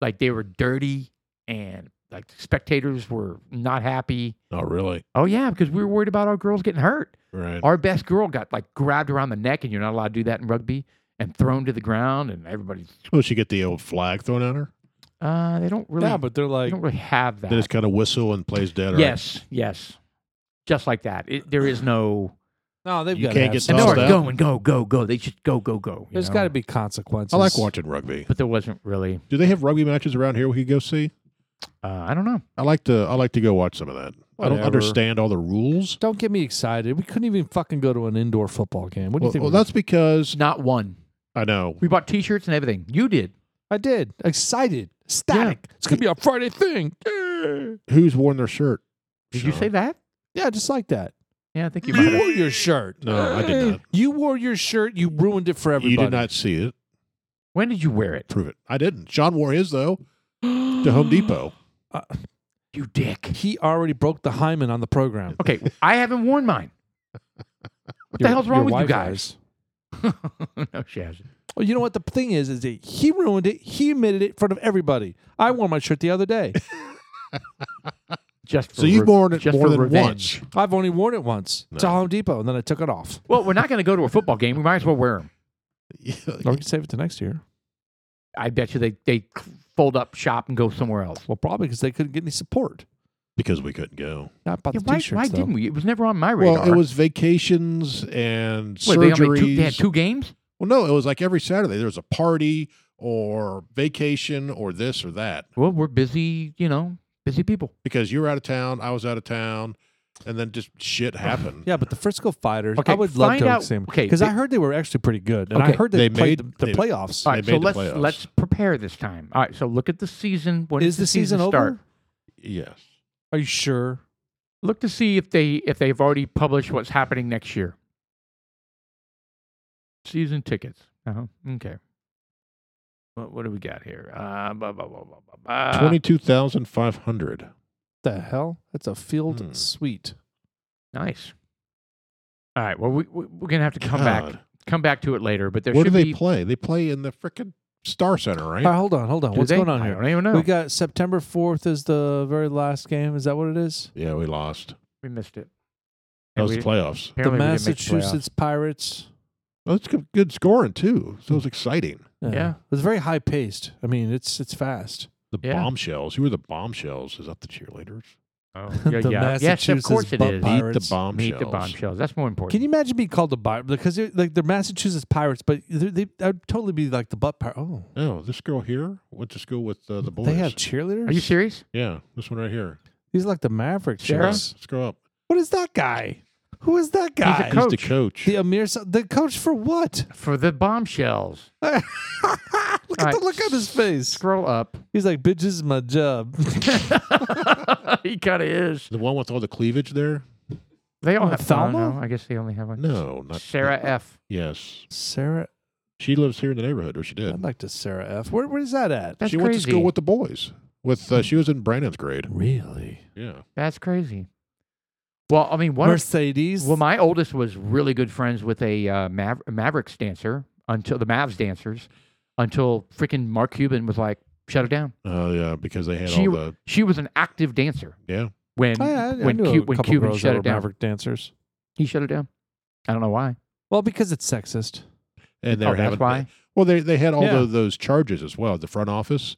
B: like they were dirty, and like spectators were not happy.
A: Not really.
B: Oh yeah, because we were worried about our girls getting hurt.
A: Right.
B: Our best girl got like grabbed around the neck, and you're not allowed to do that in rugby, and thrown to the ground, and everybody's
A: Well, she get the old flag thrown at her.
B: uh, they don't really
C: yeah, but they're
B: they
C: like
B: don't really have that.
A: Then it's kind of whistle and plays dead. or
B: Yes, yes. Just like that. It, there is no.
C: no, they've
A: You
C: got
A: can't get
C: to have
B: And
C: some
B: they
A: tossed
B: were
A: out.
B: going, go, go, go. They should go, go, go. you
C: There's
B: know?
C: got to be consequences.
A: I like watching rugby.
B: But there wasn't really.
A: Do they have rugby matches around here we could go see?
B: Uh, I don't know.
A: I like to. I like to go watch some of that. I don't
C: Whatever.
A: understand all the rules.
C: Don't get me excited. We couldn't even fucking go to an indoor football game. What do
A: Well,
C: you think?
A: well,
C: we-
A: that's because
B: Not one.
A: I know.
B: We bought T-shirts and everything. You did.
C: I did. Excited, ecstatic. It's gonna be a Friday thing. Yeah,
A: Who's worn their shirt?
B: Did you
A: Sean.
B: say that?
C: Yeah, just like that.
B: Yeah, I think you
C: You
B: might
C: wore
B: have.
C: your shirt.
A: No, I did not.
C: You wore your shirt. You ruined it for everybody.
A: You did not see it.
B: When did you wear it?
A: Prove it. I didn't. John wore his though to Home Depot.
B: You dick.
C: He already broke the hymen on the program.
B: Okay, I haven't worn mine. What the hell's wrong with you guys? no, she hasn't.
C: Well, you know what the thing is? Is that he ruined it. He admitted it in front of everybody. I wore my shirt the other day.
B: Just for
A: So you've
B: re-
A: worn it
B: just
A: more
B: for
A: than
B: revenge.
A: once.
C: I've only worn it once to Home Depot, and then I took it off.
B: Well, we're not going to go to a football game. We might as well wear them.
C: Or we can save it to next year.
B: I bet you they they fold up shop and go somewhere else.
C: Well, probably because they couldn't get any support.
A: because we couldn't go.
C: I bought
B: Yeah,
C: the
B: why
C: t-shirts.
B: why
C: though.
B: didn't we? It was never on my radar.
A: Well, it was vacations and
B: Wait,
A: surgeries.
B: They, only two, they had two games.
A: Well, no, it was like every Saturday there was a party or vacation or this or that
B: Well, we're busy, you know, busy people.
A: because you were out of town, I was out of town, and then just shit happened.
C: Yeah, but the Frisco Fighters.
B: Okay,
C: I would love
B: find
C: to
B: out-
C: see them
B: okay,
C: because I
B: they-
C: heard they were actually pretty good, and
B: Okay.
C: I heard
A: They
C: they, played
A: made-
C: the,
A: they-
C: the playoffs.
B: All
A: They
B: right,
A: made
B: so
A: the
B: let's
A: playoffs.
B: let's prepare this time. All right, so look at the season. When does
C: Is
B: the
C: the season over?
B: start?
A: Yes.
C: Are you sure?
B: Look to see if they if they've already published what's happening next year. Season tickets. Uh-huh. Okay. What what do we got here? Uh, blah, blah, blah, blah, blah, blah.
A: Twenty-two thousand five hundred.
C: The hell? That's a field
A: Hmm.
C: suite.
B: Nice. All right. Well, we, we we're gonna have to come back
A: God.
B: come back to it later. But there
A: Where do
B: should
A: they
B: be.
A: play? They play in the frickin' Star Center, right?
C: All right, hold on, hold on.
B: do
C: What's
B: they?
C: going on
B: I
C: here?
B: don't even know.
C: We got September fourth is the very last game. Is that what it is?
A: yeah, we lost.
B: We missed it.
A: That
B: And
A: was
B: we-
A: the playoffs.
B: apparently
C: the
B: we didn't make the playoffs.
C: Massachusetts Pirates.
A: Well, that's good- good scoring too. So it
B: Mm.
A: was exciting.
B: Yeah.
C: it was very high paced. I mean, it's it's fast.
A: The
B: Yeah.
A: bombshells. Who were the bombshells? Is that the cheerleaders?
B: Oh, yeah, yeah. Yes,
C: The
B: of
C: Massachusetts
B: course it
C: Butt
B: is.
C: Pie-
A: Beat the
C: Pirates.
A: bombshells.
B: Meet the bombshells. That's more important.
C: Can you imagine being called the pirate because they're, like they're Massachusetts Pirates, but they, they I'd totally be like the butt pirate. Oh,
A: Oh, this girl here went to school with uh, the boys.
C: they have cheerleaders.
B: Are you serious?
A: yeah, this one right here.
C: These are like the Maverick
B: Sarah?
C: chicks.
A: Scroll up.
C: What is that guy? Who is that guy?
B: He's a
A: He's the coach.
C: The Amir, Sa- the coach for what?
B: For the bombshells.
C: look at
B: right.
C: the look on his face.
B: Scroll up.
C: He's like, "Bitch, this is my job."
B: he kind of is.
A: The one with all the cleavage there?
B: They all
C: Oh,
B: have Thelma?
C: Thelma?
B: No, I guess they only have one.
A: No, not
B: Sarah F.
A: Yes,
C: Sarah,
A: she lives here in the neighborhood, or she did.
C: I'd like to Sarah F. Where, where is that at?
B: That's
A: she
B: crazy. Hmm.
A: went to school with the boys. With uh, she was in Brandon's grade.
C: Really,
A: Yeah,
B: That's crazy. Well, I mean, one. of-
C: Mercedes.
B: well, my oldest was really good friends with a uh, Maver- Mavericks dancer until the Mavs dancers until freaking Mark Cuban was like, shut it down.
A: uh, yeah, because they had
B: She-
A: all the
B: She was an active dancer
A: yeah.
B: when
C: I, Oh, I, I
B: when,
C: knew
B: Cu-
C: a
B: when
C: couple
B: Cuban
C: girls
B: shut
C: that
B: it
C: were
B: down.
C: Maverick dancers.
B: He shut it down. I don't know why.
C: Well, because it's sexist.
A: And they
B: Oh,
A: were
B: that's
A: having
B: why.
A: well, they they had all
C: Yeah.
A: tho- those charges as well. The front office,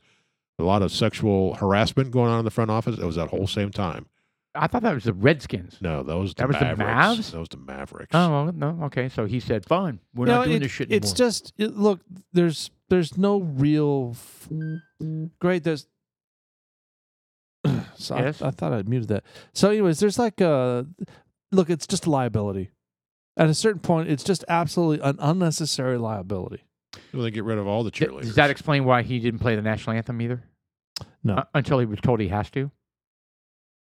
A: a lot of sexual harassment going on in the front office. It was that whole same time.
B: I thought that was the Redskins.
A: No, that was the
B: That was the
A: Mavericks.
B: Mavs?
A: That was the Mavericks.
B: Oh well, no, okay. So he said, "Fine, we're
C: No,
B: not doing
C: it-
B: this shit anymore."
C: It's just it, look. There's there's no real f- great. There's. so
B: Yes?
C: uh, I, I thought I would muted that. So, anyways, there's like a look. It's just liability. At a certain point, it's just absolutely an unnecessary liability.
A: Well, they get rid of all the
B: Th-
A: cheerleaders.
B: Does that explain why he didn't play the national anthem either?
C: No.
B: Uh, until he was told he has to.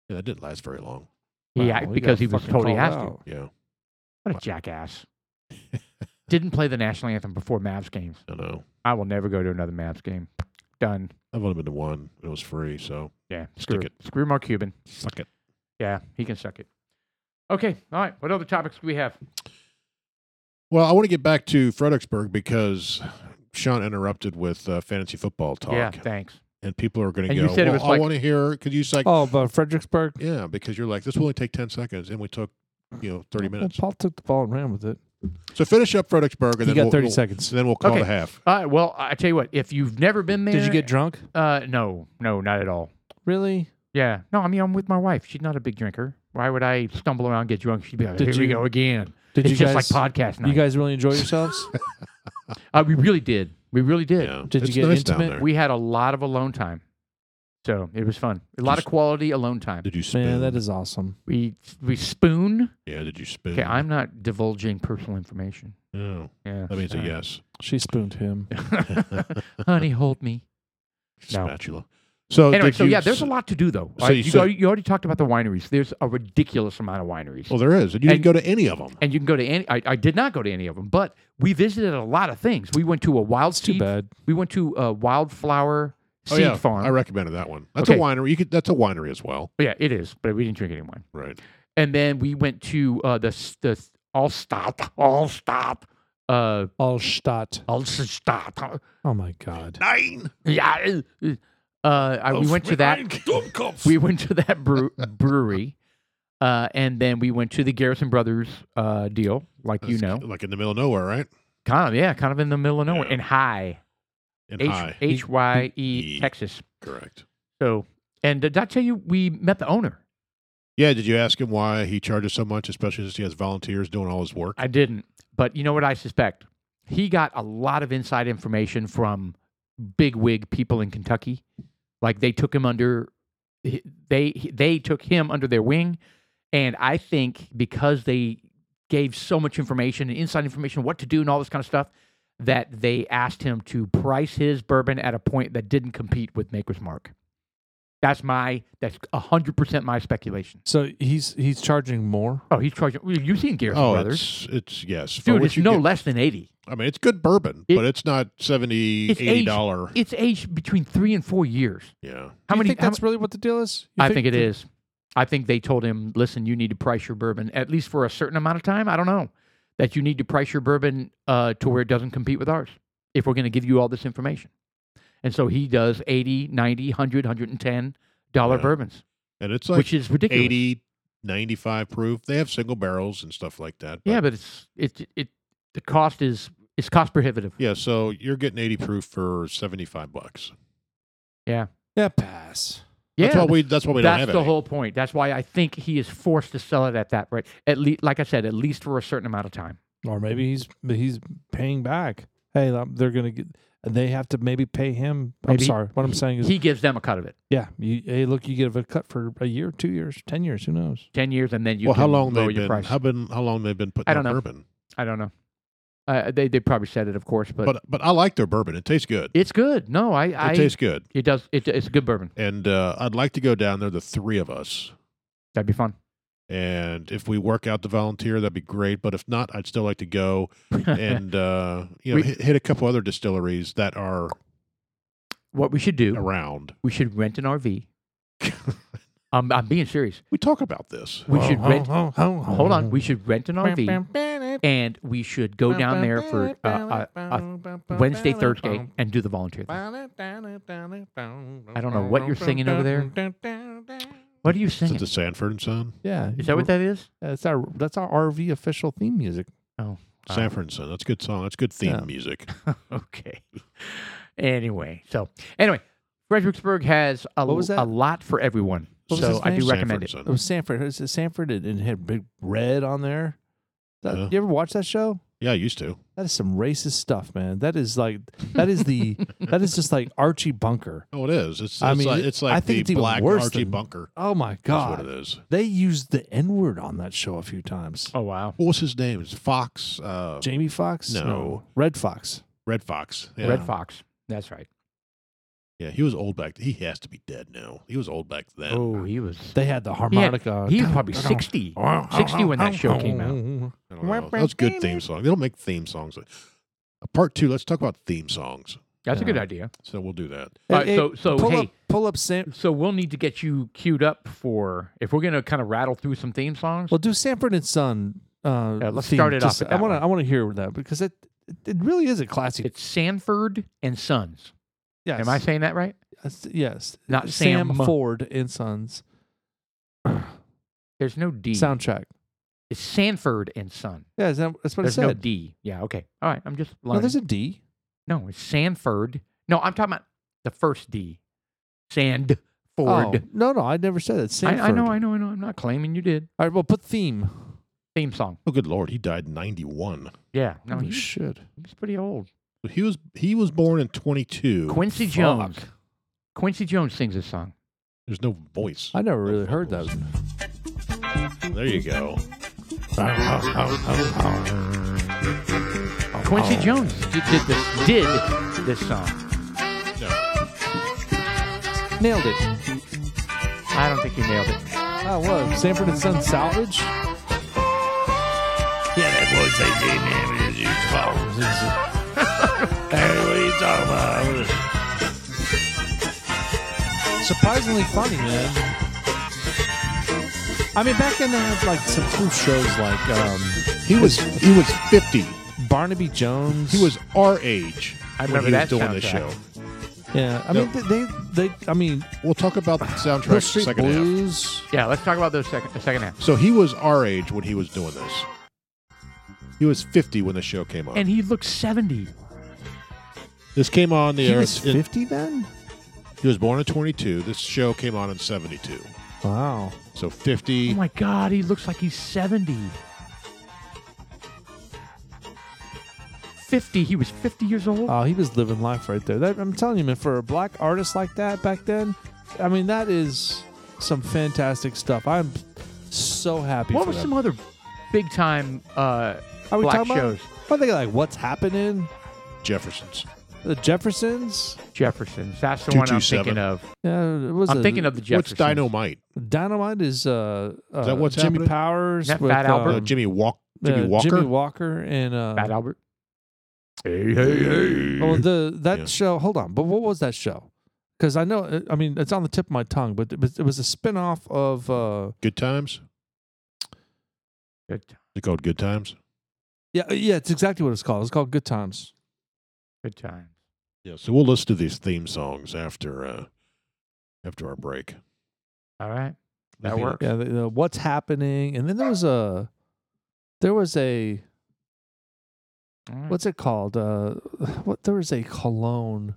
A: yeah, that didn't last very long.
B: yeah,
C: Wow, we
B: because
C: got
B: he was
C: fucking
B: told he
C: called
B: has to.
C: out.
A: Yeah,
B: What a jackass! didn't play the national anthem before Mavs games.
A: I know.
B: I will never go to another Mavs game. Done.
A: I've only been to one. It was free, so
B: Yeah.
A: Stick
B: Screw
A: it.
B: Screw Mark Cuban.
A: suck it.
B: Yeah, he can suck it. Okay. All right. What other topics do we have?
A: Well, I want to get back to Fredericksburg because Sean interrupted with uh, fantasy football talk,
B: Yeah. Thanks.
A: and people are going to
B: And
A: go.
B: you said it
A: "Well,
B: was
A: I
B: like-
A: want to hear. Could you say?
C: Oh, but Fredericksburg,
A: Yeah, because you're like this will only take ten seconds, and we took you know thirty
C: Well,
A: minutes.
C: Paul took the ball and ran with it.
A: So finish up Fredericksburg, and
C: You
A: then
C: got
A: we'll,
C: 30
A: we'll-
C: seconds.
A: Then we'll call
B: Okay.
A: the half.
B: All right. Well, I tell you what. If you've never been there,
C: Did you get drunk?
B: Uh, no, no, not at all.
C: Really?
B: Yeah. No, I mean I'm with my wife. She's not a big drinker. Why would I stumble around and get drunk? She'd be like,
C: Did
B: "Here we
C: you-
B: go again."
C: Did
B: it's
C: you
B: just
C: guys?
B: like podcast night.
C: you guys really enjoy yourselves?
B: uh, we really did. We really did.
A: Yeah,
C: Did you
A: it's
C: get
A: nice
C: intimate?
A: Down there.
B: We had a lot of alone time. So it was fun. A lot of
A: Just-
B: quality alone time.
A: did you spin?
C: Man, that is awesome.
B: We we spoon.
A: yeah, did you spin?
B: Okay, I'm not divulging personal information.
A: No,
B: Yeah,
A: that means a
B: sorry.
A: yes.
C: She spooned him.
B: Honey, hold me. No.
A: Spatula. So
B: Anyway,
A: Oh, did
B: so
A: you
B: yeah, there's a
A: s-
B: lot to do though.
A: so you
B: Like, you,
A: said-
B: go- you already talked about the wineries. There's a ridiculous amount of wineries,
A: Well, there is, and you
B: And-
A: didn't go to any of them.
B: and you can go to any. I, I did not go to any of them, but we visited a lot of things. We went to a wild
C: It's too
B: seed-
C: bad.
B: We went to a wildflower
A: Oh
B: seed
A: yeah,
B: farm.
A: I recommended that one. That's a
B: Okay.
A: winery. You could. That's a winery as well.
B: yeah, it is, but we didn't drink any wine.
A: Right.
B: And then we went to uh, the s- the s- all stop, all stop, uh,
C: Allstadt.
B: all stop.
C: Oh my God.
A: Nine.
B: Yeah, uh, uh, I-
A: Oh,
B: we went to that. we went to that brew, brewery, uh, and then we went to the Garrison Brothers uh, deal, like you know,
A: like in the middle of nowhere, right?
B: kind of yeah, kind of in the middle of nowhere
A: Yeah.
B: in High,
A: In
B: H
A: high.
B: H Y E
A: E.
B: Texas.
A: Correct.
B: So, and did I tell you we met the owner?
A: Yeah. Did you ask him why he charges so much, especially since he has volunteers doing all his work?
B: I didn't, but you know what I suspect? He got a lot of inside information from big wig people in Kentucky. Like they took him under, he- they he- they took him under their wing, and I think because they gave so much information and inside information, what to do and all this kind of stuff, that they asked him to price his bourbon at a point that didn't compete with Maker's Mark. That's my that's hundred percent my speculation.
C: So he's he's charging more.
B: Oh, he's charging. You've seen Garrison
A: oh,
B: Brothers,
A: it's it's yes. For
B: dude.
A: what
B: It's
A: you
B: no
A: get-
B: less than eighty.
A: I mean, it's good bourbon,
B: It-
A: but it's not 70
B: It's
A: 80
B: aged-
A: dollar.
B: It's aged between three and four years.
A: Yeah.
B: How
C: Do you
B: many?
C: Think
B: how
C: that's really what the deal is. You
B: ma- I think it
C: that-
B: is. I think they told him, listen, you need to price your bourbon at least for a certain amount of time. I don't know that you need to price your bourbon uh, to where it doesn't compete with ours if we're going to give you all this information. And so he does 80, 90, 100, 110 dollar
A: Yeah.
B: bourbons,
A: And it's like
B: which is ridiculous.
A: 80, 95 proof. They have single barrels and stuff like that. but-
B: yeah, but it's it it the cost is it's cost prohibitive.
A: Yeah, so you're getting 80 proof for 75 bucks.
C: Yeah, pass.
B: Yeah,
A: that's why we that's why we don't
B: That's
A: have
B: the
A: any.
B: whole point. That's why I think he is forced to sell it at that rate. At least, like I said, at least for a certain amount of time.
C: Or maybe he's he's paying back. Hey, um, they're gonna get. They have to maybe pay him.
B: Maybe
C: I'm sorry. What I'm saying is,
B: He gives them a cut of it,
C: yeah. You, hey, look, you get a cut for a year, two years, ten years. Who knows?
B: ten years, and then you.
A: well, how
B: can
A: long
B: lower
A: they've
B: your
A: been,
B: price.
A: how been how long they've been putting
B: I don't
A: out
B: know.
A: bourbon.
B: I don't know. Uh, they they probably said it, of course, but,
A: But but I like their bourbon. It tastes good. It,
B: it's good. No, I I
A: tastes good.
B: it does it, it's good bourbon.
A: And uh, I'd like to go down there the three of us.
B: That'd be fun.
A: And if we work out the volunteer, that'd be great. But if not, I'd still like to go and uh, you know
B: We-
A: hit, hit a couple other distilleries that are
B: What we should do?
A: around.
B: We should rent an RV. um, I'm being serious.
A: We talk about this.
B: We should rent. Hold
C: Hold
B: on. We should rent an RV and we should go down there for uh, a, a Wednesday, Thursday, and do the volunteer thing.
C: I
B: don't know what you're singing over
C: there.
B: What are you
A: Is
B: singing?
A: it the Sanford and Son?
C: Yeah,
B: Is that what that is?
C: That's our that's our RV official theme music.
B: Oh, Uh,
A: Sanford and Son. That's a good song. That's good theme
C: Yeah.
A: music.
B: okay. Anyway, so anyway, Fredericksburg has a,
C: What was
B: l- a
C: that?
B: lot for everyone.
C: What was
B: so
C: his
B: I do
C: name?
B: recommend
A: Sanford
B: it.
A: and
C: It was Sanford. It was Sanford and, and it had big red on there. That-
A: Yeah.
C: You ever watch that show?
A: Yeah, I used to.
C: That is some racist stuff, man. That is like that is the that is just like Archie Bunker.
A: Oh, it is. It's, it's
C: I mean,
A: like,
C: it-
A: it's
C: I
A: like
C: think it's
A: the
C: even
A: black
C: worse
A: Archie
C: than-
A: Bunker.
C: Oh my
A: That's what
C: god.
A: it is.
C: They used the N word on that show a few times.
B: Oh wow.
A: What was his name? It's Fox. Uh,
C: Jamie Fox?
A: No.
C: Red Fox.
A: Red Fox. Yeah.
B: Red Fox. That's right.
A: Yeah, he was old back. He has to be dead now. He was old back then.
B: Oh, he was.
C: They had the
B: He, had-
C: harmonica.
B: he was probably 60. 60 when that show came out.
A: I don't know. That was a good theme song. They don't make theme songs. Uh, Part two. Let's talk about theme songs.
B: That's a good
C: Yeah.
B: idea.
A: So we'll do that.
B: All right, so- so,
C: pull
B: hey.
C: up, pull up Sam.
B: So we'll need to get you queued up for if we're going to kind of rattle through some theme songs.
C: Well, do Sanford and Son. Uh,
B: Yeah, let's
C: theme,
B: start it
C: just-
B: off at
C: I
B: that
C: want to.
B: one.
C: I want to hear that because it it really is a classic.
B: it's Sanford and Sons.
C: yes.
B: Am I saying that right?
C: Yes, Yes.
B: Not
C: Sam,
B: Sam.
C: Ford and Sons
B: There's no D.
C: soundtrack.
B: It's Sanford and Son.
C: Yeah, is that, that's what
B: There's
C: it said.
B: no D. Yeah. Okay. All right. I'm just
C: No,
B: learning.
C: there's a D.
B: No, it's Sanford. No, I'm talking about the first D. Sandford.
C: Oh, no, no, I never said it.
B: I,
C: Sanford.
B: I know, I know, I know. I'm not claiming you did.
C: All right, well, put theme.
B: Theme song.
A: Oh, good lord, he died in ninety one.
B: Yeah. No,
C: Holy
B: he's,
C: shit.
B: he's pretty old.
A: He was he was born in twenty two.
B: Quincy Jones. Quincy Jones sings this song.
A: There's no voice.
C: I never really heard that.
A: There you go.
C: Oh,
B: Quincy Jones did, did this did this song.
A: No.
C: Nailed it.
B: I don't think he nailed it.
C: Oh, what? Sanford and Son salvage?
I: Yeah, that boy say they name is his fault. Hey, what are you talking about?
C: Surprisingly funny, man. I mean, back in the like some cool shows like um,
A: He was he was fifty.
C: Barnaby Jones.
A: He was our age.
B: I
A: when
B: remember
A: he was
B: that
A: doing this show.
B: soundtrack.
C: Yeah, I
A: No.
C: mean, they, they, they, I mean,
A: We'll talk about the
C: Hill
A: soundtrack
C: Street
A: second half.
C: Blues.
B: Yeah, let's talk about those second the second half.
A: So he was our age when he was doing this. He was fifty when the show came on.
B: And he looks 70.
A: this came on the
C: He
A: air.
C: was
A: in-
C: fifty then.
A: he was born in twenty two. This show came on in seventy two.
C: Wow.
A: So
B: Oh
A: fifty.
B: my god, he looks like he's 70. 50, he was 50 years old.
C: Oh, he was living life right there. That, I'm telling you, man. For a black artist like that back then, I mean, that is some fantastic stuff. I'm so happy.
B: what
C: for
B: were
C: them.
B: some other big time uh,
C: Are we
B: black
C: talking
B: shows?
C: about? Are they like what's happening?
A: Jefferson's.
C: The Jeffersons.
B: Jefferson's. That's the one I'm
A: 227.
B: thinking of.
C: Yeah, it was
B: I'm
C: a-
B: thinking of the
A: What's
B: Jeffersons.
A: dynamite?
C: Dynamite is uh, uh
A: that what's
C: Jimmy
A: happening?
C: Powers
B: Isn't that
C: with
B: Fat Albert?
A: Uh,
C: um,
A: Jimmy Walk. Jimmy
C: uh,
A: Walker.
C: Jimmy Walker and uh,
B: Fat Albert.
A: hey, hey, hey.
C: oh the that
A: Yeah.
C: show. Hold on, but what was that show? Because I know, uh, I mean, it's on the tip of my tongue, but it was, it was a spinoff of uh,
A: Good times.
B: Good.
A: They called Good Times.
C: yeah, yeah, it's exactly what it's called. It's called Good Times.
B: Good times.
A: Yeah. So we'll listen to these theme songs after uh, after our break.
B: All right. That
A: Nothing-
B: works.
C: Yeah, the, the what's happening, and then there was a, there was a
B: All right.
C: what's it called? Uh, what there was a cologne.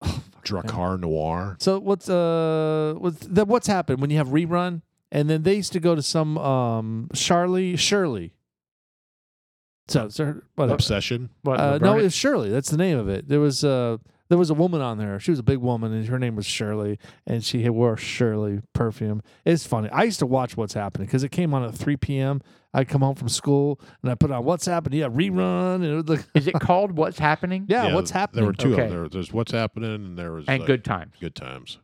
C: Oh, fuck, man.
A: Dracar Noir.
C: So what's uh what's the, what's happened when you have rerun and then they used to go to some um Charlie Shirley. So is there- what-
A: Obsession.
B: What,
C: uh,
B: Laverne?
C: no, it's Shirley. That's the name of it. There was uh there was a woman on there. She was a big woman and her name was Shirley and she had wore Shirley perfume. It's funny. I used to watch What's Happening because it came on at 3 p.m. I'd come home from school and I put on What's Happening. Yeah, rerun and it was like,
B: Is it called What's Happening?
C: yeah, what's happening?
A: There were two of
B: Okay.
A: them. There, there's what's happening, and there was
B: And
A: uh,
B: Good Times.
A: Good times.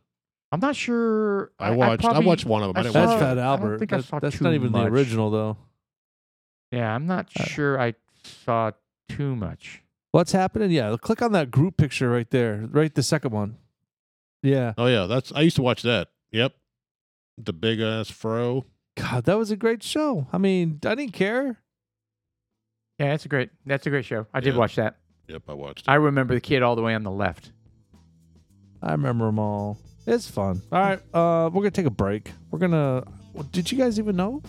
B: I'm not sure.
A: I watched. I,
B: probably-
A: watched one of them. I didn't
C: That's
A: watch
B: saw-
A: that.
C: Fat
B: I don't
C: Albert.
B: think I
C: That-
B: saw
C: that's
B: too
C: not even the
B: much.
C: original Uh, though.
B: Yeah, I'm not sure I saw too much.
C: What's happening? Yeah, click on that group picture right there, right the second one. Yeah,
A: Oh yeah, that's. I used to watch that. Yep. The big ass fro.
C: God, that was a great show. I mean, I didn't care.
B: Yeah, that's a great. That's a great show. I did
A: Yeah.
B: watch that.
A: Yep, I watched. it.
B: I remember the kid all the way on the left.
C: I remember them all. It's fun. All right, uh, we're gonna take a break. We're gonna. Did you guys even know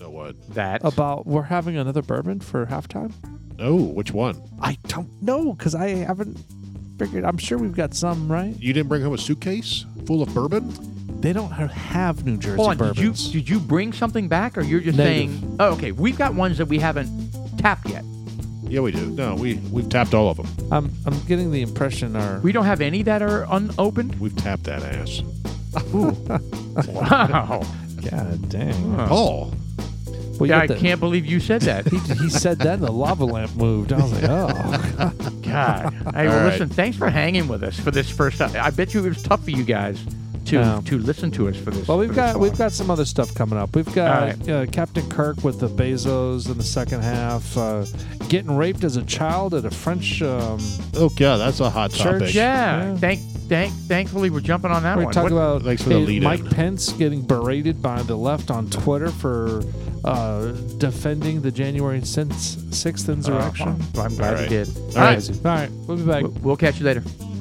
A: No what?
B: That
C: about we're having another bourbon for halftime?
A: No, which one?
C: I don't know because I haven't figured. I'm sure we've got some, right?
A: You didn't bring home a suitcase full of bourbon?
C: They don't ha- have New Jersey
B: Hold on, did you
C: bourbons.
B: did you bring something back, or you're just
C: Negative.
B: saying? Oh, okay. We've got ones that we haven't tapped yet.
A: Yeah, we do. No, we we've tapped all of them.
C: I'm I'm getting the impression our
B: We don't have any that are unopened.
A: We've tapped that ass.
B: Wow.
C: God dang.
A: Paul,
B: Yeah,
C: Well, you
B: I
C: got the-
B: can't believe you said that.
C: He, he said that and the lava lamp moved. I was like, oh. God.
B: God. Hey, well,
A: All right.
B: listen, thanks for hanging with us for this first time. I bet you it was tough for you guys to
C: Yeah.
B: to listen to us for this.
C: Well,
B: for
C: we've
B: this
C: got
B: long.
C: we've got some other stuff coming up. We've got
B: All right.
C: uh, Captain Kirk with the Bezos in the second half. Uh, getting raped as a child at a French. Um,
A: oh god, that's a hot
C: Church,
A: topic.
B: Yeah.
C: Yeah.
B: Thank thank thankfully we're jumping on that
C: we
B: one.
C: talk
B: What-
C: about
A: thanks for the
C: hey,
A: lead-in.
C: Mike Pence getting berated by the left on Twitter for uh, defending the January 6th, 6th
B: Oh,
C: insurrection.
B: well, I'm glad
A: All right.
B: you did.
A: All right.
C: All right, we'll be back.
B: We'll catch you later.
A: Bye.